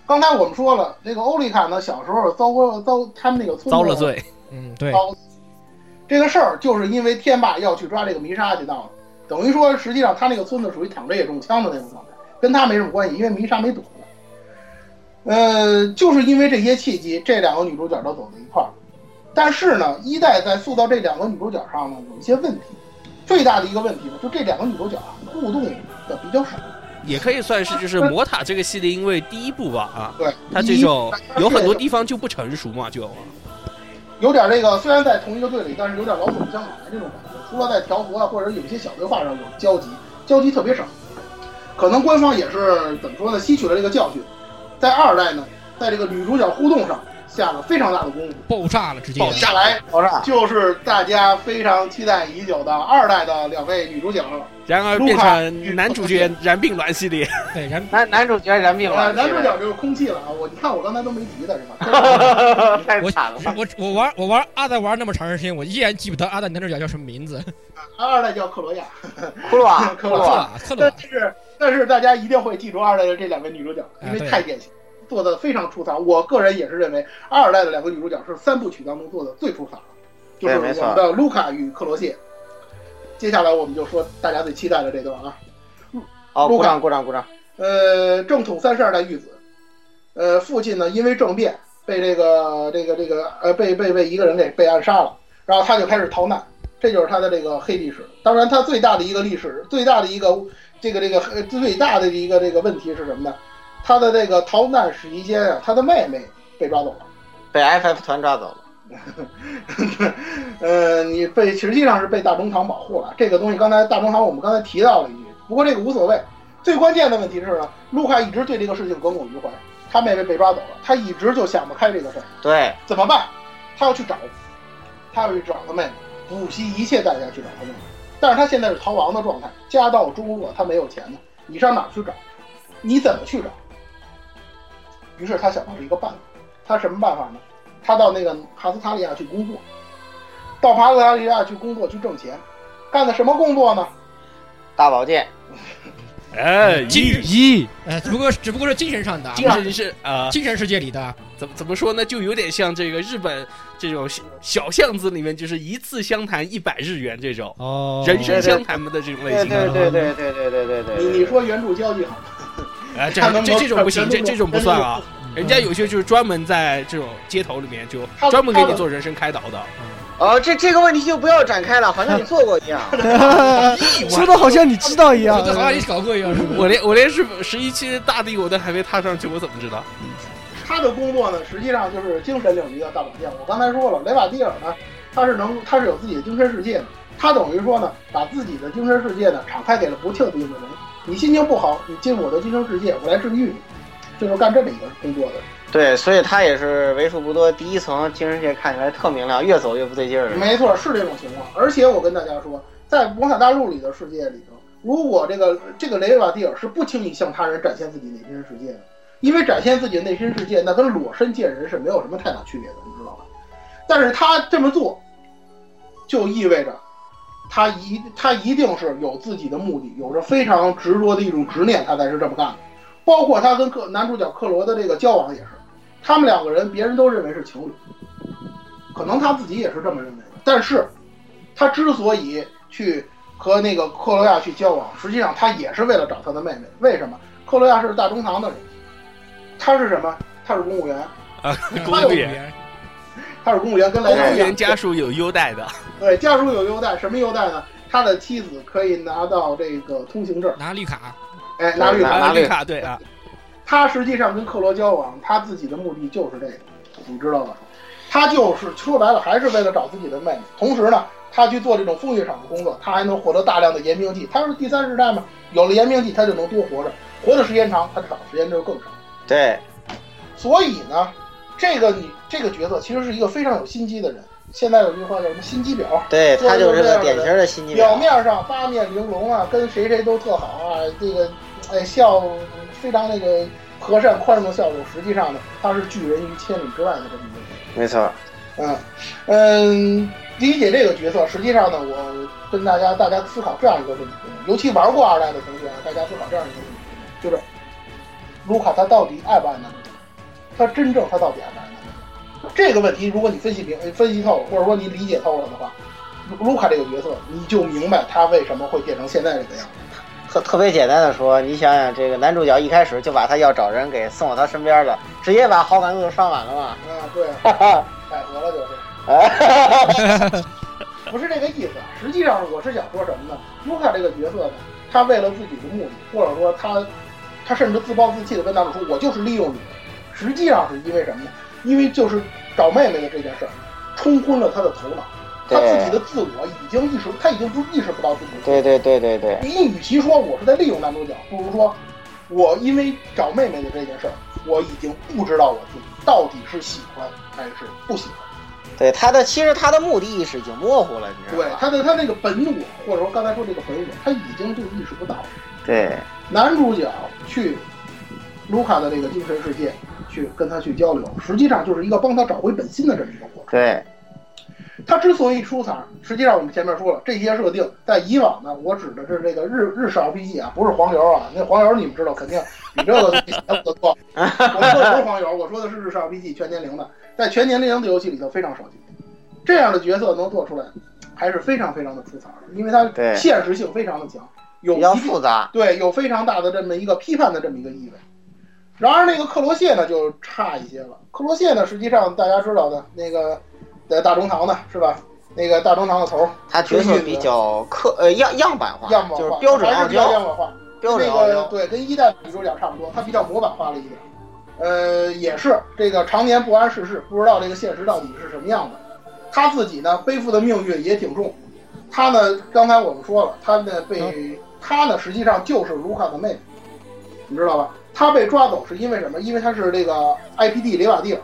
Speaker 5: 刚才我们说了，这个欧丽卡呢，小时候遭过遭他们那个村子
Speaker 6: 遭了，罪，
Speaker 4: 嗯对，
Speaker 5: 遭这个事儿，就是因为天霸要去抓这个弥沙去闹的，等于说实际上他那个村子属于躺着也中枪的那种状态，跟他没什么关系，因为弥沙没躲。呃，就是因为这些契机，这两个女主角都走到一块儿了。但是呢，一代在塑造这两个女主角上呢，有一些问题。最大的一个问题呢，就这两个女主角啊，互动的比较少。
Speaker 6: 也可以算是就是魔塔这个系列，因为第一部吧啊，
Speaker 5: 对，
Speaker 6: 它这种有很多地方就不成熟嘛，就
Speaker 5: 有点那个，虽然在同一个队里，但是有点老总相马的这种感觉。除了在条幅啊，或者有一些小对话上有交集，交集特别少。可能官方也是怎么说呢，吸取了这个教训，在二代呢，在这个女主角互动上下了非常大的功夫。
Speaker 4: 爆炸了，直接
Speaker 3: 爆炸
Speaker 5: 下来
Speaker 1: 爆炸，
Speaker 5: 就是大家非常期待已久的二代的两位女主角，
Speaker 6: 然而变成男主角燃并卵系列，
Speaker 4: 对，然后
Speaker 1: 男男主角燃并
Speaker 5: 啊，
Speaker 1: 卵，
Speaker 5: 男主角就是空气了啊！我你看我刚才都没提他是吧？
Speaker 1: 太
Speaker 4: 我
Speaker 1: 惨了。
Speaker 4: 我我玩我玩阿代玩那么长时间，我依然记不得阿代男主角叫什么名字，
Speaker 5: 二代叫克罗亚，
Speaker 1: 骷髅啊，
Speaker 5: 克
Speaker 1: 骷
Speaker 5: 罗
Speaker 1: 髅
Speaker 4: 克
Speaker 1: 啊，
Speaker 4: 瓦克
Speaker 5: 但
Speaker 4: 瓦，
Speaker 5: 是但是大家一定会记住二代的这两个女主角，因为太典型，做的非常出彩。我个人也是认为二代的两个女主角是三部曲当中做的最出彩的，就是我
Speaker 1: 对没
Speaker 5: 们
Speaker 1: 错
Speaker 5: 的卢卡与克罗谢。接下来我们就说大家最期待的这段啊，
Speaker 1: 哦，
Speaker 5: 路
Speaker 1: 鼓
Speaker 5: 卡
Speaker 1: 掌鼓掌鼓掌，
Speaker 5: 呃，正统三十二代玉子，呃，父亲呢因为政变被这个这个这个呃被被被一个人给被暗杀了，然后他就开始逃难，这就是他的这个黑历史。当然，他最大的一个历史，最大的一个这个这个呃最大的一个这个问题是什么呢？他的这个逃难期间啊，他的妹妹被抓走了。
Speaker 1: 被 FF 团抓走了。
Speaker 5: 呃，你被实际上是被大中堂保护了。这个东西刚才大中堂我们刚才提到了一句，不过这个无所谓。最关键的问题是呢，卢卡一直对这个事情耿耿于怀，他妹妹被抓走了，他一直就想不开这个事儿，
Speaker 1: 对，
Speaker 5: 怎么办？他要去找，他要去找他妹妹，不惜一切代价去找他妹妹。但是他现在是逃亡的状态，家道中落，他没有钱呢，你上哪儿去找？你怎么去找？于是他想到了一个办法，他什么办法呢？他到那个帕斯塔利亚去工作，到帕斯塔利亚去工作去挣钱，干的什么工作呢？
Speaker 1: 大保健，
Speaker 6: 哎，
Speaker 4: 精神
Speaker 2: 咦，
Speaker 4: 呃，只不过只不过是精神上的啊，
Speaker 6: 精神是啊，
Speaker 4: 精神世界里 的啊，
Speaker 6: 怎么怎么说呢？就有点像这个日本这种小小巷子里面，就是一次相谈一百日元这种
Speaker 2: 哦，
Speaker 6: 人生相谈的这种类
Speaker 1: 对
Speaker 6: 型
Speaker 1: 对
Speaker 6: 的。
Speaker 1: 对对对对对对对。
Speaker 5: 你你说原著交际好，
Speaker 6: 哎，这
Speaker 5: 他能
Speaker 6: 这这种不行，这
Speaker 5: 全
Speaker 6: 这种不算啊。
Speaker 4: 嗯
Speaker 6: 人家有些就是专门在这种街头里面就
Speaker 5: 他
Speaker 6: 专门给你做人生开导的。
Speaker 1: 哦，这这个问题就不要展开了，反正你做过一 样。
Speaker 2: 说的好像你知道一样
Speaker 4: 我，觉得好像你搞过一 样，是不是？
Speaker 6: 我连我连是十一期大帝我都还没踏上去，我怎么知道？
Speaker 5: 他的工作呢，实际上就是精神领域的大保健。我刚才说了，雷瓦蒂尔呢，他是能，他是有自己的精神世界的。他等于说呢，把自己的精神世界呢敞开给了不特定的人。你心情不好，你进我的精神世界，我来治愈你，就是干这么一个工作的。
Speaker 1: 对，所以他也是为数不多第一层精神界看起来特明亮，越走越不对劲儿了。
Speaker 5: 没错，是这种情况。而且我跟大家说，在魔法大陆里的世界里头，如果这个这个雷瓦蒂尔是不轻易向他人展现自己内心世界的，因为展现自己内心世界那跟裸身见人是没有什么太大区别的，你知道吧？但是他这么做，就意味着他一他一定是有自己的目的，有着非常执着的一种执念，他才是这么干的。包括他跟克男主角克罗的这个交往也是，他们两个人别人都认为是情侣，可能他自己也是这么认为的。但是，他之所以去和那个克罗亚去交往，实际上他也是为了找他的妹妹。为什么？克罗亚是大中堂的人，他是什么？他是公务员，
Speaker 6: 公务员
Speaker 4: 员，
Speaker 5: 他是公务员，跟
Speaker 6: 公
Speaker 5: 莱
Speaker 6: 务
Speaker 5: 特一样
Speaker 6: 员。家属有优待的，
Speaker 5: 对，家属有优待，什么优待呢？他的妻子可以拿到这个通行证，
Speaker 4: 拿绿卡，
Speaker 5: 哎，拿绿卡。
Speaker 1: 拿
Speaker 6: 啊，
Speaker 1: 绿
Speaker 6: 绿卡对啊，
Speaker 5: 他实际上跟克罗交往，他自己的目的就是这个，你知道吧？他就是说白了，还是为了找自己的妹妹。同时呢，他去做这种风月场的工作，他还能获得大量的延命剂。他是第三世代嘛，有了延命剂，他就能多活着，活的时间长，他找的时间就更长。
Speaker 1: 对，
Speaker 5: 所以呢，这个女这个角色其实是一个非常有心机的人。现在有句话叫什么“心机婊”，
Speaker 1: 对他就是个典型的心啊机
Speaker 5: 表
Speaker 1: 婊。
Speaker 5: 面上八面玲珑啊，跟谁谁都特好啊，这个哎笑非常那个和善宽容的笑容，实际上呢，他是拒人于千里之外的这么一个人。
Speaker 1: 没错，
Speaker 5: 嗯嗯，理解这个角色，实际上呢，我跟大家大家思考这样一个问题，尤其玩过二代的同学啊，大家思考这样一个问题，就是卢卡他到底爱不爱男主角？他真正他到底爱不爱男主角？这个问题，如果你分析明分析透了，或者说你理解透了的话，卢卢卡这个角色，你就明白他为什么会变成现在这个样子。
Speaker 1: 特特别简单的说，你想想，这个男主角一开始就把他要找人给送到他身边了，直接把好感度上满了嘛。
Speaker 5: 啊，对啊，
Speaker 1: 哈哈，
Speaker 5: 改革了就是。
Speaker 1: 哎，
Speaker 5: 不是这个意思啊，实际上我是想说什么呢？卢卡这个角色呢，他为了自己的目的，或者说他，他甚至自暴自弃的跟男主说：“我就是利用你。”实际上是因为什么呢？因为就是找妹妹的这件事儿，冲昏了他的头脑，他自己的自我已经意识，他已经不意识不到自己的自
Speaker 1: 对
Speaker 5: 我
Speaker 1: 对对对对，
Speaker 5: 你与其说我是在利用男主角，不如说，我因为找妹妹的这件事儿，我已经不知道我自己到底是喜欢还是不喜欢。
Speaker 1: 对他的其实他的目的意识已经模糊了，你知
Speaker 5: 对
Speaker 1: 道吧？
Speaker 5: 他的他那个本我，或者说刚才说这个本我，他已经就意识不到了。
Speaker 1: 对
Speaker 5: 男主角去卢卡的这个精神世界去跟他去交流，实际上就是一个帮他找回本心的这么一个过程。
Speaker 1: 对
Speaker 5: 他之所以出彩，实际上我们前面说了，这些设定在以往呢，我指的是这个日日式 RPG 啊，不是黄油啊，那黄油你们知道，肯定比这个邪乎得多。我说的不是黄油，我说的是日式 RPG 全年龄的，在全年龄的游戏里头非常少见，这样的角色能做出来，还是非常非常的出彩的，因为它
Speaker 1: 对
Speaker 5: 现实性非常的强，有
Speaker 1: 比较
Speaker 5: 一定
Speaker 1: 复杂，
Speaker 5: 对，有非常大的这么一个批判的这么一个意味。然而，那个克罗谢呢就差一些了。克罗谢呢，实际上大家知道的，那个在大中堂呢，是吧？那个大中堂的头儿
Speaker 1: 他角色比较刻呃样样板化，
Speaker 5: 样板化，
Speaker 1: 就是标准
Speaker 5: 还
Speaker 1: 傲
Speaker 5: 是比较
Speaker 1: 娇，
Speaker 5: 样板化。
Speaker 1: 标准
Speaker 5: 那
Speaker 1: 傲
Speaker 5: 个
Speaker 1: 娇，
Speaker 5: 对，跟一代女主角差不多，它比较模板化了一点。呃，也是这个常年不谙世事，不知道这个现实到底是什么样的。他自己呢，背负的命运也挺重。他呢，刚才我们说了，他呢被、
Speaker 1: 嗯
Speaker 5: 他呢，实际上就是卢卡的妹妹，你知道吧？他被抓走是因为什么？因为他是这个 IPD 雷瓦蒂尔。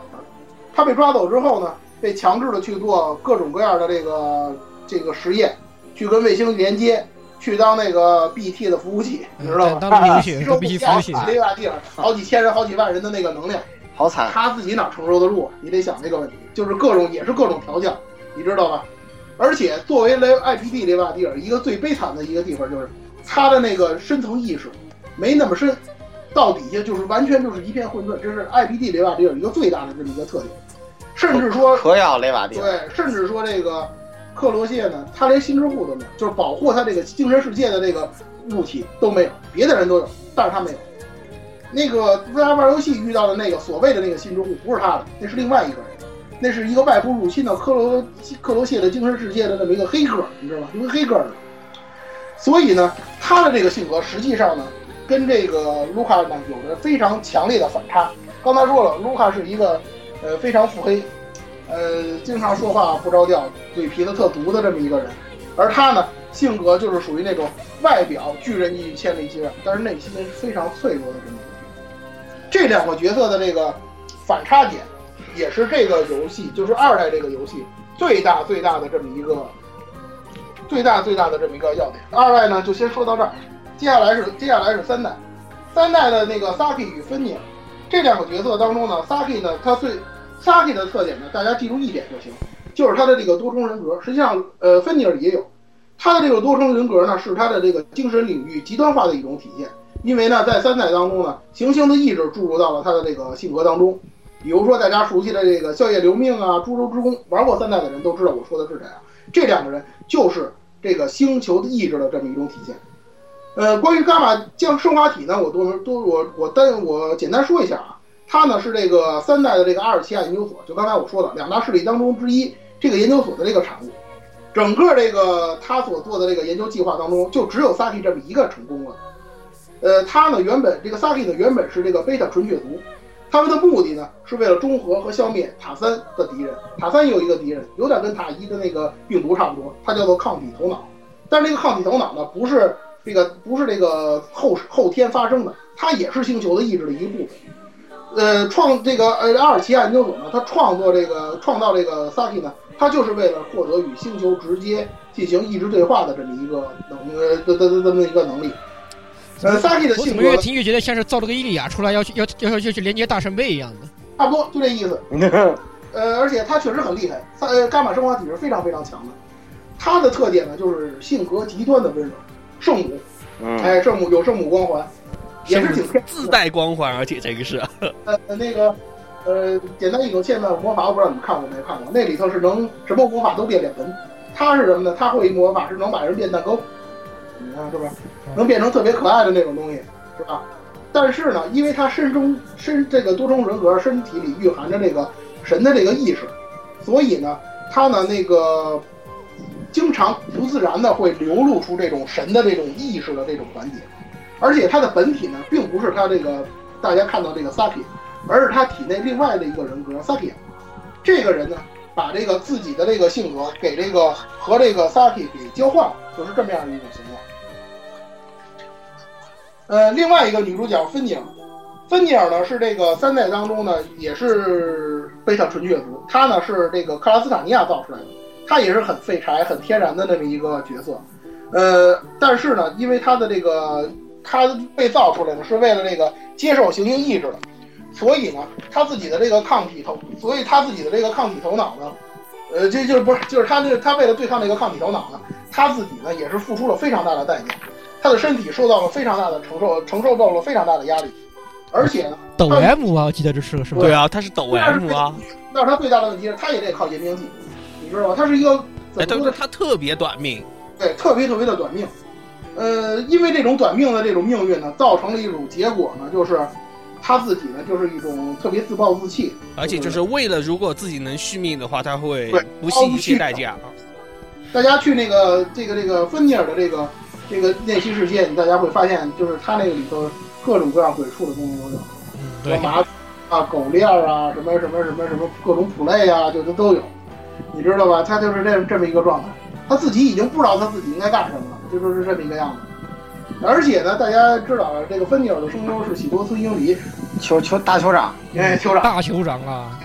Speaker 5: 他被抓走之后呢，被强制的去做各种各样的这个这个实验，去跟卫星连接，去当那个 BT 的服务器，你知道吗？
Speaker 2: 嗯
Speaker 5: 啊
Speaker 2: 当当必须
Speaker 5: 收
Speaker 2: 必须服
Speaker 5: 好
Speaker 2: 务器
Speaker 5: 几，雷瓦蒂尔好几千人、好几万人的那个能量，
Speaker 1: 好惨，
Speaker 5: 他自己哪承受得住？你得想这个问题，就是各种也是各种调教，你知道吧？而且作为雷 IPD 雷瓦蒂尔，一个最悲惨的一个地方就是他的那个深层意识没那么深，到底下就是完全就是一片混沌，这是 IPD 雷瓦蒂尔一个最大的这么一个特点，甚至说
Speaker 1: 可要雷瓦蒂尔，
Speaker 5: 对，甚至说这个克罗谢呢，他连心智库都没有，就是保护他这个精神世界的这个物体都没有，别的人都有，但是他没有。那个他玩游戏遇到的那个所谓的那个心智库不是他的，那是另外一个人，那是一个外部入侵到克罗克罗谢的精神世界的这么一个黑客，你知道吧？就跟黑客似的。所以呢，他的这个性格实际上呢，跟这个卢卡呢有着非常强烈的反差。刚才说了，卢卡是一个呃非常腹黑，呃，经常说话不着调，嘴皮子特毒的这么一个人。而他呢，性格就是属于那种外表拒人一千里之外，但是内心是非常脆弱的这么一个人。这两个角色的这个反差点，也是这个游戏，就是二代这个游戏最大最大的这么一个最大最大的这么一个要点。二代呢，就先说到这儿，接下来是接下来是三代，三代的那个 Saki 与芬妮尔这两个角色当中呢，Saki 呢，他最 Saki 的特点呢，大家记住一点就行，就是他的这个多重人格。实际上，呃，芬尼尔也有，他的这个多重人格呢，是他的这个精神领域极端化的一种体现。因为呢，在三代当中呢，行星的意志注入到了他的这个性格当中。比如说大家熟悉的这个《笑夜留命》啊，《株洲之宫》，玩过三代的人都知道我说的是谁啊。这两个人就是这个星球的意志的这么一种体现。呃，关于伽马降生化体呢，我多多我我单我简单说一下啊，它呢是这个三代的这个阿尔奇亚研究所，就刚才我说的两大势力当中之一，这个研究所的这个产物。整个这个他所做的这个研究计划当中，就只有 Saki 这么一个成功了。呃，他呢原本这个 Saki 呢原本是这个贝塔纯血族，他们的目的呢是为了中和和消灭塔三的敌人。塔三有一个敌人，有点跟塔一的那个病毒差不多，它叫做抗体头脑。但是这个抗体头脑呢，不是这个不是这个后后天发生的，它也是星球的意志的一部分。呃，创这个呃阿尔奇亚研究所呢，他创作这个创造这个 Saki 呢，他就是为了获得与星球直接进行意志对话的这么一个能呃这这这这么一个能力。呃，Saki 的
Speaker 4: 我怎
Speaker 5: 性
Speaker 4: 么
Speaker 5: 格
Speaker 4: 越听越觉得像是造了个伊利亚出来要去要要要要去连接大圣杯一样的。
Speaker 5: 差不多就这意思。呃，而且他确实很厉害，萨呃伽马生化体是非常非常强的。他的特点呢，就是性格极端的温柔，圣母，
Speaker 1: 嗯，
Speaker 5: 哎，圣母有圣母光环，也是挺偏
Speaker 6: 自带光环，而且这 个是
Speaker 5: 呃那个呃简单一种现代魔法，我不知道你们看过没看过，那里头是能什么魔法都变脸盆。他是什么呢？他会一魔法是能把人变蛋糕，你看是吧？能变成特别可爱的那种东西，是吧？但是呢，因为他身中身这个多重人格身体里蕴含着这个神的这个意识，所以呢，他呢那个经常不自然的会流露出这种神的这种意识的这种环节，而且他的本体呢，并不是他这个大家看到这个 Saki，而是他体内另外的一个人格 Saki。这个人呢，把这个自己的这个性格给这个和这个 Saki 给交换，就是这么样一种情况。呃，另外一个女主角芬妮尔，芬妮尔呢是这个三代当中呢也是贝塔纯血族，她呢是这个克拉斯塔尼亚造出来的，她也是很废柴、很天然的那么一个角色。呃，但是呢，因为她的这个她被造出来呢是为了这个接受行星意志的，所以呢，她自己的这个抗体头，所以她自己的这个抗体头脑呢，呃，这就是不是就是她这她为了对抗这个抗体头脑呢，她自己呢也是付出了非常大的代价，她的身体受到了非常大的承受，承受到了非常大的压力，而且呢，
Speaker 4: 抖 M 啊，我记得这是个什么
Speaker 5: 嗯对？
Speaker 6: 啊，他是抖 M 啊，
Speaker 5: 那是她最大的问题是她也得靠延命剂，你知道吗？她是一个
Speaker 6: 哎，
Speaker 5: 怎么
Speaker 6: 但
Speaker 5: 说
Speaker 6: 是
Speaker 5: 呢？
Speaker 6: 他特别短命，
Speaker 5: 对，特别特别的短命。呃，因为这种短命的这种命运呢，造成了一种结果呢，就是她自己呢就是一种特别自暴自弃，
Speaker 6: 而且就是为了如果自己能续命的话，他会
Speaker 5: 对
Speaker 6: 不惜一切代价啊。
Speaker 5: 大家去那个这个这个芬尼尔的这个这个内心世界，大家会发现，就是他那个里头各种各样鬼畜的东西都有，什么麻啊、狗链儿啊、什么什么什么什么各种 play 啊，就都都有，你知道吧？他就是这这么一个状态，他自己已经不知道他自己应该干什么了，就说是这么一个样子。而且呢，大家知道啊这个芬尼尔的声优是喜多斯英梨，
Speaker 1: 球球大酋长，
Speaker 5: 哎，酋长。
Speaker 4: 大酋长啊，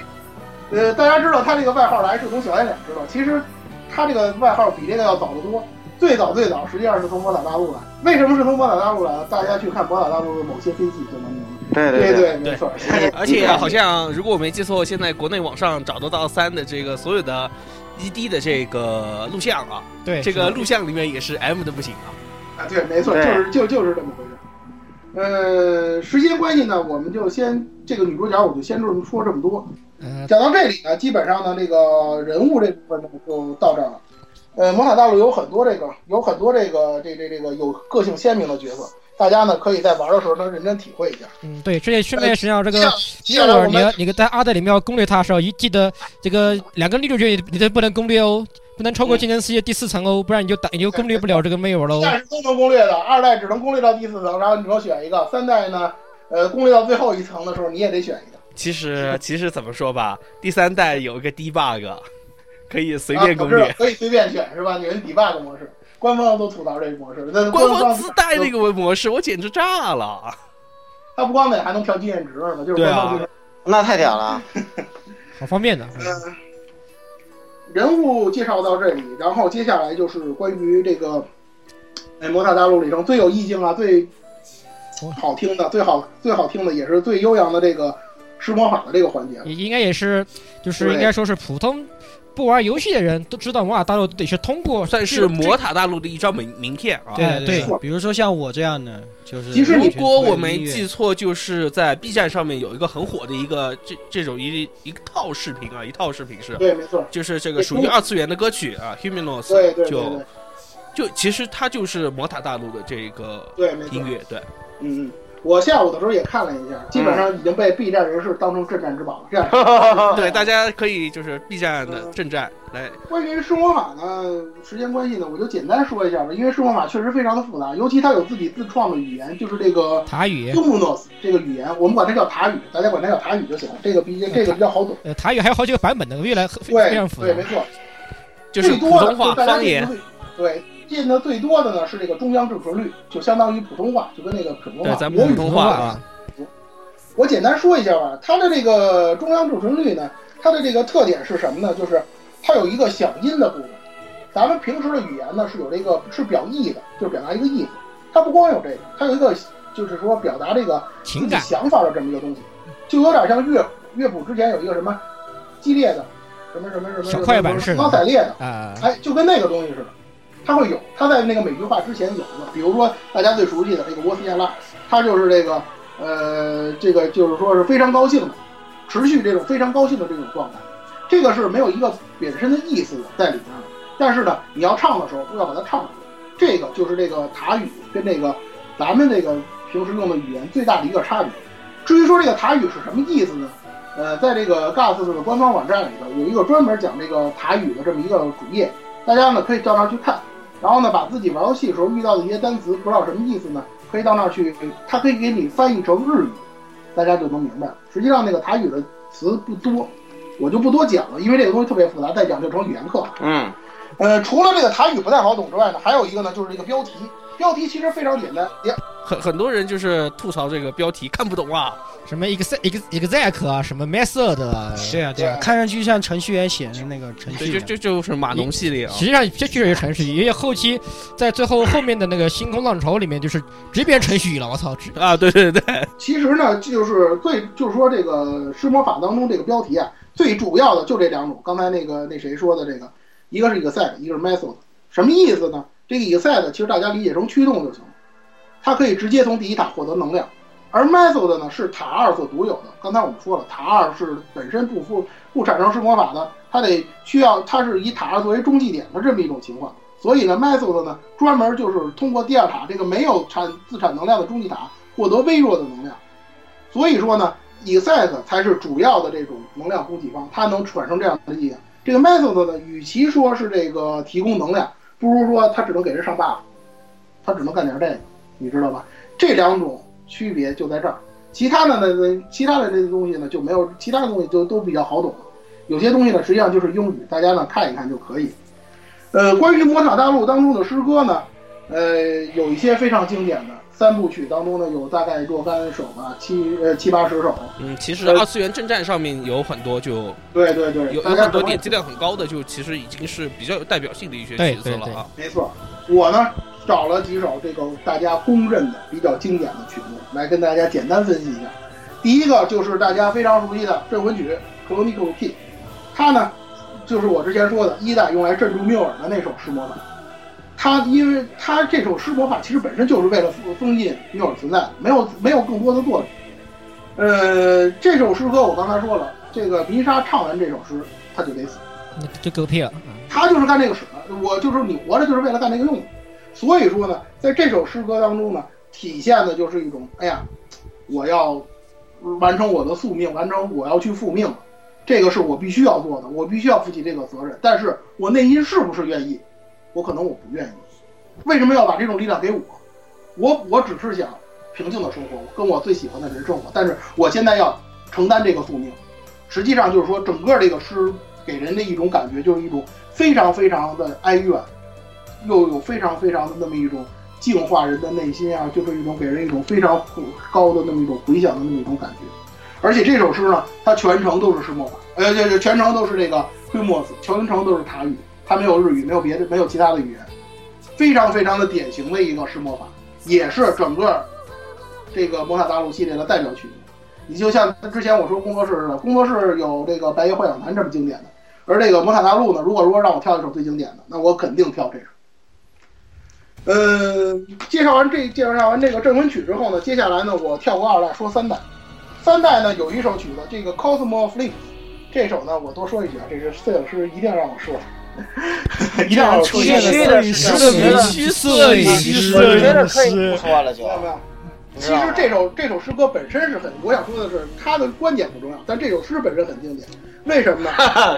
Speaker 5: 呃，大家知道他这个外号来是从小白脸知道，其实他这个外号比这个要早得多。最早最早实际上是从魔塔大陆来，为什么是从魔塔大陆来？大家去看魔塔大陆的某些分析就能明白。
Speaker 1: 对
Speaker 5: 对
Speaker 1: 对，
Speaker 5: 没错。
Speaker 6: 而且好像如果我没记错，现在国内网上找得到三的这个所有的 ED 的这个录像啊，
Speaker 4: 对，
Speaker 6: 这个录像里面也是 M 的不行啊。
Speaker 5: 啊，对，没错，就是就就是这么回事。呃，时间关系呢，我们就先这个女主角，我就先这么说这么多。
Speaker 4: 嗯，
Speaker 5: 讲到这里呢，基本上呢，这个人物这部分呢就到这儿了。呃，魔法大陆有很多这个，有很多这个，这这这个有个性鲜明的角色，大家呢可以在玩的时候呢认真体会一下。
Speaker 4: 嗯，对，这也顺便实际上这个
Speaker 5: 呃
Speaker 4: 那
Speaker 5: 像像
Speaker 4: 会儿
Speaker 5: 我
Speaker 4: 你
Speaker 5: 们
Speaker 4: 要你在阿德里面要攻略他的时候，一记得这个两根绿洲你你都不能攻略哦，不能超
Speaker 5: 嗯
Speaker 4: 过竞争世界第四层哦，不然你就打你就攻略不了哦这个妹儿喽
Speaker 5: 一。代是都能攻略的，二代只能攻略到第四层，然后你只能选一个。三代呢，呃，攻略到最后一层的时候，你也得选一个。
Speaker 6: 其实其实怎么说吧，第三代有一个 debug，可以随便攻
Speaker 5: 啊不
Speaker 6: 略
Speaker 5: 是。可以随便选是吧？你们 debug 模式，官方都吐槽这个模式，但是
Speaker 6: 官
Speaker 5: 方
Speaker 6: 方自带那个模式，我简直炸了！啊
Speaker 5: 它不光得还能调经验值呢，就是
Speaker 6: 对
Speaker 5: 官
Speaker 6: 啊
Speaker 5: 方自带
Speaker 1: 那太屌了，
Speaker 4: 好方便的。
Speaker 5: 嗯人物介绍到这里，然后接下来就是关于这个《哎魔塔大陆》里头最有意境啊、最好听的、最好最好听的，也是最悠扬的这个施魔法的这个环节。
Speaker 6: 嗯
Speaker 4: 也应该也是，就是
Speaker 5: 对
Speaker 4: 应该说是普通不玩游戏的人都知道魔法大陆得是通过
Speaker 6: 算
Speaker 4: 这
Speaker 6: 是
Speaker 4: 个
Speaker 6: 魔塔大陆的一张名名片啊。
Speaker 4: 哎
Speaker 2: 对
Speaker 4: 对
Speaker 2: 比如说像我这样的，就是
Speaker 5: 其实
Speaker 2: 完
Speaker 6: 如
Speaker 2: 全
Speaker 6: 果
Speaker 2: 不会
Speaker 6: 我没
Speaker 2: 音乐
Speaker 6: 记错，就是在 B 站上面有一个很火的一个这这种一一套视频啊，一套视频是
Speaker 5: 对，没错，
Speaker 6: 就是这个属于二次元的歌曲啊，Humanos，
Speaker 5: 对对对
Speaker 6: 就
Speaker 5: 对
Speaker 6: 就其实它就是魔塔大陆的这个
Speaker 5: 对，没错
Speaker 6: 音。乐，对，
Speaker 5: 嗯嗯，我下午的时候也看了一下，基
Speaker 6: 嗯
Speaker 5: 本上已经被 B 站人士当成镇站之宝了。这样，
Speaker 6: 对，大家可以就是 B 站的正站来，
Speaker 5: 关于施魔法呢，时间关系呢，我就简单说一下吧，因为施魔法确实非常的复杂，尤其它有自己自创的语言，就是这个。
Speaker 4: 塔语，
Speaker 5: Dominos 这个语言，我们管它叫塔语，大家管它叫塔语就行了。这个 比这个比较好懂。
Speaker 4: 呃，塔语还有好几个版本的，越来非非
Speaker 5: 对
Speaker 4: 常复
Speaker 5: 对，没
Speaker 4: 杂。
Speaker 5: 错，
Speaker 6: 就是
Speaker 5: 最
Speaker 6: 普
Speaker 5: 多的
Speaker 6: 通话
Speaker 5: 就大家
Speaker 6: 方言，
Speaker 5: 最对见的最多的呢是这个中央正纯率，就相当于普通话，就跟那个普通
Speaker 6: 对，
Speaker 5: 话。
Speaker 6: 咱们
Speaker 5: 国语
Speaker 6: 普通话啊，
Speaker 5: 我简单说一下吧，它的这个中央正纯率呢，它的这个特点是什么呢？就是它有一个响音的部分。咱们平时的语言呢是有这个是表意的，就是表达一个意思。它不光有这个，它有一个就是说表达这个自
Speaker 4: 情
Speaker 5: 己
Speaker 4: 感
Speaker 5: 想法的这么一个东西，就有点像乐谱。乐谱之前有一个什么激烈的，什么什么什么
Speaker 4: 小快板式的
Speaker 5: 高彩烈的，
Speaker 4: 啊，
Speaker 7: 呃
Speaker 5: 哎，就跟那个东西似的，它会有，它在那个每句话之前有的，比如说大家最熟悉的这个沃斯亚拉，它就是这个呃，这个就是说是非常高兴的，持续这种非常高兴的这种状态，这个是没有一个本身的意思在里面的，但是呢，你要唱的时候要把它唱出来，这个就是这个塔语跟这个咱们这个平时用的语言最大的一个差别。至于说这个塔语是什么意思呢？呃，在这个 GAS 的官方网站里头有一个专门讲这个塔语的这么一个主页，大家呢可以到那儿去看，然后呢把自己玩游戏的时候遇到的一些单词不知道什么意思呢，可以到那儿去，它可以给你翻译成日语，大家就能明白了。实际上那个塔语的词不多，我就不多讲了，因为这个东西特别复杂，再讲就成语言课了。
Speaker 1: 嗯
Speaker 5: 呃，除了这个台语不太好懂之外呢，还有一个呢，就是这个标题。标题其实非常简单，也
Speaker 6: 很很多人就是吐槽这个标题看不懂啊，
Speaker 7: 什么 ex ex exec 啊，什么 method 啊，
Speaker 2: 对呀、对呀、看上去像程序员写的那个程
Speaker 6: 对，
Speaker 2: 序
Speaker 6: 就
Speaker 5: 啊
Speaker 2: 员。
Speaker 6: 就就是码农系列啊
Speaker 7: 实，际上这确实是程序，因为后期在最后后面的那个星空浪潮里面，就是直接变程序了。我操，直
Speaker 6: 啊，对对对，
Speaker 5: 其实呢，就是最就是说这个施魔法当中这个标题啊，最主要的就这两种。刚才那个那谁说的这个，一个是 Excel，一个是 Method，什么意思呢？这个 Excel 其实大家理解成驱动就行了，它可以直接从第一塔获得能量，而 Method 呢是塔二所独有的。刚才我们说了，塔二是本身不不不产生施魔法的，它得需要它是以塔二作为中继点的这么一种情况。所以呢，Method 呢专门就是通过第二塔这个没有产自产能量的中继塔获得微弱的能量。所以说呢 e x c t 才是主要的这种能量供给方，它能产生这样的力量。这个 Method 呢，与其说是这个提供能量，不如说它只能给人上 buff，它只能干点这个，你知道吧？这两种区别就在这儿。其他的呢，其他的这些东西呢就没有，其他的东西就都比较好懂了。有些东西呢，实际上就是英语，大家呢看一看就可以。呃，关于《魔塔大陆》当中的诗歌呢，呃，有一些非常经典的三部曲当中呢，有大概若干首吧，七呃七八十首。
Speaker 6: 嗯，其实二次元征战上面有很多就
Speaker 5: 对对对，
Speaker 6: 有有
Speaker 5: 呃大家
Speaker 6: 很多
Speaker 5: 可能
Speaker 6: 点击量很高的，就其实已经是比较有代表性的一些
Speaker 7: 对
Speaker 6: 角色了啊。
Speaker 5: 没错，我呢找了几首这个大家公认的比较经典的曲目来跟大家简单分析一下。第一个就是大家非常熟悉的《镇魂曲》（Chronicle Key），它呢就是我之前说的一代用来镇住缪尔的那首施魔法。它因为它这首施魔法其实本身就是为了封印缪尔存在的，没有没有更多的作用。呃，这首诗歌我刚才说了，这个弥沙唱完这首诗他就得死。
Speaker 7: 就嗝屁了。
Speaker 5: 他就是干这个使的。我就是你活着就是为了干这个用的。所以说呢，在这首诗歌当中呢，体现的就是一种，哎呀，我要完成我的宿命，完成我要去复命了，这个是我必须要做的，我必须要负起这个责任。但是我内心是不是愿意？我可能我不愿意。为什么要把这种力量给我？我我只是想平静的生活，跟我最喜欢的人生活。但是我现在要承担这个宿命，实际上就是说，整个这个诗给人的一种感觉就是一种非常非常的哀怨，又有非常非常的那么一种净化人的内心啊，就是一种给人一种非常高的那么一种回响的那么一种感觉。而且这首诗呢，它全程都是诗墨法，呃，这这全程都是这个推墨子，全程都是塔语，它没有日语，没有别的，没有其他的语言，非常非常的典型的一个诗墨法，也是整个这个魔法大陆系列的代表曲目。你就像之前我说工作室似的，工作室有这个《白夜幻想坛》这么经典的，而这个《魔塔大陆》呢，如果说让我挑一首最经典的，那我肯定挑这首。呃，介绍完这介绍完这个镇魂曲之后呢，接下来呢，我跳过二代说三代。三代呢有一首曲子，这个《Cosmo f l i p 这首呢，我多说一句啊，这是摄影师一定要让我说， 一定要让我说。
Speaker 1: 必须的，必须的，觉
Speaker 2: 觉得
Speaker 1: 得
Speaker 2: 摄影
Speaker 1: 我
Speaker 2: 师
Speaker 1: 觉得可以不说了就
Speaker 5: 明。白没有？
Speaker 1: 你知
Speaker 5: 嗯其
Speaker 1: 道
Speaker 5: 实
Speaker 1: 吗
Speaker 5: 这首这首诗歌本身是很，我想说的是，它的观点不重要，但这首诗本身很经典。为什么 呢？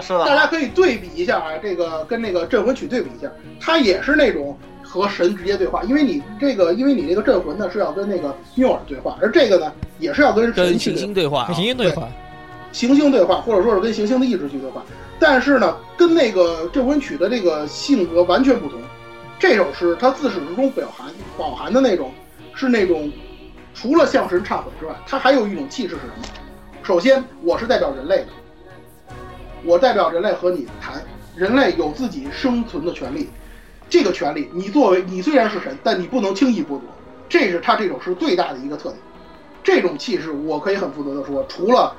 Speaker 1: 说的
Speaker 5: 大家可以对比一下啊，这个跟那个镇魂曲对比一下，它也是那种和神直接对话，因为你这个，因为你这个镇魂呢是要跟那个缪尔对话，而这个呢也是要跟神
Speaker 6: 跟
Speaker 5: 去
Speaker 6: 行
Speaker 5: 对
Speaker 6: 星对话啊
Speaker 7: 跟，行星对话，
Speaker 5: 行星对话，或者说是跟行星的意志去对话。但是呢，跟那个镇魂曲的这个性格完全不同。这首诗它自始至终表含饱含的那种，是那种除了向神忏悔之外，它还有一种气势是什么？首先，我是代表人类的，我代表人类和你谈，人类有自己生存的权利，这个权利你作为你虽然是神，但你不能轻易剥夺，这是他这首诗最大的一个特点。这种气势，我可以很负责的说，除了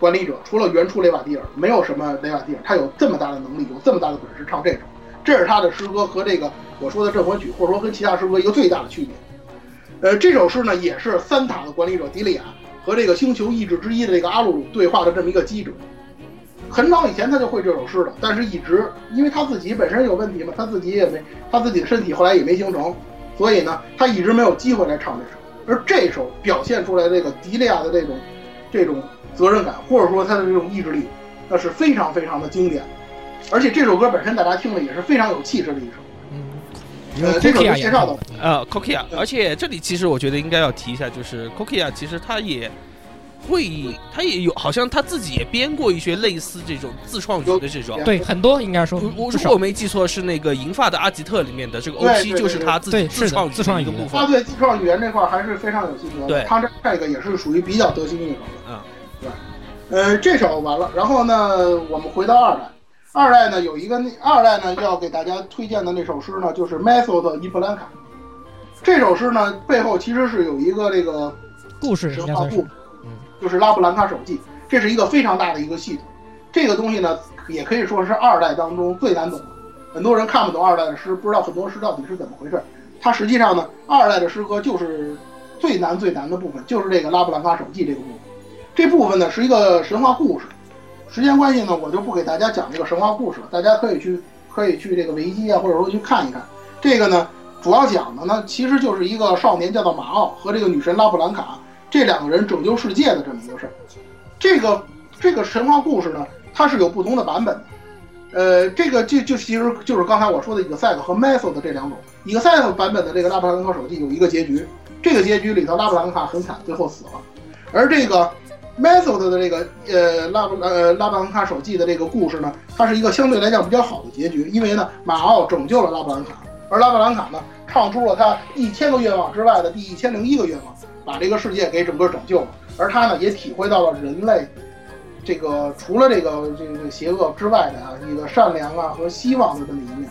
Speaker 5: 管理者，除了原初雷瓦蒂尔，没有什么雷瓦蒂尔，他有这么大的能力，有这么大的本事唱这首，这是他的诗歌和这个我说的镇魂曲，或者说跟其他诗歌一个最大的区别。呃，这首诗呢，也是三塔的管理者迪利亚和这个星球意志之一的这个阿鲁鲁对话的这么一个机制。很早以前他就会这首诗了，但是一直因为他自己本身有问题嘛，他自己也没他自己的身体后来也没形成，所以呢，他一直没有机会来唱这首。而这首表现出来这个迪利亚的这种这种责任感，或者说他的这种意志力，那是非常非常的经典。而且这首歌本身大家听了也是非常有气势的一首。
Speaker 7: 嗯因为
Speaker 5: 呃这
Speaker 7: Cookie
Speaker 5: 个
Speaker 7: 啊
Speaker 5: 介绍的
Speaker 6: 呃 c o k i a 而且这里其实我觉得应该要提一下，就是 c o k i a 其实他也会，他也有，好像他自己也编过一些类似这种自创曲的这种。
Speaker 7: 对，很多应该说
Speaker 6: 我我
Speaker 7: 至
Speaker 6: 如
Speaker 7: 少
Speaker 6: 果我没记错，是那个银发的阿吉特里面的这个
Speaker 5: 对
Speaker 6: OP
Speaker 5: 对
Speaker 6: 就是他自己
Speaker 7: 对是
Speaker 6: 自
Speaker 7: 的
Speaker 6: 创曲
Speaker 7: 自创
Speaker 6: 的一个
Speaker 7: 语
Speaker 6: 部
Speaker 7: 言
Speaker 5: 他
Speaker 6: 分。
Speaker 5: 对自创语言这块儿还是非常有心得的。
Speaker 6: 对
Speaker 5: 他这这个也是属于比较得心应手的。嗯，对。呃，这首完了，然后呢，我们回到二代。二代呢有一个那二代呢要给大家推荐的那首诗呢，就是 Method 的伊普兰卡。这首诗呢背后其实是有一个这个
Speaker 7: 故事
Speaker 5: 神
Speaker 7: 应该
Speaker 5: 话
Speaker 7: 算
Speaker 5: 部
Speaker 7: 是，嗯
Speaker 5: 就是拉布兰卡手记，这是一个非常大的一个系统。这个东西呢，也可以说是二代当中最难懂的。很多人看不懂二代的诗，不知道很多诗到底是怎么回事。它实际上呢，二代的诗歌就是最难最难的部分，就是这个拉布兰卡手记这个部分。这部分呢是一个神话故事。时间关系呢，我就不给大家讲这个神话故事了，大家可以去可以去这个维基啊，或者说去看一看。这个呢，主要讲的呢，其实就是一个少年叫做马奥和这个女神拉布兰卡这两个人拯救世界的这么一个事儿。这个这个神话故事呢，它是有不同的版本的。呃，这个就就其实就是刚才我说的 Exile 和 Method 这两种。Exile 版本的这个拉布兰卡手记有一个结局，这个结局里头拉布兰卡很惨，最后死了。而这个 Method 的这个呃拉布呃拉布兰卡手记的这个故事呢，它是一个相对来讲比较好的结局，因为呢马奥拯救了拉布兰卡，而拉布兰卡呢唱出了他一千个愿望之外的第一千零一个愿望，把这个世界给整个拯救了。而他呢也体会到了人类这个除了这个这个这个邪恶之外的啊一个善良啊和希望的这么一面，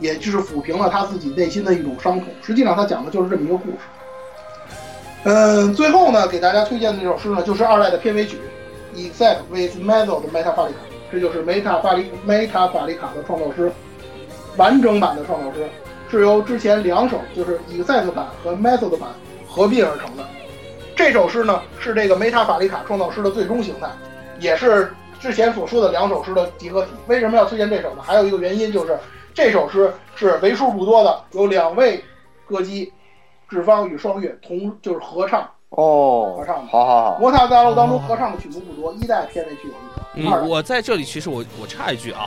Speaker 5: 也就是抚平了他自己内心的一种伤痛。实际上他讲的就是这么一个故事。嗯，最后呢，给大家推荐的这首诗呢，就是二代的片尾曲《Except with Method Meta 法里卡》，这就是梅塔法里梅塔法里卡的创作诗，完整版的创作诗是由之前两首，就是《Except 版和 Method 版合并而成的。这首诗呢，是这个梅塔法里卡创造诗的最终形态，也是之前所说的两首诗的集合体。为什么要推荐这首呢？还有一个原因就是这首诗是为数不多的有两位歌姬志芳与双月同就是合唱
Speaker 1: 哦
Speaker 5: 合唱的。
Speaker 1: 好好好，
Speaker 5: 摩塔大陆当中合唱的曲目不多，一代片尾曲有一首，二
Speaker 6: 嗯，
Speaker 5: 代
Speaker 6: 我在这里其实我我插一句啊，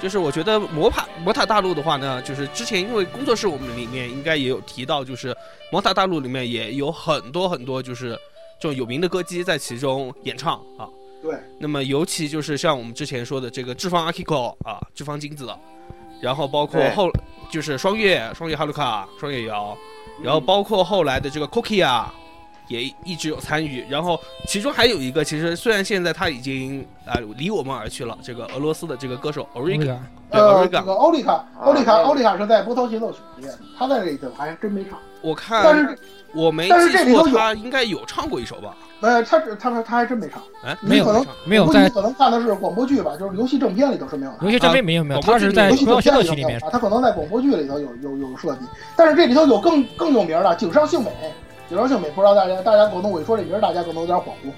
Speaker 6: 就是我觉得魔塔魔塔大陆的话呢，就是之前因为工作室我们里面应该也有提到，就是魔塔大陆里面也有很多很多就是这种有名的歌姬在其中演唱啊。
Speaker 5: 对。
Speaker 6: 那么尤其就是像我们之前说的这个志方阿 Kiko 啊，志方金子，然后包括
Speaker 1: 对
Speaker 6: 后就是双月、双月哈鲁卡、双月瑶，然后包括后来的这个 Cookie 啊，也一直有参与。然后其中还有一个，其实虽然现在他已经啊、呃离我们而去了，这个俄罗斯的这个歌手 Origa，对
Speaker 5: 呃，这
Speaker 6: Origa，
Speaker 5: 个欧丽卡，欧丽卡，
Speaker 1: 啊
Speaker 5: 欧丽卡是在波涛节奏曲里面，他在这里头还真没唱，
Speaker 6: 我
Speaker 5: 但
Speaker 6: 看
Speaker 5: 是
Speaker 6: 我没
Speaker 5: 但是这
Speaker 6: 记
Speaker 5: 里头
Speaker 6: 错，
Speaker 5: 有
Speaker 6: 他应该有唱过一首吧？
Speaker 5: 呃，他只他说他还真没唱，
Speaker 6: 哎，
Speaker 5: 没有
Speaker 6: 没有唱
Speaker 7: 没有
Speaker 5: 不过你
Speaker 7: 在
Speaker 5: 可能看的是广播剧吧，就是游戏正片里头是没有的。
Speaker 7: 游戏这边没有没有，
Speaker 6: 广播
Speaker 7: 他
Speaker 6: 剧
Speaker 7: 是
Speaker 6: 里
Speaker 7: 在
Speaker 5: 游
Speaker 6: 面
Speaker 5: 戏
Speaker 7: 中
Speaker 5: 正
Speaker 7: 央协奏
Speaker 5: 片里头
Speaker 7: 曲
Speaker 5: 没
Speaker 7: 里
Speaker 5: 有
Speaker 7: 面
Speaker 5: 啊，他可能在广播剧里头有有有设计，但是这里头有更更有名的井上幸美，井上幸美不知道大家大家可能我一说这名儿大家可能有点恍惚，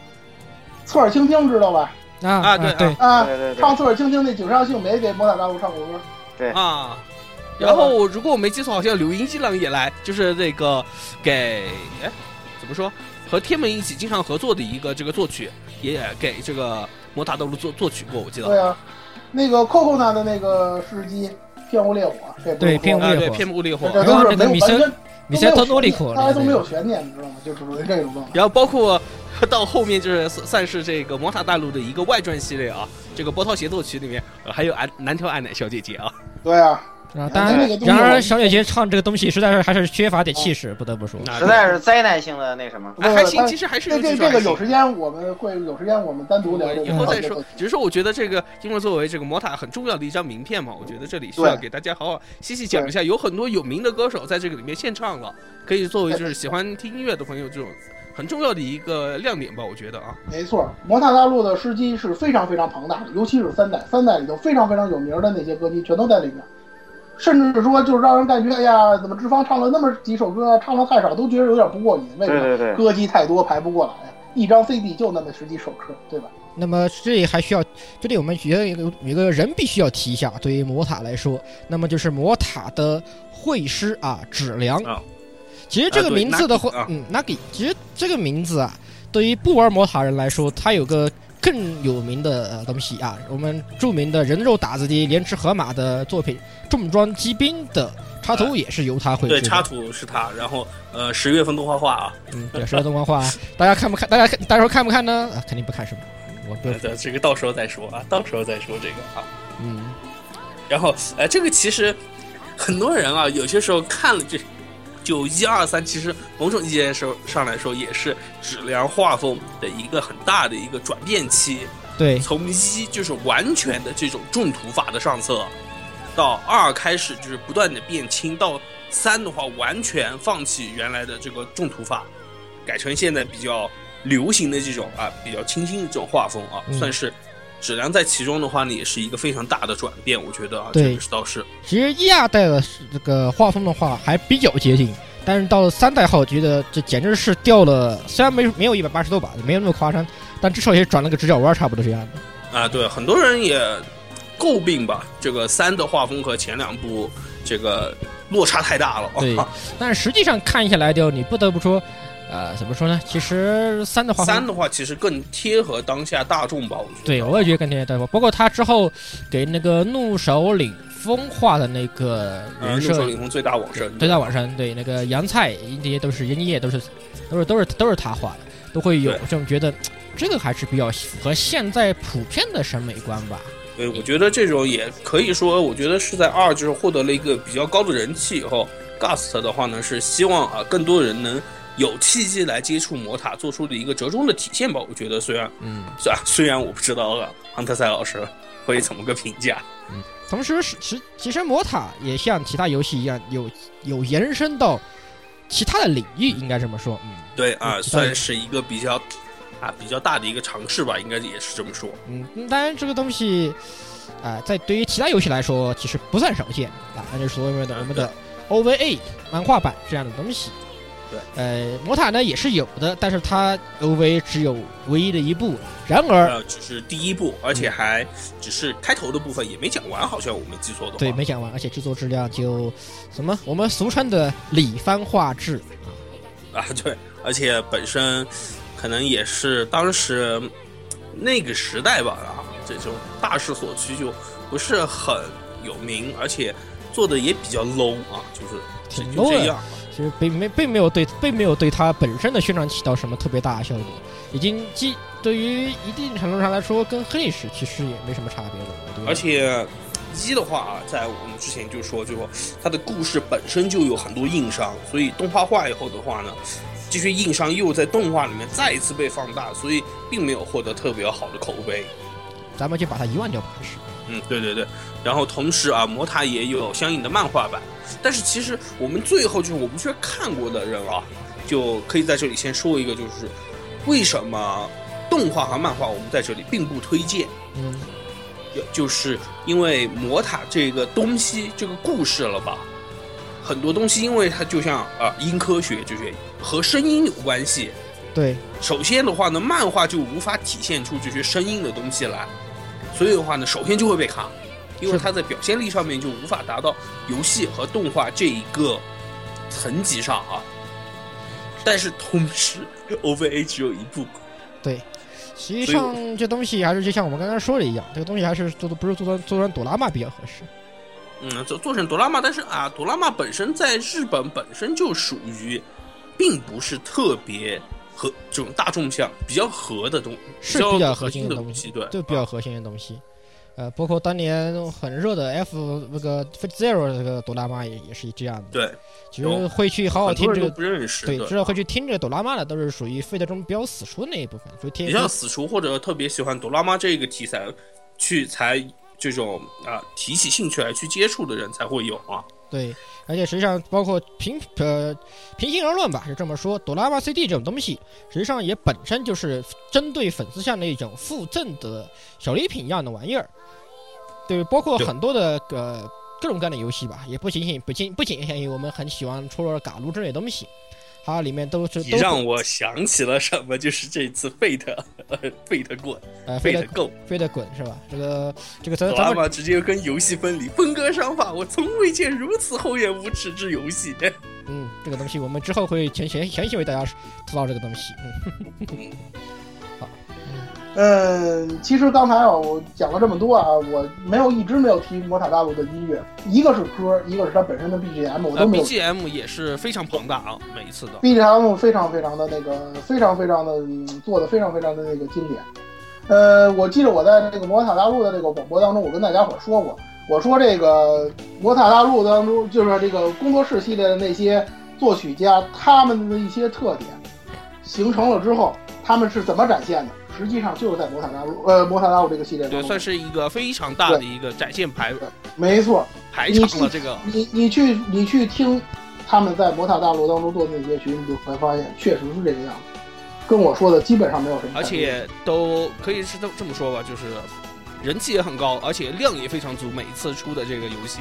Speaker 5: 侧耳倾听知道吧？
Speaker 7: 啊
Speaker 6: 啊对啊
Speaker 7: 对，
Speaker 5: 啊，
Speaker 1: 对对对
Speaker 5: 唱侧耳倾听那井上幸美给摩塔大陆唱过歌，
Speaker 6: 啊。然后我如果我没记错，好像刘英机郎也来，就是那个给哎怎么说和天门一起经常合作的一个这个作曲，也给这个摩塔道路作作曲过，我记
Speaker 5: 对
Speaker 6: 得。
Speaker 5: 啊，那个 Coco 娜的那个事迹《骗雾烈火》，这不用
Speaker 7: 对
Speaker 5: 说了
Speaker 7: 骗雾
Speaker 6: 啊，
Speaker 7: 烈
Speaker 6: 对，
Speaker 7: 火
Speaker 6: 片木烈火。
Speaker 5: 这都是没有完全都
Speaker 7: 米塞特诺
Speaker 5: 没
Speaker 7: 里
Speaker 5: 有悬
Speaker 7: 克
Speaker 5: 念大家都没有
Speaker 7: 有
Speaker 5: 悬念，你知道吗？就属于这种状态。
Speaker 6: 然后包括呃到后面就是算算是这个摩塔大陆的一个外传系列啊，这个波涛协奏曲里面、呃还有南南条爱乃小姐姐啊，
Speaker 5: 对啊，
Speaker 7: 啊，当
Speaker 5: 那
Speaker 7: 然。
Speaker 5: 个东西
Speaker 7: 然而，小姐姐唱这个东西实在是还是缺乏点气势，不得不
Speaker 5: 哦
Speaker 7: 说。
Speaker 6: 那
Speaker 1: 实在是灾难性的那什么，
Speaker 5: 不不
Speaker 6: 啊还
Speaker 5: 但
Speaker 6: 行，其实还是
Speaker 5: 这这
Speaker 6: 技术
Speaker 5: 这
Speaker 6: 还
Speaker 5: 个
Speaker 6: 行
Speaker 5: 有时间我们会有时间我们单独聊
Speaker 6: 我
Speaker 5: 这个。
Speaker 6: 以后再说。只是说，我觉得这个，因为作为这个魔塔很重要的一张名片嘛，我觉得这里需要
Speaker 5: 对
Speaker 6: 给大家好好细细讲一下，有很多有名的歌手在这个里面献唱了，可以作为就是喜欢听音乐的朋友这种很重要的一个亮点吧，我觉得啊。
Speaker 5: 没错，摩塔大陆的诗集是非常非常庞大的，尤其是三代，三代里头非常非常有名的那些歌姬全都在里面，甚至是说就是让人感觉，哎呀，怎么志芳唱了那么几首歌，唱的太少，都觉得有点不过瘾。为
Speaker 1: 对
Speaker 5: 什么？
Speaker 1: 对对，
Speaker 5: 歌姬太多排不过来呀，一张 CD 就那么十几首歌，对吧？
Speaker 7: 那么这里还需要，这里我们觉得有一个有一个人必须要提一下，对于魔塔来说，那么就是魔塔的会师啊，芷良。
Speaker 3: 啊
Speaker 7: 其实这
Speaker 3: 啊
Speaker 7: 个
Speaker 3: 对
Speaker 7: 名字的
Speaker 3: Nagi，
Speaker 7: 话，
Speaker 3: 啊
Speaker 7: 嗯，Nagi，其实这个名字啊，对于不玩魔塔人来说，它有个更有名的、呃、东西啊，我们著名的人肉打字机莲池河马的作品《重装机兵》的
Speaker 4: 插
Speaker 3: 哎
Speaker 4: 图也是由他绘制
Speaker 6: 对，
Speaker 4: 的。
Speaker 6: 插图是他，然后呃，十月份动画化啊，
Speaker 4: 嗯，对，说到动画化，大家看不看？大家看，大家说看不看呢？啊，肯定不看是吧？我不，
Speaker 6: 呃，这个到时候再说啊，到时候再说这个啊。
Speaker 4: 嗯，
Speaker 6: 然后呃，这个其实很多人啊，有些时候看了这就一二三，其实某种意义上上来说，也是质量画风的一个很大的一个转变期。
Speaker 4: 对，
Speaker 6: 从一就是完全的这种重土法的上色，到二开始就是不断的变轻，到三的话完全放弃原来的这个重土法，改成现在比较流行的这种啊比较清新的这种画风啊，
Speaker 4: 嗯
Speaker 6: 算是质量在其中的话呢，也是一个非常大的转变，我觉得啊，
Speaker 4: 对
Speaker 6: 这个是倒是
Speaker 4: 其实一二代的这个画风的话还比较接近，但是到了三代后，我觉得这简直是掉了，虽然没没有一百八十度吧，没有那么夸张，但至少也转了个直角弯，差不多这样的。
Speaker 6: 啊，对，很多人也诟病吧，这个三的画风和前两部这个落差太大了，
Speaker 4: 对但实际上看下来的，你不得不说，呃，怎么说呢？其实三的画风
Speaker 6: 三的话其实更贴合当下大众吧，我觉得。
Speaker 4: 对，我也觉得跟这些代表，包括他之后给那个怒首领风化的那个
Speaker 6: 呃，
Speaker 4: 人
Speaker 6: 怒首
Speaker 4: 设，
Speaker 6: 领风最大往生，
Speaker 4: 对，在网上对那个杨菜这些都是银叶，都是都是都是都是他画的，都会有
Speaker 6: 对
Speaker 4: 这种觉得，这个还是比较符合现在普遍的审美观吧。
Speaker 6: 对，我觉得这种也可以说，我觉得是在二就是获得了一个比较高的人气以后，Gust 的话呢是希望啊更多人能有契机来接触魔塔，做出的一个折中的体现吧。我觉得虽然
Speaker 4: 嗯，
Speaker 6: 虽然虽然我不知道啊，亨特塞老师会怎么个评价，
Speaker 4: 同时是其其实魔塔也像其他游戏一样，有有延伸到其他的领域，应该这么说。嗯
Speaker 6: 对啊，
Speaker 4: 嗯
Speaker 6: 算是一个比较啊比较大的一个尝试吧，应该也是这么说。
Speaker 4: 嗯，当然这个东西。啊、在对于其他游戏来说，其实不算少见啊，那就是所谓的我们的 OVA 漫画版这样的东西。
Speaker 6: 对，
Speaker 4: 呃，魔塔呢也是有的，但是它 OVA 只有唯一的一部。然而，
Speaker 6: 呃，只是第一部，而且还只是开头的部分也没讲完，好像我没记错的话。
Speaker 4: 对，没讲完，而且制作质量就什么我们俗称的里番画质啊，
Speaker 6: 啊， 对，而且本身可能也是当时那个时代吧，啊，这种大势所趋就不是很有名，而且做的也比较 low 啊，就是
Speaker 4: 挺
Speaker 6: 就
Speaker 4: low
Speaker 6: 这
Speaker 4: 的
Speaker 6: 样。
Speaker 4: 其实并没并没有对并没有对它本身的宣传起到什么特别大的效果，已经既对于一定程度上来说，跟黑历史其实也没什么差别了。我觉得
Speaker 6: 而且一的话啊，在我们之前就说，就说它的故事本身就有很多硬伤，所以动画化以后的话呢，这些硬伤又在动画里面再一次被放大，所以并没有获得特别好的口碑。
Speaker 4: 咱们就把它遗忘掉吧，还是。
Speaker 6: 嗯，对对对，然后同时啊，魔塔也有相应的漫画版，但是其实我们最后就是我们去看过的人啊，就可以在这里先说一个，就是为什么动画和漫画我们在这里并不推荐，
Speaker 4: 嗯，
Speaker 6: 有就是因为魔塔这个东西这个故事了吧，很多东西因为它就像啊、音科学就是和声音有关系，
Speaker 4: 对，
Speaker 6: 首先的话呢，漫画就无法体现出这些声音的东西来，所以的话呢，首先就会被卡，因
Speaker 4: 是
Speaker 6: 为
Speaker 4: 的
Speaker 6: 它在表现力上面就无法达到游戏和动画这一个层级上啊。但是同时，OVA 只有一部，
Speaker 4: 实际
Speaker 6: 所以
Speaker 4: 上这东西还是就像我们刚刚说的一样，这个东西还是做的不是做成做成朵拉玛比较合适。
Speaker 6: 嗯，做做成朵拉玛，但是啊，朵拉玛本身在日本本身就属于，并不是特别和这种大众向比较合的东，
Speaker 4: 是比较
Speaker 6: 核
Speaker 4: 核
Speaker 6: 心
Speaker 4: 心的
Speaker 6: 东
Speaker 4: 东
Speaker 6: 西，
Speaker 4: 西
Speaker 6: 对，
Speaker 4: 就比较核心的东西。呃，包括当年很热的 F 那个 F Zero 这个朵拉玛也也是这样的，
Speaker 6: 对，
Speaker 4: 其实会去好好
Speaker 6: 啊很多
Speaker 4: 听
Speaker 6: 人
Speaker 4: 这
Speaker 6: 都
Speaker 4: 个，
Speaker 6: 不认识，
Speaker 4: 对，知道会去听这个朵拉玛的，都是属于费德中比较死出的那一部分，所以听
Speaker 6: 比较死厨或者特别喜欢朵拉妈这个题材，去才这种啊提起兴趣来去接触的人才会有啊。
Speaker 4: 对，而且实际上包括平呃平心而论吧，是这么说，朵拉玛 CD 这种东西，实际上也本身就是针对粉丝向的一种附赠的小礼品一样的玩意儿，对，包括
Speaker 6: 对
Speaker 4: 很多的呃各种各样的游戏吧，也不仅仅不仅不仅限于我们很喜欢戳戳嘎撸之类的东西，它里面都是
Speaker 6: 你
Speaker 4: 都
Speaker 6: 让我想起了什么？就是这次 Fate 呃 Fate 滚
Speaker 4: 呃飞得
Speaker 6: Fate Go，
Speaker 4: 飞得滚是吧？这个这个
Speaker 2: 呃
Speaker 4: 咱
Speaker 6: 朵
Speaker 4: 咱
Speaker 6: 拉
Speaker 4: 们
Speaker 6: 玛直接跟游戏分离，分割商法，我从未见如此厚颜无耻之游戏。
Speaker 4: 嗯，这个东西我们之后会全全全系为大家吐槽这个东西。嗯，好，嗯，
Speaker 5: 嗯，其实刚才啊，我讲了这么多啊，我没有一直没有提《魔塔大陆》的音乐，一个是歌，一个是它本身的 BGM，我
Speaker 6: 呃
Speaker 5: 都没有。
Speaker 6: ，BGM 也是非常庞大啊，每一次的。
Speaker 5: BGM 非常非常的那个，非常非常的、嗯做的非常非常的那个经典。呃，我记得我在这个《魔塔大陆》的这个广播当中，我跟大家伙说过，我说这个《魔塔大陆》当中，就是这个工作室系列的那些作曲家，他们的一些特点形成了之后，他们是怎么展现的？实际上就是在《魔塔大陆》呃，《魔塔大陆》这个系列当
Speaker 6: 对，
Speaker 5: 中，
Speaker 6: 算是一个非常大的一个展现排
Speaker 5: 没错。
Speaker 6: 排场了。这个
Speaker 5: 你你去你去听他们在魔塔大陆当中做的那些曲，你就会发现确实是这个样子，跟我说的基本上没有什么
Speaker 6: 而
Speaker 5: 差别。
Speaker 6: 且都可以是这么这么说吧，就是人气也很高，而且量也非常足。每一次出的这个游戏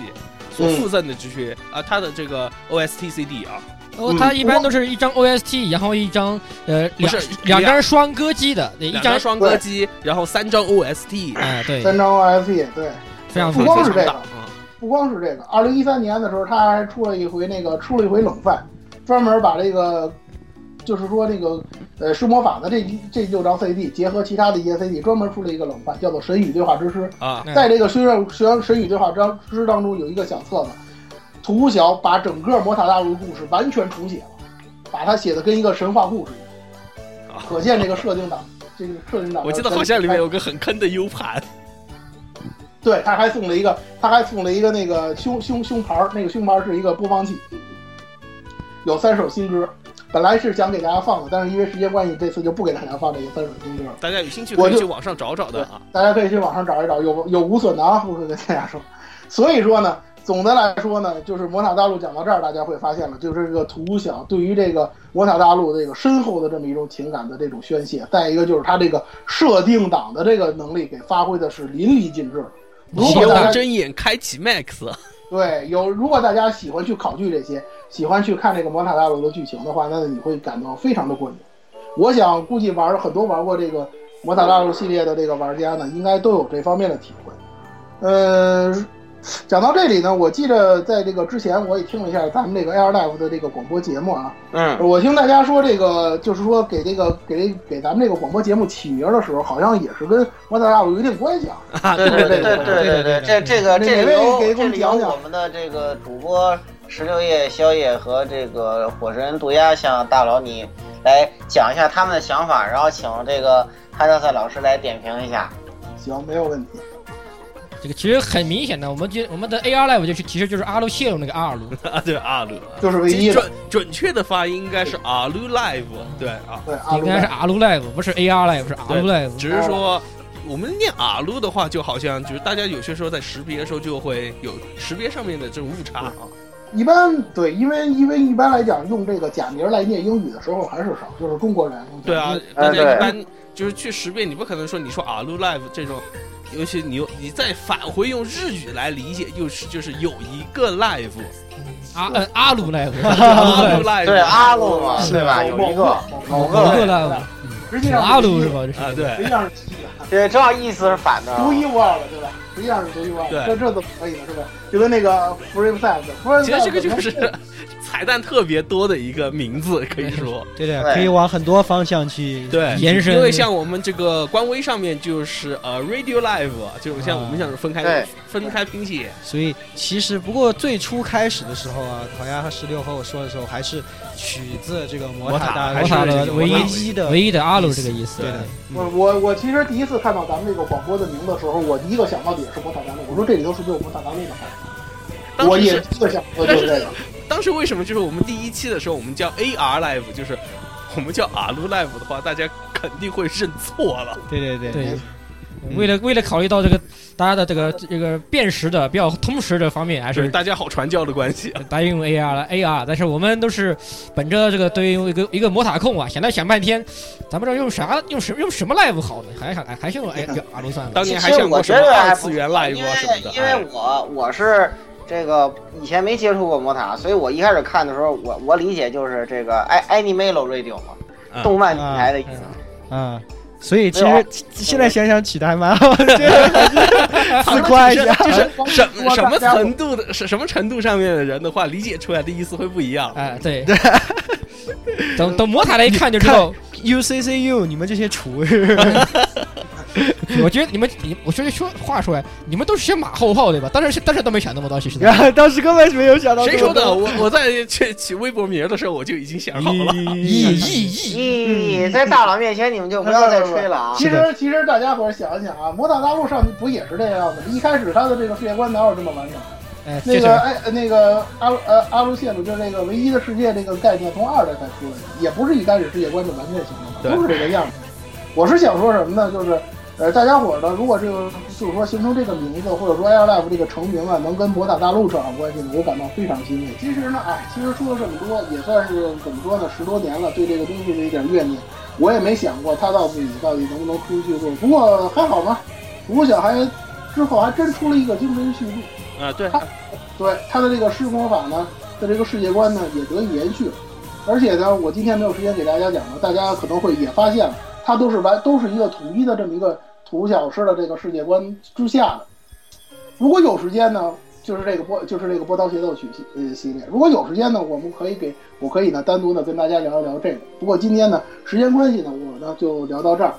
Speaker 6: 所附赠的这些啊，它的这个 OST CD 啊，
Speaker 7: 哦，它一般都是一张 OST，然后一张呃
Speaker 6: 不
Speaker 7: 两
Speaker 6: 是
Speaker 7: 两
Speaker 6: 张
Speaker 7: 张双歌姬的，一
Speaker 6: 两
Speaker 7: 张
Speaker 6: 张双歌机，然后三张 OST，
Speaker 7: 哎对，
Speaker 5: 三张 OST 对，
Speaker 7: 非常
Speaker 5: 不
Speaker 7: 丰
Speaker 6: 非
Speaker 7: 富。
Speaker 5: 光是
Speaker 6: 常
Speaker 5: 这个
Speaker 6: 大啊。
Speaker 5: 不光是这个，二零一三年的时候他还出了一回那个出了一回冷饭，专门把这个。就是说，这个呃，施魔法的这这六张 CD 结合其他的一些 CD，专门出了一个冷饭，叫做《神与对话之师》。
Speaker 6: 啊，
Speaker 7: 嗯
Speaker 5: 在这个学院学院神与对话章之当中有一个小册子，图小把整个魔塔大陆故事完全重写了，把它写的跟一个神话故事一样，可见这个设定党，这个设定党。
Speaker 6: 啊我记得好像里面有个很坑的 U 盘，
Speaker 5: 哎对，他还送了一个，他还送了一个那个胸胸胸牌儿，那个胸牌儿是一个播放器，有三首新歌。本来是想给大家放的，但是因为时间关系，这次就不给大家放这个三首新歌了。
Speaker 6: 大家有兴趣
Speaker 5: 我
Speaker 6: 可以
Speaker 5: 就
Speaker 6: 去网上找找的啊。
Speaker 5: 大家可以去网上找一找，有有无损的啊，我跟大家说。所以说呢，总的来说呢，就是《魔塔大陆》讲到这儿，大家会发现了，就是这个图小对于这个《魔塔大陆》这个深厚的这么一种情感的这种宣泄，再一个就是他这个设定党的这个能力给发挥的是淋漓尽致。如
Speaker 6: 斜
Speaker 5: 果大
Speaker 6: 望
Speaker 5: 家
Speaker 6: 睁眼开启 Max，
Speaker 5: 对有，如果大家喜欢去考据这些，喜欢去看这个《魔塔大陆》的剧情的话，那你会感到非常的过瘾。我想估计玩很多玩过这个《魔塔大陆》系列的这个玩家呢，应该都有这方面的体会。呃，讲到这里呢，我记着在这个之前我也听了一下咱们这个 Air Live 的这个广播节目啊，
Speaker 6: 嗯，
Speaker 5: 我听大家说这个就是说给这个给给咱们这个广播节目起名的时候，好像也是跟《魔塔大陆》有一定关系啊。
Speaker 1: 对对对对对对，这这个这里
Speaker 5: 哪位
Speaker 1: 有
Speaker 5: 给我
Speaker 1: 这
Speaker 5: 们
Speaker 1: 里有
Speaker 5: 讲讲
Speaker 1: 我们的这个主播石榴叶、宵夜和这个火神渡鸦向大佬你来讲一下他们的想法，然后请这个哈德赛老师来点评一下。
Speaker 5: 行，没有问题。
Speaker 7: 这个其实很明显的，我们就我们的 AR Live 就是其实就是阿鲁泄露那个阿鲁，
Speaker 6: 啊对阿鲁，
Speaker 5: 就是唯一的
Speaker 6: 准准确的发音应该是阿鲁 Live，对啊，
Speaker 5: 对，阿鲁
Speaker 7: 应该是阿鲁 Live，不是 AR Live，是阿鲁 Live。
Speaker 6: 只是说我们念阿鲁的话，就好像就是大家有些时候在识别的时候就会有识别上面的这种误差啊。
Speaker 1: 嗯
Speaker 5: 一般对，因为因为一般来讲，用这个假名来念英语的时候还是少，就是中国人。
Speaker 6: 对啊，大
Speaker 1: 哎
Speaker 6: 家
Speaker 1: 对
Speaker 6: 一般就是去识别，你不可能说你说阿鲁 Live 这种。尤其你又你再返回用日语来理解，又是就是有一个 live，
Speaker 7: 阿
Speaker 4: 呃
Speaker 7: 嗯阿鲁 Live，
Speaker 6: 阿鲁 live，啊
Speaker 1: 对啊阿鲁嘛，
Speaker 5: 是
Speaker 1: 对吧？有一个，某
Speaker 5: 某
Speaker 7: 阿
Speaker 1: 个
Speaker 7: 鲁 Live，
Speaker 5: 实
Speaker 2: 啊
Speaker 5: 际上
Speaker 7: 嗯阿鲁是？吧？这是
Speaker 6: 啊，
Speaker 5: 实
Speaker 6: 对
Speaker 5: 际上是七个，
Speaker 1: 对，正好意思是反的。
Speaker 5: 独一
Speaker 6: 啊
Speaker 5: 无二的，对吧？实际上是独一无二的，这这怎么可以呢？是吧？就跟那个 free size，free
Speaker 6: 其
Speaker 5: size
Speaker 6: 实这个就是 彩蛋特别多的一个名字，可以 说
Speaker 2: 对的，
Speaker 1: 对
Speaker 2: 可以往很多方向去
Speaker 6: 对
Speaker 7: 延伸
Speaker 6: 因为像我们这个官微上面就是呃 Radio Live 啊这种，像我们这样分开
Speaker 1: 对
Speaker 6: 分开拼写，
Speaker 2: 所以其实不过最初开始的时候啊，陶鸦和十六和我说的时候，还是取自这个魔塔大
Speaker 6: 还
Speaker 7: 摩
Speaker 6: 是
Speaker 7: 塔
Speaker 6: 这
Speaker 7: 的
Speaker 6: 个
Speaker 7: 唯
Speaker 2: 唯
Speaker 7: 一
Speaker 2: 一的
Speaker 7: 唯一的阿鲁这个意思
Speaker 2: 对。的，
Speaker 5: 我我我其实第一次看到咱们这个广播的名字的时候，我第一个想到的也是魔塔大陆。我说这里头是不是有魔塔大陆的话？
Speaker 6: 当
Speaker 5: 我
Speaker 6: 时
Speaker 5: 也
Speaker 6: 是
Speaker 5: 第一个想到的就是这个。
Speaker 6: 当时为什么就是我们第一期的时候我们叫 AR Live，就是我们叫 R Live 的话，大家肯定会认错了。
Speaker 2: 对对对，
Speaker 7: 对，嗯为了为了考虑到这个大家的这个这个辨识的比较通识的方面，还
Speaker 6: 就是
Speaker 7: 是
Speaker 6: 大家好传教的关系啊，
Speaker 7: 答应用 AR 了 AR，但是我们都是本着这个对于一个一个魔塔控啊，想来想半天，咱们这用啥用什用什么 live 好呢？还想还是用 A 用阿鲁算了。
Speaker 6: 当年
Speaker 1: 其
Speaker 6: 还
Speaker 1: 实
Speaker 6: 想过
Speaker 1: 我
Speaker 6: 什
Speaker 1: 觉
Speaker 6: 么
Speaker 1: 得还
Speaker 6: 二
Speaker 1: 不
Speaker 6: 次元
Speaker 1: 错
Speaker 6: Live
Speaker 1: 因
Speaker 6: 啊
Speaker 1: 为
Speaker 6: 什么的，
Speaker 1: 因为我我是这个以前没接触过魔塔，所以我一开始看的时候，我我理解就是这个 i anime lo radio
Speaker 6: 嗯
Speaker 1: 嘛，动漫电台的意思。
Speaker 2: 啊、所以其
Speaker 1: 没有啊
Speaker 2: 实其现在想想起的还蛮好的，这个还是自
Speaker 6: 哎
Speaker 2: 夸一下。
Speaker 6: 就是什么什么程度的什什么程度上面的人的
Speaker 1: 哎
Speaker 6: 话，理解出来的意思会不一样。
Speaker 7: 哎，对，等等魔塔来一看就知道，
Speaker 2: UCCU，你们这些厨
Speaker 7: 我觉得你们，你我说说话说来，你们都是些马后炮对吧？当时当时都没想那么多， 其实。
Speaker 2: 然后当时根本没有想到
Speaker 6: 谁
Speaker 2: 这
Speaker 6: 说
Speaker 2: 么
Speaker 6: 的？
Speaker 2: 多
Speaker 6: 我我在起起微博名的时候我就已经想好了。
Speaker 2: 咦
Speaker 7: 意义意义，
Speaker 1: 咦，在大佬面前你们就不要再吹了啊！
Speaker 5: 其实其实大家伙儿想想啊，《魔导大陆》上不也是这样的？一开始他的这个世界观哪有这么完整？
Speaker 7: 哎，
Speaker 5: 那
Speaker 7: 这
Speaker 5: 个
Speaker 7: 是
Speaker 5: 哎，那个阿鲁呃阿鲁谢鲁就这个唯一的世界这个概念，从二代才出来的，也不是一开始世界观就完全形成
Speaker 6: 对
Speaker 5: 的，都是这个样子。我是想说什么呢？就是呃，大家伙儿呢，如果这个就是说形成这个名字，或者说 Air Life 这个成名啊，能跟《博打大陆》扯上关系呢，我感到非常欣慰。其实呢，哎，其实出了这么多，也算是怎么说呢，十多年了，对这个东西的一点怨念，我也没想过他到底到底能不能出续作。不过还好吧，吴小还之后还真出了一个精神续录。
Speaker 6: 啊，对，
Speaker 5: 对他的这个施魔法呢的这个世界观呢也得以延续了，而且呢，我今天没有时间给大家讲了，大家可能会也发现了，它都是完都是一个统一的这么一个图小师的这个世界观之下的。如果有时间呢，就是这个波就是这个波涛协奏曲系呃系列，如果有时间呢，我们可以给我可以呢单独呢跟大家聊一聊这个。不过今天呢时间关系呢，我呢就聊到这儿。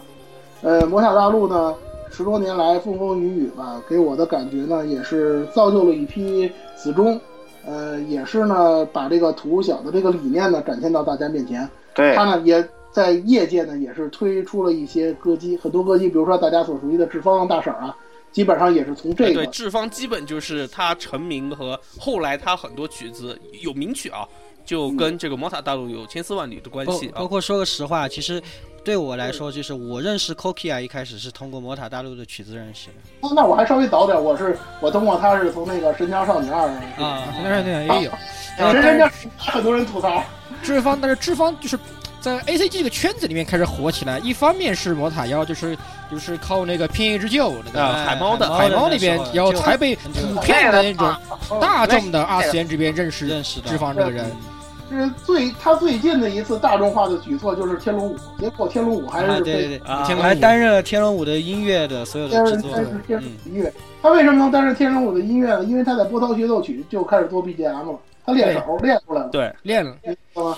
Speaker 5: 呃，魔塔大陆呢十多年来风风雨雨吧，给我的感觉呢，也是造就了一批死忠，呃，也是呢把这个土小的这个理念呢展现到大家面前。
Speaker 1: 对
Speaker 5: 他呢也在业界呢也是推出了一些歌姬，很多歌姬，比如说大家所熟悉的志芳大婶儿啊，基本上也是从这
Speaker 6: 哎对，
Speaker 5: 个
Speaker 6: 志芳基本就是他成名和后来他很多曲子有名曲啊，就跟这个魔塔大陆有千丝万缕的关
Speaker 2: 包
Speaker 6: 系啊
Speaker 2: 包。括说个实话，其实对我来说，就是我认识 Kokia 一开始是通过魔塔大陆的曲子认识的
Speaker 5: 哦那我还稍微早点，我是我通过他是从那个《神枪少女二》
Speaker 2: 啊
Speaker 7: 那哎那那也有。
Speaker 5: 神神枪很多人吐槽，
Speaker 7: 志方，但是志方就是在 A C G 这个圈子里面开始火起来。一方面是魔塔妖，就是就是靠那个片翼之救那个
Speaker 6: 啊，海猫的
Speaker 7: 海猫那边，然后
Speaker 2: 就
Speaker 7: 才被
Speaker 2: 很久
Speaker 7: 普遍的那种
Speaker 5: 哦
Speaker 7: 大众的二次元这边认识
Speaker 2: 认识的
Speaker 7: 志方这个人。
Speaker 5: 是最他最近的一次大众化的举措就是《天龙五》，结果《天龙五》还
Speaker 2: 啊，
Speaker 5: 是
Speaker 2: 对
Speaker 5: 被
Speaker 2: 对对，
Speaker 6: 啊
Speaker 2: 我还担任了《天龙五》的音乐的所有的
Speaker 5: 但是
Speaker 2: 制作
Speaker 5: 但。是天
Speaker 2: 嗯
Speaker 5: 音乐，他为什么能担任天神舞的音乐呢？因为他在波涛协奏曲就开始做 BGM 了，他练手练出来了，
Speaker 6: 对，
Speaker 7: 练了，
Speaker 5: 知道吗？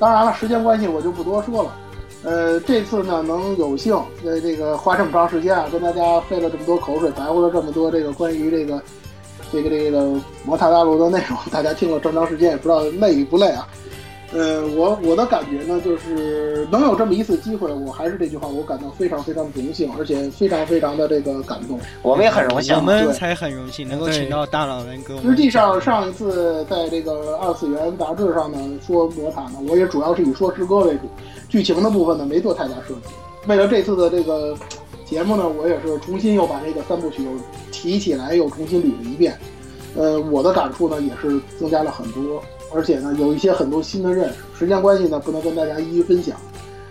Speaker 5: 当然了，时间关系我就不多说了。呃，这次呢，能有幸在这个花这么长时间啊，跟大家费了这么多口水，白活了这么多这个关于这个这个这个魔塔大陆的内容，大家听了这么长时间，也不知道累与不累啊。呃，我我的感觉呢，就是能有这么一次机会，我还是这句话，我感到非常非常荣幸，而且非常非常的这个感动。
Speaker 1: 我们也很荣幸
Speaker 2: 我
Speaker 1: 啊。
Speaker 2: 们
Speaker 5: 对
Speaker 2: 才很荣幸能够
Speaker 7: 对
Speaker 2: 请到大佬人跟我们。
Speaker 5: 实际上，上一次在这个二次元杂志上呢，说魔塔呢，我也主要是以说诗歌为主，剧情的部分呢没做太大设计。为了这次的这个节目呢，我也是重新又把这个三部曲又提起来，又重新捋了一遍。呃，我的感触呢也是增加了很多，而且呢有一些很多新的认识。时间关系呢，不能跟大家一一分享。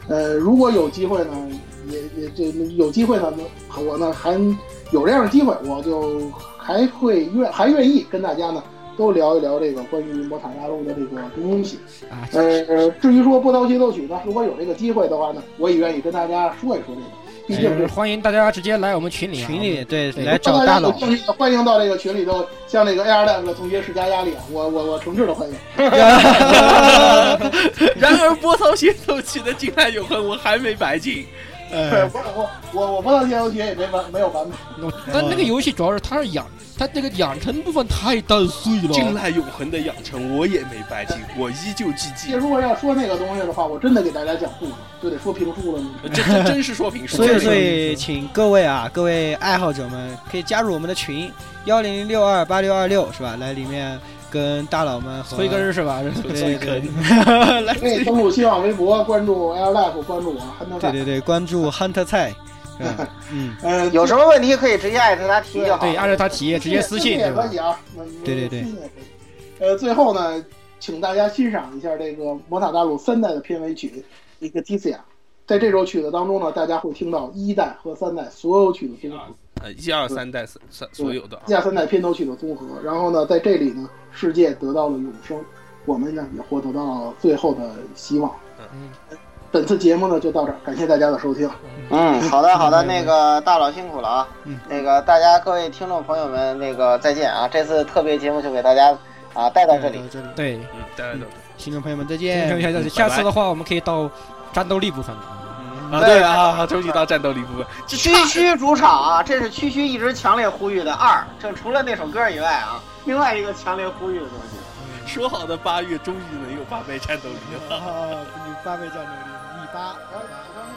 Speaker 5: 呃，如果有机会呢，也也这有机会呢，我呢还有这样的机会，我就还会愿还愿意跟大家呢都聊一聊这个关于魔塔大陆的这个东西
Speaker 7: 啊。
Speaker 5: 呃，至于说波涛协奏曲呢，如果有这个机会的话呢，我也愿意跟大家说一说这个，毕
Speaker 7: 就
Speaker 5: 竟
Speaker 7: 是
Speaker 5: 这。
Speaker 7: 哎欢迎大家直接来我们群里啊。
Speaker 2: 群里对
Speaker 7: 对
Speaker 2: 来找哎大佬，
Speaker 5: 欢迎欢迎到这个群里头，向这个 AR 大的同学施加压力啊！我我我诚挚的欢迎。
Speaker 6: 然而波涛协奏曲的进来有痕，我还没白进。
Speaker 2: 哎
Speaker 5: 对，我我我我波涛协奏曲也没完没有完美。
Speaker 6: 嗯
Speaker 7: 我们但那个游戏主要是它是养，它这个养成部分太蛋碎
Speaker 6: 进
Speaker 7: 了。
Speaker 6: 来永恒的养成，我也没白进，我依旧寂
Speaker 5: 这
Speaker 6: 寂。
Speaker 5: 如果要说那个东西的话，我真的给大家讲故事，就得说评书了。
Speaker 6: 这这真是说评书
Speaker 2: 所，以，
Speaker 7: 对
Speaker 2: 所以请各位啊，各位爱好者们可以加入我们的群幺零六二八六二六是吧？来里面跟大佬们和
Speaker 7: 催根是吧？
Speaker 2: 对
Speaker 6: 所以
Speaker 2: 对
Speaker 6: 可
Speaker 2: 对
Speaker 6: 以
Speaker 5: 可以登录新浪微博，关注 Air Life，关注我，还能
Speaker 2: 对对对，关注 Hunter 菜，是 吧？嗯，
Speaker 5: 呃，
Speaker 1: 有什么问题可以直接艾特他提就好。
Speaker 7: 对，按照他提直接私信
Speaker 5: 也
Speaker 7: 对
Speaker 5: 可
Speaker 7: 吧？
Speaker 5: 以啊。
Speaker 2: 对对对
Speaker 5: 私信也可以。呃，最后呢，请大家欣赏一下这个《魔塔大陆》三代的片尾曲《一个 t i s i a 在这首曲子当中呢，大家会听到一代和三代所有曲的综合，
Speaker 6: 呃，一二三代三
Speaker 2: 嗯
Speaker 6: 三所有的啊
Speaker 5: 一，代三代片头曲的综合。然后呢，在这里呢，世界得到了永生，我们呢也获得到了最后的希望。
Speaker 7: 嗯，
Speaker 5: 本次节目呢就到这儿，感谢大家的收听。
Speaker 1: 嗯，好的好的，那个大佬辛苦了啊。
Speaker 2: 嗯
Speaker 1: 那个大家各位听众朋友们，那个再见啊！这次特别节目就给大家啊带到这里。
Speaker 2: 到这里，
Speaker 7: 对，
Speaker 6: 嗯，大家都
Speaker 2: 听众朋友们再
Speaker 7: 听众
Speaker 2: 见。
Speaker 7: 朋友下次的话，我们可以到
Speaker 4: 战斗力部分的。
Speaker 2: 嗯
Speaker 6: 啊，对啊，终于到战斗力部分，这
Speaker 1: 区区主场啊，这是区区一直强烈呼吁的二，这除了那首歌以外啊，另外一个强烈呼吁的东西。
Speaker 6: 说好的八月终于能有八倍战斗力了。
Speaker 2: 你八倍战斗力，一八。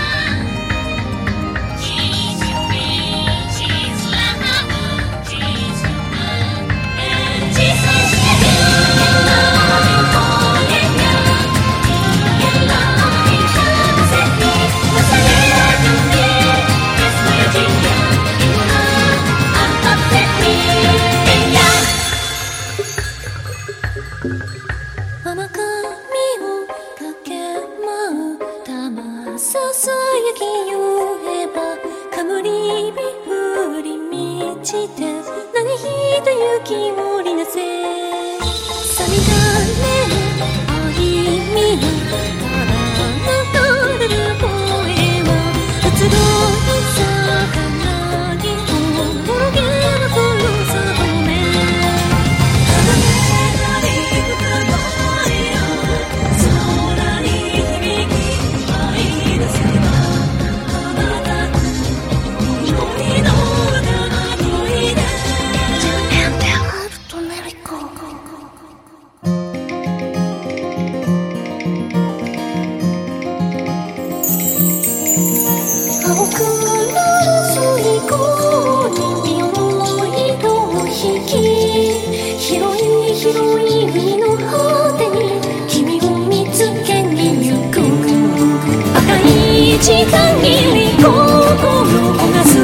Speaker 8: Love. して何ひと雪を織りなせさみだね青い海の川が流れる声は集い魚に転げる黒さごめ「空に浮かぼうよ空に飛び立とう」「愛出せば瞬く想いの歌が恋で」「ジャンプアップとなりこ」青くなる水光に青い色を引き広い広い海の果てに君を見つけに行く赤い時間に心焦がす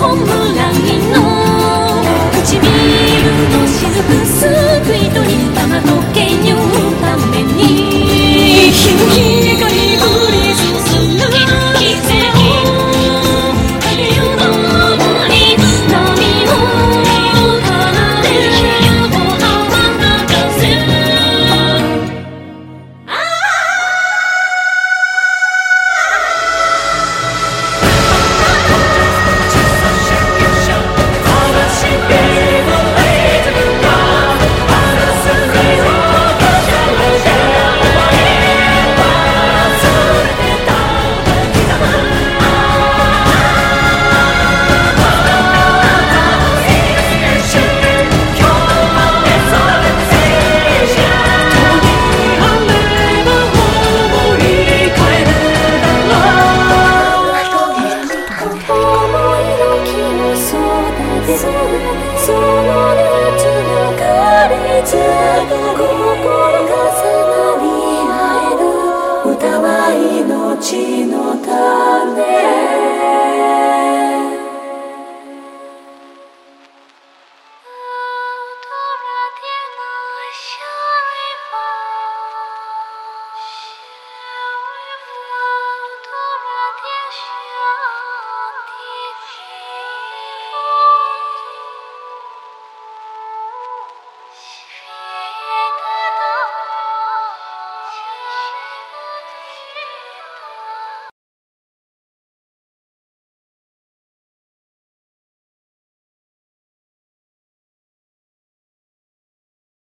Speaker 8: ホームランの唇の雫すくいとに卵けにゅうために日の光降り注ぐ奇跡その熱が枯れつく心が重なり合える歌は命の